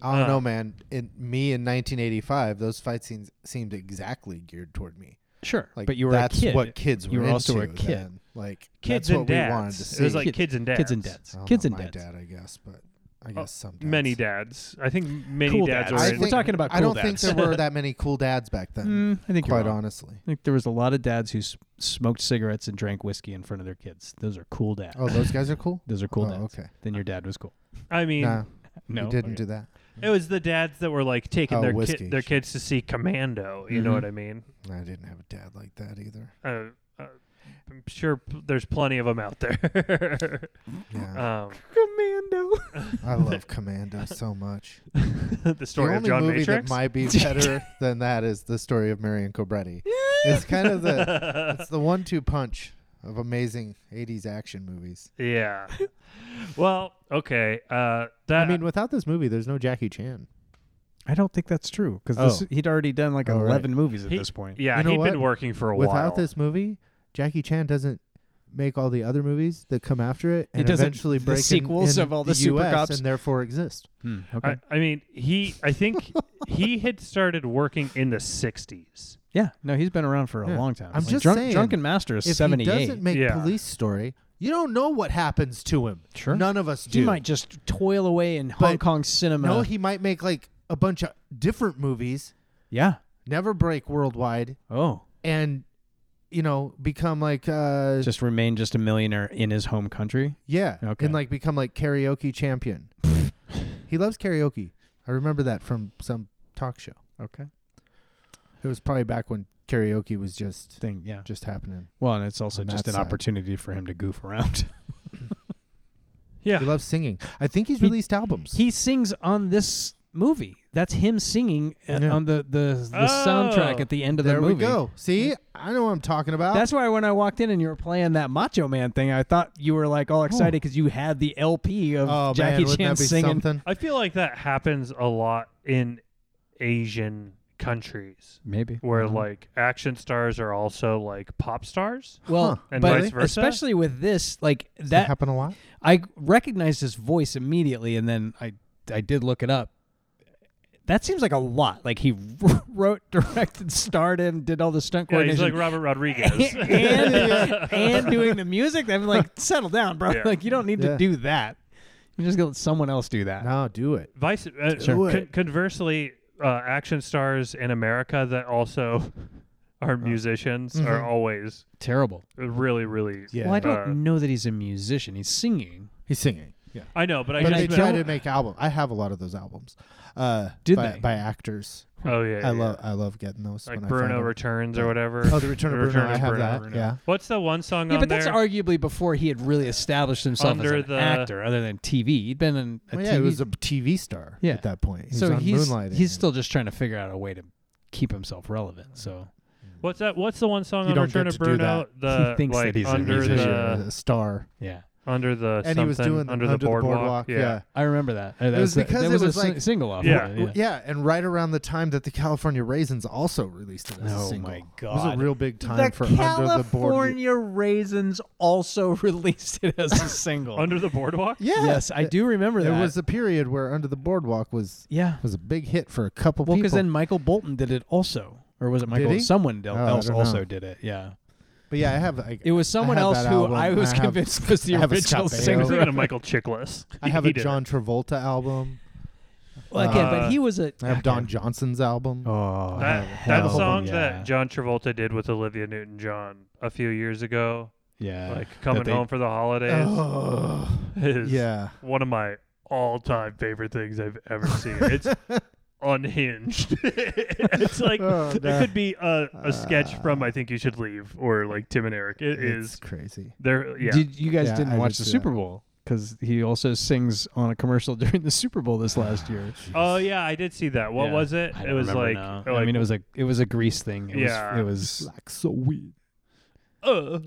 S4: I
S2: Uh.
S4: don't know, man. In me in 1985, those fight scenes seemed exactly geared toward me.
S3: Sure,
S4: Like
S3: but you were
S4: that's
S3: a kid.
S4: what kids were
S3: You were
S4: into
S3: also a kid.
S4: then. Like
S2: kids
S4: that's
S2: and
S4: what
S2: dads.
S4: we wanted to see.
S2: It was like
S3: Kid-
S2: kids and dads.
S3: kids and dads.
S4: I don't
S3: Kids
S4: know,
S3: and
S4: my
S3: dads.
S4: dad, I guess, but I guess some dads.
S2: Oh, Many dads. I think many
S5: Cool
S2: dads,
S5: dads.
S2: are.
S4: I
S2: in-
S3: We're talking about
S4: I
S3: cool
S4: don't think
S3: dads.
S4: there were that many cool dads back then.
S3: Mm, I think you're
S4: quite
S3: wrong.
S4: honestly.
S3: I think there was a lot of dads who s- smoked cigarettes and drank whiskey in front of their kids. Those are cool dads.
S4: Oh, those guys are cool.
S5: Those are cool
S4: Oh,
S5: dads.
S4: okay.
S5: Then your dad was cool.
S2: I mean,
S4: Nah,
S5: No.
S4: we didn't
S5: Okay.
S4: do that.
S2: it was the dads that were like taking
S4: Oh,
S2: their
S4: whiskey.
S2: kid, their kids to see Commando. You know
S5: Mhm.
S2: what I mean?
S4: I didn't have a dad like that either.
S2: Uh, uh, I'm sure p- there's plenty of them out there.
S4: Yeah,
S2: um,
S3: Commando.
S4: I love Commando so much.
S2: the story
S4: the
S2: of
S4: only
S2: John
S4: movie
S2: Matrix.
S4: that might be better than that is the story of Marion Cobretti. it's kind of the it's the one-two punch of amazing '80s action movies.
S2: yeah. Well, okay. Uh, that
S4: I mean, without this movie, there's no Jackie Chan.
S5: I don't think that's true because
S4: Oh.
S5: he'd already done like
S4: Oh, right.
S5: movies at
S2: He-
S5: point.
S2: yeah,
S4: you know
S2: he'd
S4: what?
S2: been working for a
S4: Without
S2: while.
S4: this movie, Jackie Chan doesn't make all the other movies that come after it and
S3: doesn't-
S4: eventually
S3: the
S4: break in-
S3: sequels
S4: in
S3: of all the
S4: the
S3: super
S4: US
S3: cops.
S4: and therefore exist.
S5: Hmm, okay.
S2: I, I mean, he. I think he had started working in the '60s.
S5: yeah. No, he's been around for a
S4: Yeah.
S5: long time.
S4: I'm
S5: Like,
S4: just
S5: Drunk-
S4: saying,
S5: Drunken Master is
S4: If he
S5: 78.
S4: doesn't make
S2: Yeah.
S4: Police Story, you don't know what happens to him.
S5: Sure.
S4: None of us do.
S3: He might uh, just toil away in Hong
S4: But-
S3: Kong cinema.
S4: no, he might make like a bunch of different movies,
S5: yeah.
S4: never break worldwide,
S5: Oh.
S4: and you know become like uh
S5: Just remain just a millionaire in his home country.
S4: yeah,
S5: Okay.
S4: and like become like karaoke champion. he loves karaoke. I remember that from some talk show.
S5: Okay.
S4: It was probably back when karaoke was just
S5: Thing. Yeah.
S4: just happening.
S5: Well, and it's also
S4: On
S5: just
S4: that
S5: an
S3: uh,
S4: side.
S5: opportunity for him to goof around.
S4: He
S2: Yeah.
S4: loves singing. I think he's
S3: He-
S4: released albums.
S3: he sings on this movie. That's him singing uh,
S4: Yeah.
S3: on the the, the
S2: Oh.
S3: soundtrack at the end of
S4: there
S3: the movie.
S4: we go. See, I know what I'm talking about.
S3: That's why when I walked in and you were playing that Macho Man thing, I thought you were like
S5: Oh.
S3: all excited because you had the LP of
S4: oh
S3: Jackie
S4: man, wouldn't
S3: Chan
S4: that be
S3: singing.
S4: something?
S2: I feel like that happens a lot in Asian countries
S5: Maybe.
S2: where
S4: Mm-hmm.
S5: Mhm.
S2: like action stars are also like pop stars.
S3: Well,
S4: Huh.
S2: And
S3: but
S2: vice versa?
S3: especially with this, like
S4: Does that
S3: that,
S4: happen a lot?
S3: I recognized his voice immediately, and then I I did look it up. That seems like a lot. Like he wrote, directed, starred in, did all the stunt
S2: Yeah, he's
S3: coordination.
S2: like Robert Rodriguez.
S3: and, and doing the music. I'm like, settle down, bro.
S2: Yeah.
S3: Like, you don't need to
S4: Yeah.
S3: do that. You just gonna let someone else do that.
S4: No, do it.
S2: Vice. Uh,
S4: Sure.
S2: con- conversely, uh, action stars in America that also are
S4: Uh-huh.
S2: musicians are always
S3: Terrible.
S2: really, really.
S4: Mm-hmm. Yeah.
S3: Well, I don't
S2: Uh,
S3: know that he's a musician. He's singing.
S4: He's singing. Yeah.
S2: I know, but I
S4: but
S2: just
S4: they
S2: meant-
S4: try to make album. I have a lot of those albums. Uh,
S3: Did
S4: by,
S3: they?
S4: by actors?
S2: Oh yeah,
S4: I
S2: yeah.
S4: love I love getting those.
S2: like
S4: when I
S2: Bruno
S4: find them.
S2: Returns or whatever.
S4: Oh, the Return of
S2: The
S4: Bruno.
S2: Return
S4: I
S2: of
S4: have
S2: Bruno,
S4: that.
S2: Bruno.
S4: Yeah.
S2: What's the one song
S6: Yeah,
S2: on
S6: but
S2: there?
S6: that's arguably before he had really established himself
S2: Under
S6: as an
S2: the-
S6: actor, other than TV.
S3: He'd been in a
S4: Well,
S3: TV.
S4: yeah, he was a TV star
S3: Yeah.
S4: at that point. He
S3: so
S4: was on
S3: he's
S4: Moonlighting.
S3: he's still just trying to figure out a way to keep himself relevant. So
S2: What's that? What's the one song
S4: You
S2: on
S4: don't
S2: Return
S4: get
S2: of
S4: to do
S2: Bruno? The
S3: He thinks
S2: like
S3: that he's a
S2: under
S4: He's
S3: musician.
S2: the
S4: a star,
S3: yeah,
S2: under the
S4: and
S2: something
S4: he was doing
S2: under, the, boardwalk.
S4: Yeah.
S3: I remember that. Uh, that
S4: It was
S3: the-
S4: because
S3: that
S4: it
S3: was,
S4: was
S3: a sing-
S4: like-
S3: single off.
S2: Yeah.
S3: of
S4: Well,
S3: it,
S4: yeah, and right around the time that the California Raisins also released it as a
S3: Oh
S4: single.
S3: my
S4: It was
S3: God.
S4: a real big time for Under the Boardwalk.
S3: Raisins also released it as a single.
S2: Under the boardwalk.
S4: Yeah.
S3: yes, I do remember
S4: There
S3: that.
S4: was a period where Under the Boardwalk was
S3: yeah.
S4: was a big hit for a couple
S3: Well,
S4: people.
S3: because then Michael Bolton did it also, or was it
S4: Did
S3: Michael?
S4: he?
S3: Someone
S4: Oh,
S3: del-
S4: I
S3: else
S4: don't
S3: also
S4: know.
S3: did it. Yeah,
S4: but yeah, I have I,
S3: it was someone
S4: have
S3: else
S4: that
S3: who
S4: album.
S3: I was
S4: I have-
S3: convinced was the
S4: I have a
S3: original
S4: Scott Baio.
S2: I
S3: singer.
S2: was thinking of Michael Chiklis.
S4: I have
S2: He
S4: a
S2: did it.
S4: John Travolta album.
S3: Well, again,
S2: Uh,
S3: but he was a.
S4: I have Don Johnson's album.
S3: Oh,
S2: That,
S4: have
S2: that
S4: a whole
S2: song
S4: bunch,
S2: that John Travolta did with Olivia Newton-John a few years ago,
S3: yeah,
S2: like coming
S3: they- Oh,
S2: home for the holidays,
S4: Ugh.
S2: is
S4: yeah.
S2: one of my all-time favorite things I've ever seen. It's unhinged. it's like
S4: Oh,
S2: it
S4: no.
S2: could be a, a sketch
S3: Ah.
S2: from I Think You Should Leave or like Tim and Eric. It
S4: it's
S2: is
S4: crazy.
S2: there. Yeah,
S3: Did you guys
S4: Yeah,
S3: didn't
S4: I
S3: watch
S4: did
S3: the
S4: see
S3: Super
S4: that.
S3: Bowl because he also sings on a commercial during the Super Bowl this last year.
S2: Oh yeah, I did see that. What
S3: Yeah.
S2: was it?
S3: I
S2: It
S3: don't
S2: was
S3: remember
S2: like,
S3: now.
S2: like,
S3: I mean, it was like it was a grease thing. It
S2: Yeah.
S3: was,
S4: Like so weird.
S2: uh,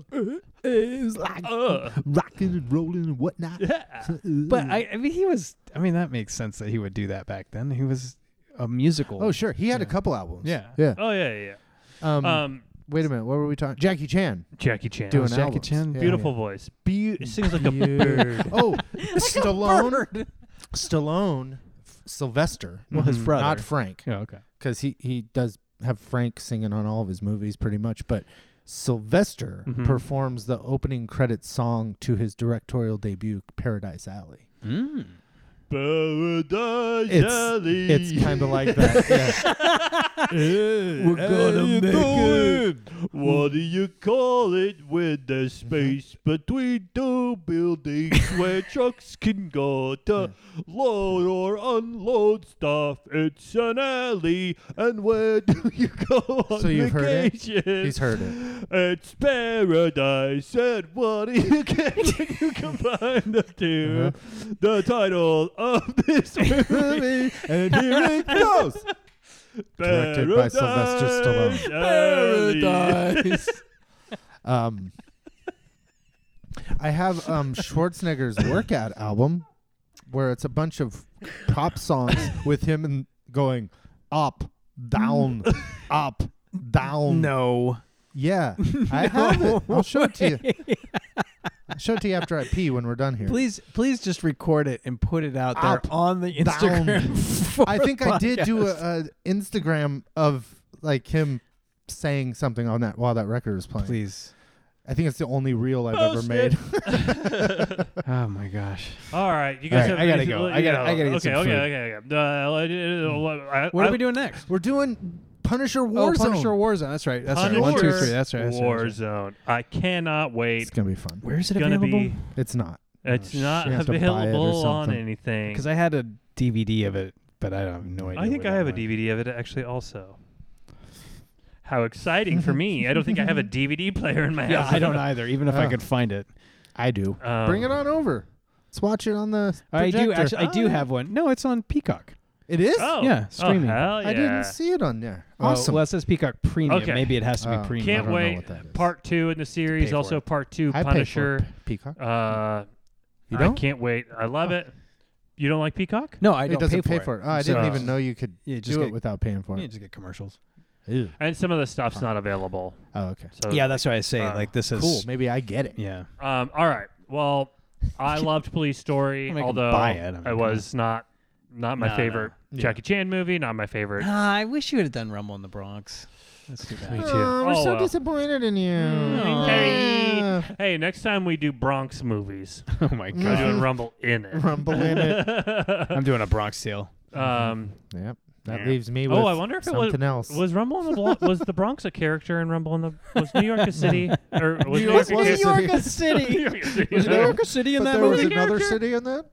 S4: It was like
S2: uh,
S4: rocking and rolling and whatnot.
S2: yeah.
S3: but I, I mean, he was. I mean, that makes sense that he would do that back then. He was a musical.
S4: oh sure, he had a
S3: Yeah.
S4: couple albums.
S3: Yeah.
S4: yeah.
S2: Oh yeah, yeah.
S4: Um,
S2: yeah. Um,
S4: wait a minute, what were we talking? Jackie Chan
S2: Jackie Chan,
S4: doing
S3: Jackie
S4: albums.
S3: Chan?
S4: Yeah.
S2: beautiful voice. Be- sings like a
S4: Beaut-
S2: bird.
S4: Oh, Stallone. Stallone, F- Sylvester,
S3: Well, his brother.
S4: not Frank,
S3: Yeah, okay.
S4: because he he does have Frank singing on all of his movies pretty much, but. Sylvester
S2: Mhm.
S4: performs the opening credit song to his directorial debut, Paradise Alley.
S3: Mm.
S2: Paradise
S4: It's-
S2: Alley.
S4: It's kind of like that. Yeah.
S2: We're
S3: gonna make
S2: What do you call it with the
S4: Mm-hmm.
S2: space between two buildings where trucks can go to load or unload stuff? It's an alley, and where do you go on
S4: So you've heard it?
S2: vacation?
S4: He's heard it.
S2: It's paradise, and what do you get when you combine the 2
S4: Uh-huh.
S2: The title of this movie.
S4: and here it goes. Directed by Sylvester
S2: Paradise
S4: Stallone.
S2: Alley.
S4: Um, I have um, Schwarzenegger's workout album where it's a bunch of pop songs with him and going up, down, up, down.
S3: No.
S4: Yeah. I have it. I'll show it to you. I'll show it to you after I pee when we're done here.
S3: Please, please just record it and put it out there
S4: Up,
S3: on the
S4: down.
S3: Instagram. for
S4: I think
S3: the
S4: I did do a,
S3: podcast.
S4: a Instagram of like him saying something on that while that record was playing.
S3: Please.
S4: I think it's the only reel I've ever
S2: Post
S4: made.
S3: Oh my gosh.
S2: All right, you guys. have
S3: All right, I gotta
S2: anything-
S3: go. I gotta- I gotta get
S2: okay,
S3: some
S2: okay,
S3: food.
S2: okay, okay, Uh, I- I-
S3: What
S2: I-
S3: are we doing next?
S4: We're doing Punisher
S3: Oh,
S4: Warzone.
S3: Punisher Warzone. That's right. That's
S2: Punisher
S3: right. One, two, three. That's right. That's right. That's right.
S2: Warzone. I cannot
S4: It's
S2: wait.
S4: gonna be fun.
S3: Where is it
S2: It's gonna
S3: available?
S2: be.
S4: It's not.
S3: Oh,
S2: It's
S4: shit.
S2: not
S4: You have to buy it or
S2: available on
S4: something.
S2: anything.
S3: Because I had a DVD of it, but I don't have no idea.
S2: I think
S3: where
S2: I
S3: that
S2: have a
S3: went.
S2: DVD of it actually also. How exciting for me. I don't think I have a DVD player in my
S3: Yeah,
S2: house.
S3: I don't either. Even if I
S4: Oh.
S3: could find it,
S4: I do.
S2: Um,
S4: Bring it on over. Let's watch it on the.
S3: I do
S4: projector. Oh,
S3: actually. I
S2: Ah.
S3: do have one. No, it's on Peacock.
S4: It is.
S2: Oh,
S3: Yeah,
S2: oh,
S3: streaming.
S2: hell
S4: I
S2: yeah.
S4: didn't see it on there.
S3: Well,
S4: Awesome.
S3: Well, it says Peacock Premium.
S2: Okay.
S3: Maybe it has to be
S4: Oh.
S3: premium.
S4: I
S2: Can't
S4: don't know
S2: wait.
S4: what that is.
S2: Part two in the series.
S3: for
S2: Also,
S3: it.
S2: part two,
S4: I pay for
S2: Punisher.
S4: P- Peacock.
S2: Uh,
S4: You
S2: I
S4: don't?
S2: can't wait. I love it. You don't like Peacock?
S3: No, I
S4: it
S3: don't
S4: doesn't
S3: pay,
S4: pay
S3: for it.
S4: Oh, I didn't
S2: So-
S4: even know you could
S3: Yeah, just
S4: do
S3: get,
S4: it without paying for
S3: yeah,
S4: it.
S3: just get commercials.
S4: Ew.
S2: And some of the stuff's not available.
S4: Oh, okay.
S2: So
S3: Yeah, that's why I say
S2: uh,
S3: like this is
S4: Cool. Maybe I get it.
S3: Yeah,
S2: Um, all right. Well, I loved Police Story,
S3: Don't make 'em
S2: although
S3: buy it. I mean,
S2: I
S3: come
S2: was not not my
S3: No,
S2: favorite
S4: no.
S2: Jackie Chan movie. Not my favorite.
S3: Ah, I wish you would have done Rumble in the Bronx. That's too bad.
S4: Oh, we're
S2: Oh,
S4: so
S2: well. Mm,
S4: disappointed in you.
S2: Hey,
S4: Yeah.
S2: hey, next time we do Bronx movies,
S3: oh my
S2: we're
S3: god,
S2: doing Rumble in it.
S4: Rumble in it.
S3: I'm doing a Bronx sale.
S2: um,
S4: Yep. That
S2: Yeah.
S4: leaves me with
S2: oh, I wonder if it
S4: something
S2: was
S4: else.
S2: was Rumble in the Blo- was the Bronx a character in Rumble in the was New York a city or was
S4: York
S2: New
S4: was
S2: York
S4: a
S2: a
S4: city.
S2: New York a city?
S3: Was New York a city in
S4: but
S3: that
S4: there was
S3: movie?
S4: another city in that?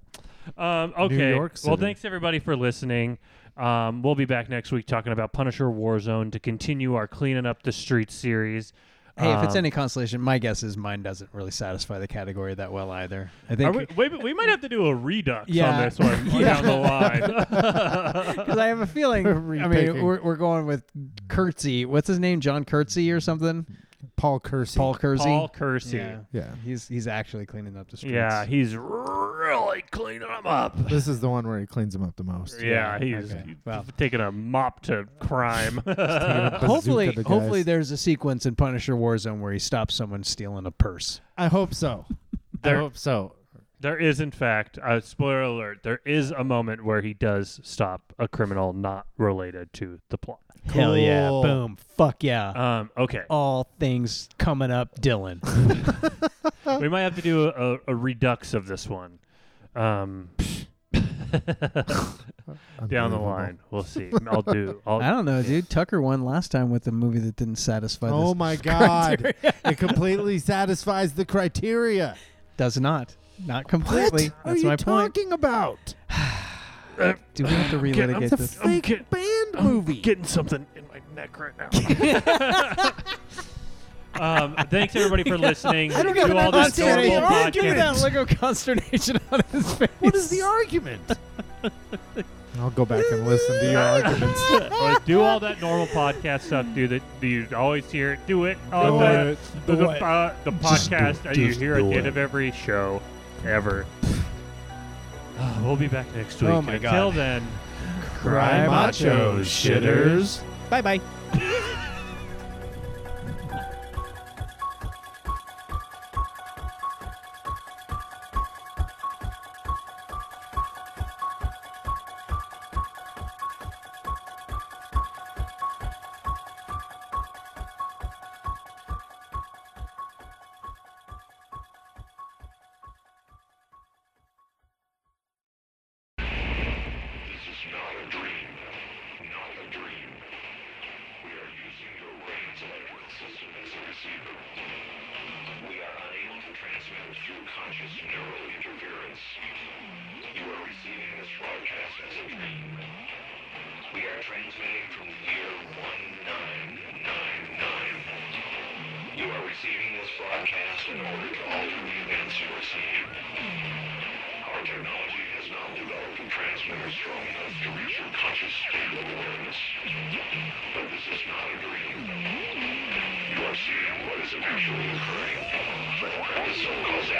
S2: Um, okay.
S4: York
S2: Well,
S4: City.
S2: thanks everybody for listening. Um, we'll be back next week talking about Punisher Warzone to continue our cleaning up the streets series.
S3: Hey, if it's
S2: Um,
S3: any consolation, my guess is mine doesn't really satisfy the category that well either. I
S2: Are
S3: think
S2: we, wait, we might have to do a redux on
S3: Yeah.
S2: this one down the line.
S3: because I have a feeling. I
S4: Repicking.
S3: mean, we're, we're going with Curtsy. What's his name? John Curtsy or something?
S4: Paul Kersey.
S3: Paul Curtsy.
S2: Paul Kersey.
S3: Yeah.
S2: Yeah.
S4: Yeah.
S3: he's he's actually cleaning up the streets.
S2: he's really cleaning them up.
S4: This is the one where he cleans him up the most.
S2: Yeah, he's,
S3: okay.
S2: he's
S3: Wow.
S2: taking a mop to crime.
S4: Bazooka
S3: Hopefully,
S4: the guys.
S3: hopefully there's a sequence in Punisher Warzone where he stops someone stealing a purse.
S4: I hope so. I
S2: There-
S4: hope so.
S2: There is, in fact, uh, spoiler alert, there is a moment where he does stop a criminal not related to the plot.
S3: Hell yeah!
S4: Cool.
S3: Boom! Fuck yeah!
S2: Um, okay.
S3: All things coming up, Dylan.
S2: we might have to do a, a redux of this one. Um, down the
S4: Unbelievable.
S2: line. We'll see. I'll do. I'll,
S3: I don't know, dude. Tucker won last time with a movie that didn't satisfy. this
S4: Oh my god. it completely satisfies the criteria.
S3: Does not. Not completely.
S4: What
S3: That's
S4: are
S3: my
S4: you
S3: point.
S4: talking about?
S3: Do we have
S2: Get-
S3: to
S2: I'm
S3: relitigate
S2: the
S3: this?
S2: f- I'm
S4: Fake
S2: get-
S4: band
S2: I'm
S4: movie.
S2: getting something in my neck right now. um, thanks everybody for listening.
S4: I don't
S2: do
S4: even
S2: all this
S4: understand
S2: horrible
S4: the
S2: podcast.
S4: argument.
S3: Give me that look of consternation on his face.
S4: what is the argument? I'll go back and listen to your arguments.
S2: Or do all that normal podcast stuff. Do that. Do you always hear? it. Do it.
S4: Do
S2: Oh, the,
S4: it.
S2: the,
S4: Do
S2: the,
S4: it.
S2: uh, the
S4: Just do-
S2: podcast that you
S4: just
S2: hear at
S4: do
S2: the end
S4: it.
S2: of every show, ever. Uh, we'll be back next week.
S3: Oh my God.
S2: Until then,
S4: Cry macho, shitters.
S3: Bye bye.
S7: We are unable to transmit through conscious neural interference. You are receiving this broadcast as a dream. We are transmitting from year 1999. You are receiving this broadcast in order to alter the events you are seeing. Our technology has not developed a transmitter strong enough to reach your conscious state of awareness. But this is not a dream. You are seeing what is actually occurring. But the so-called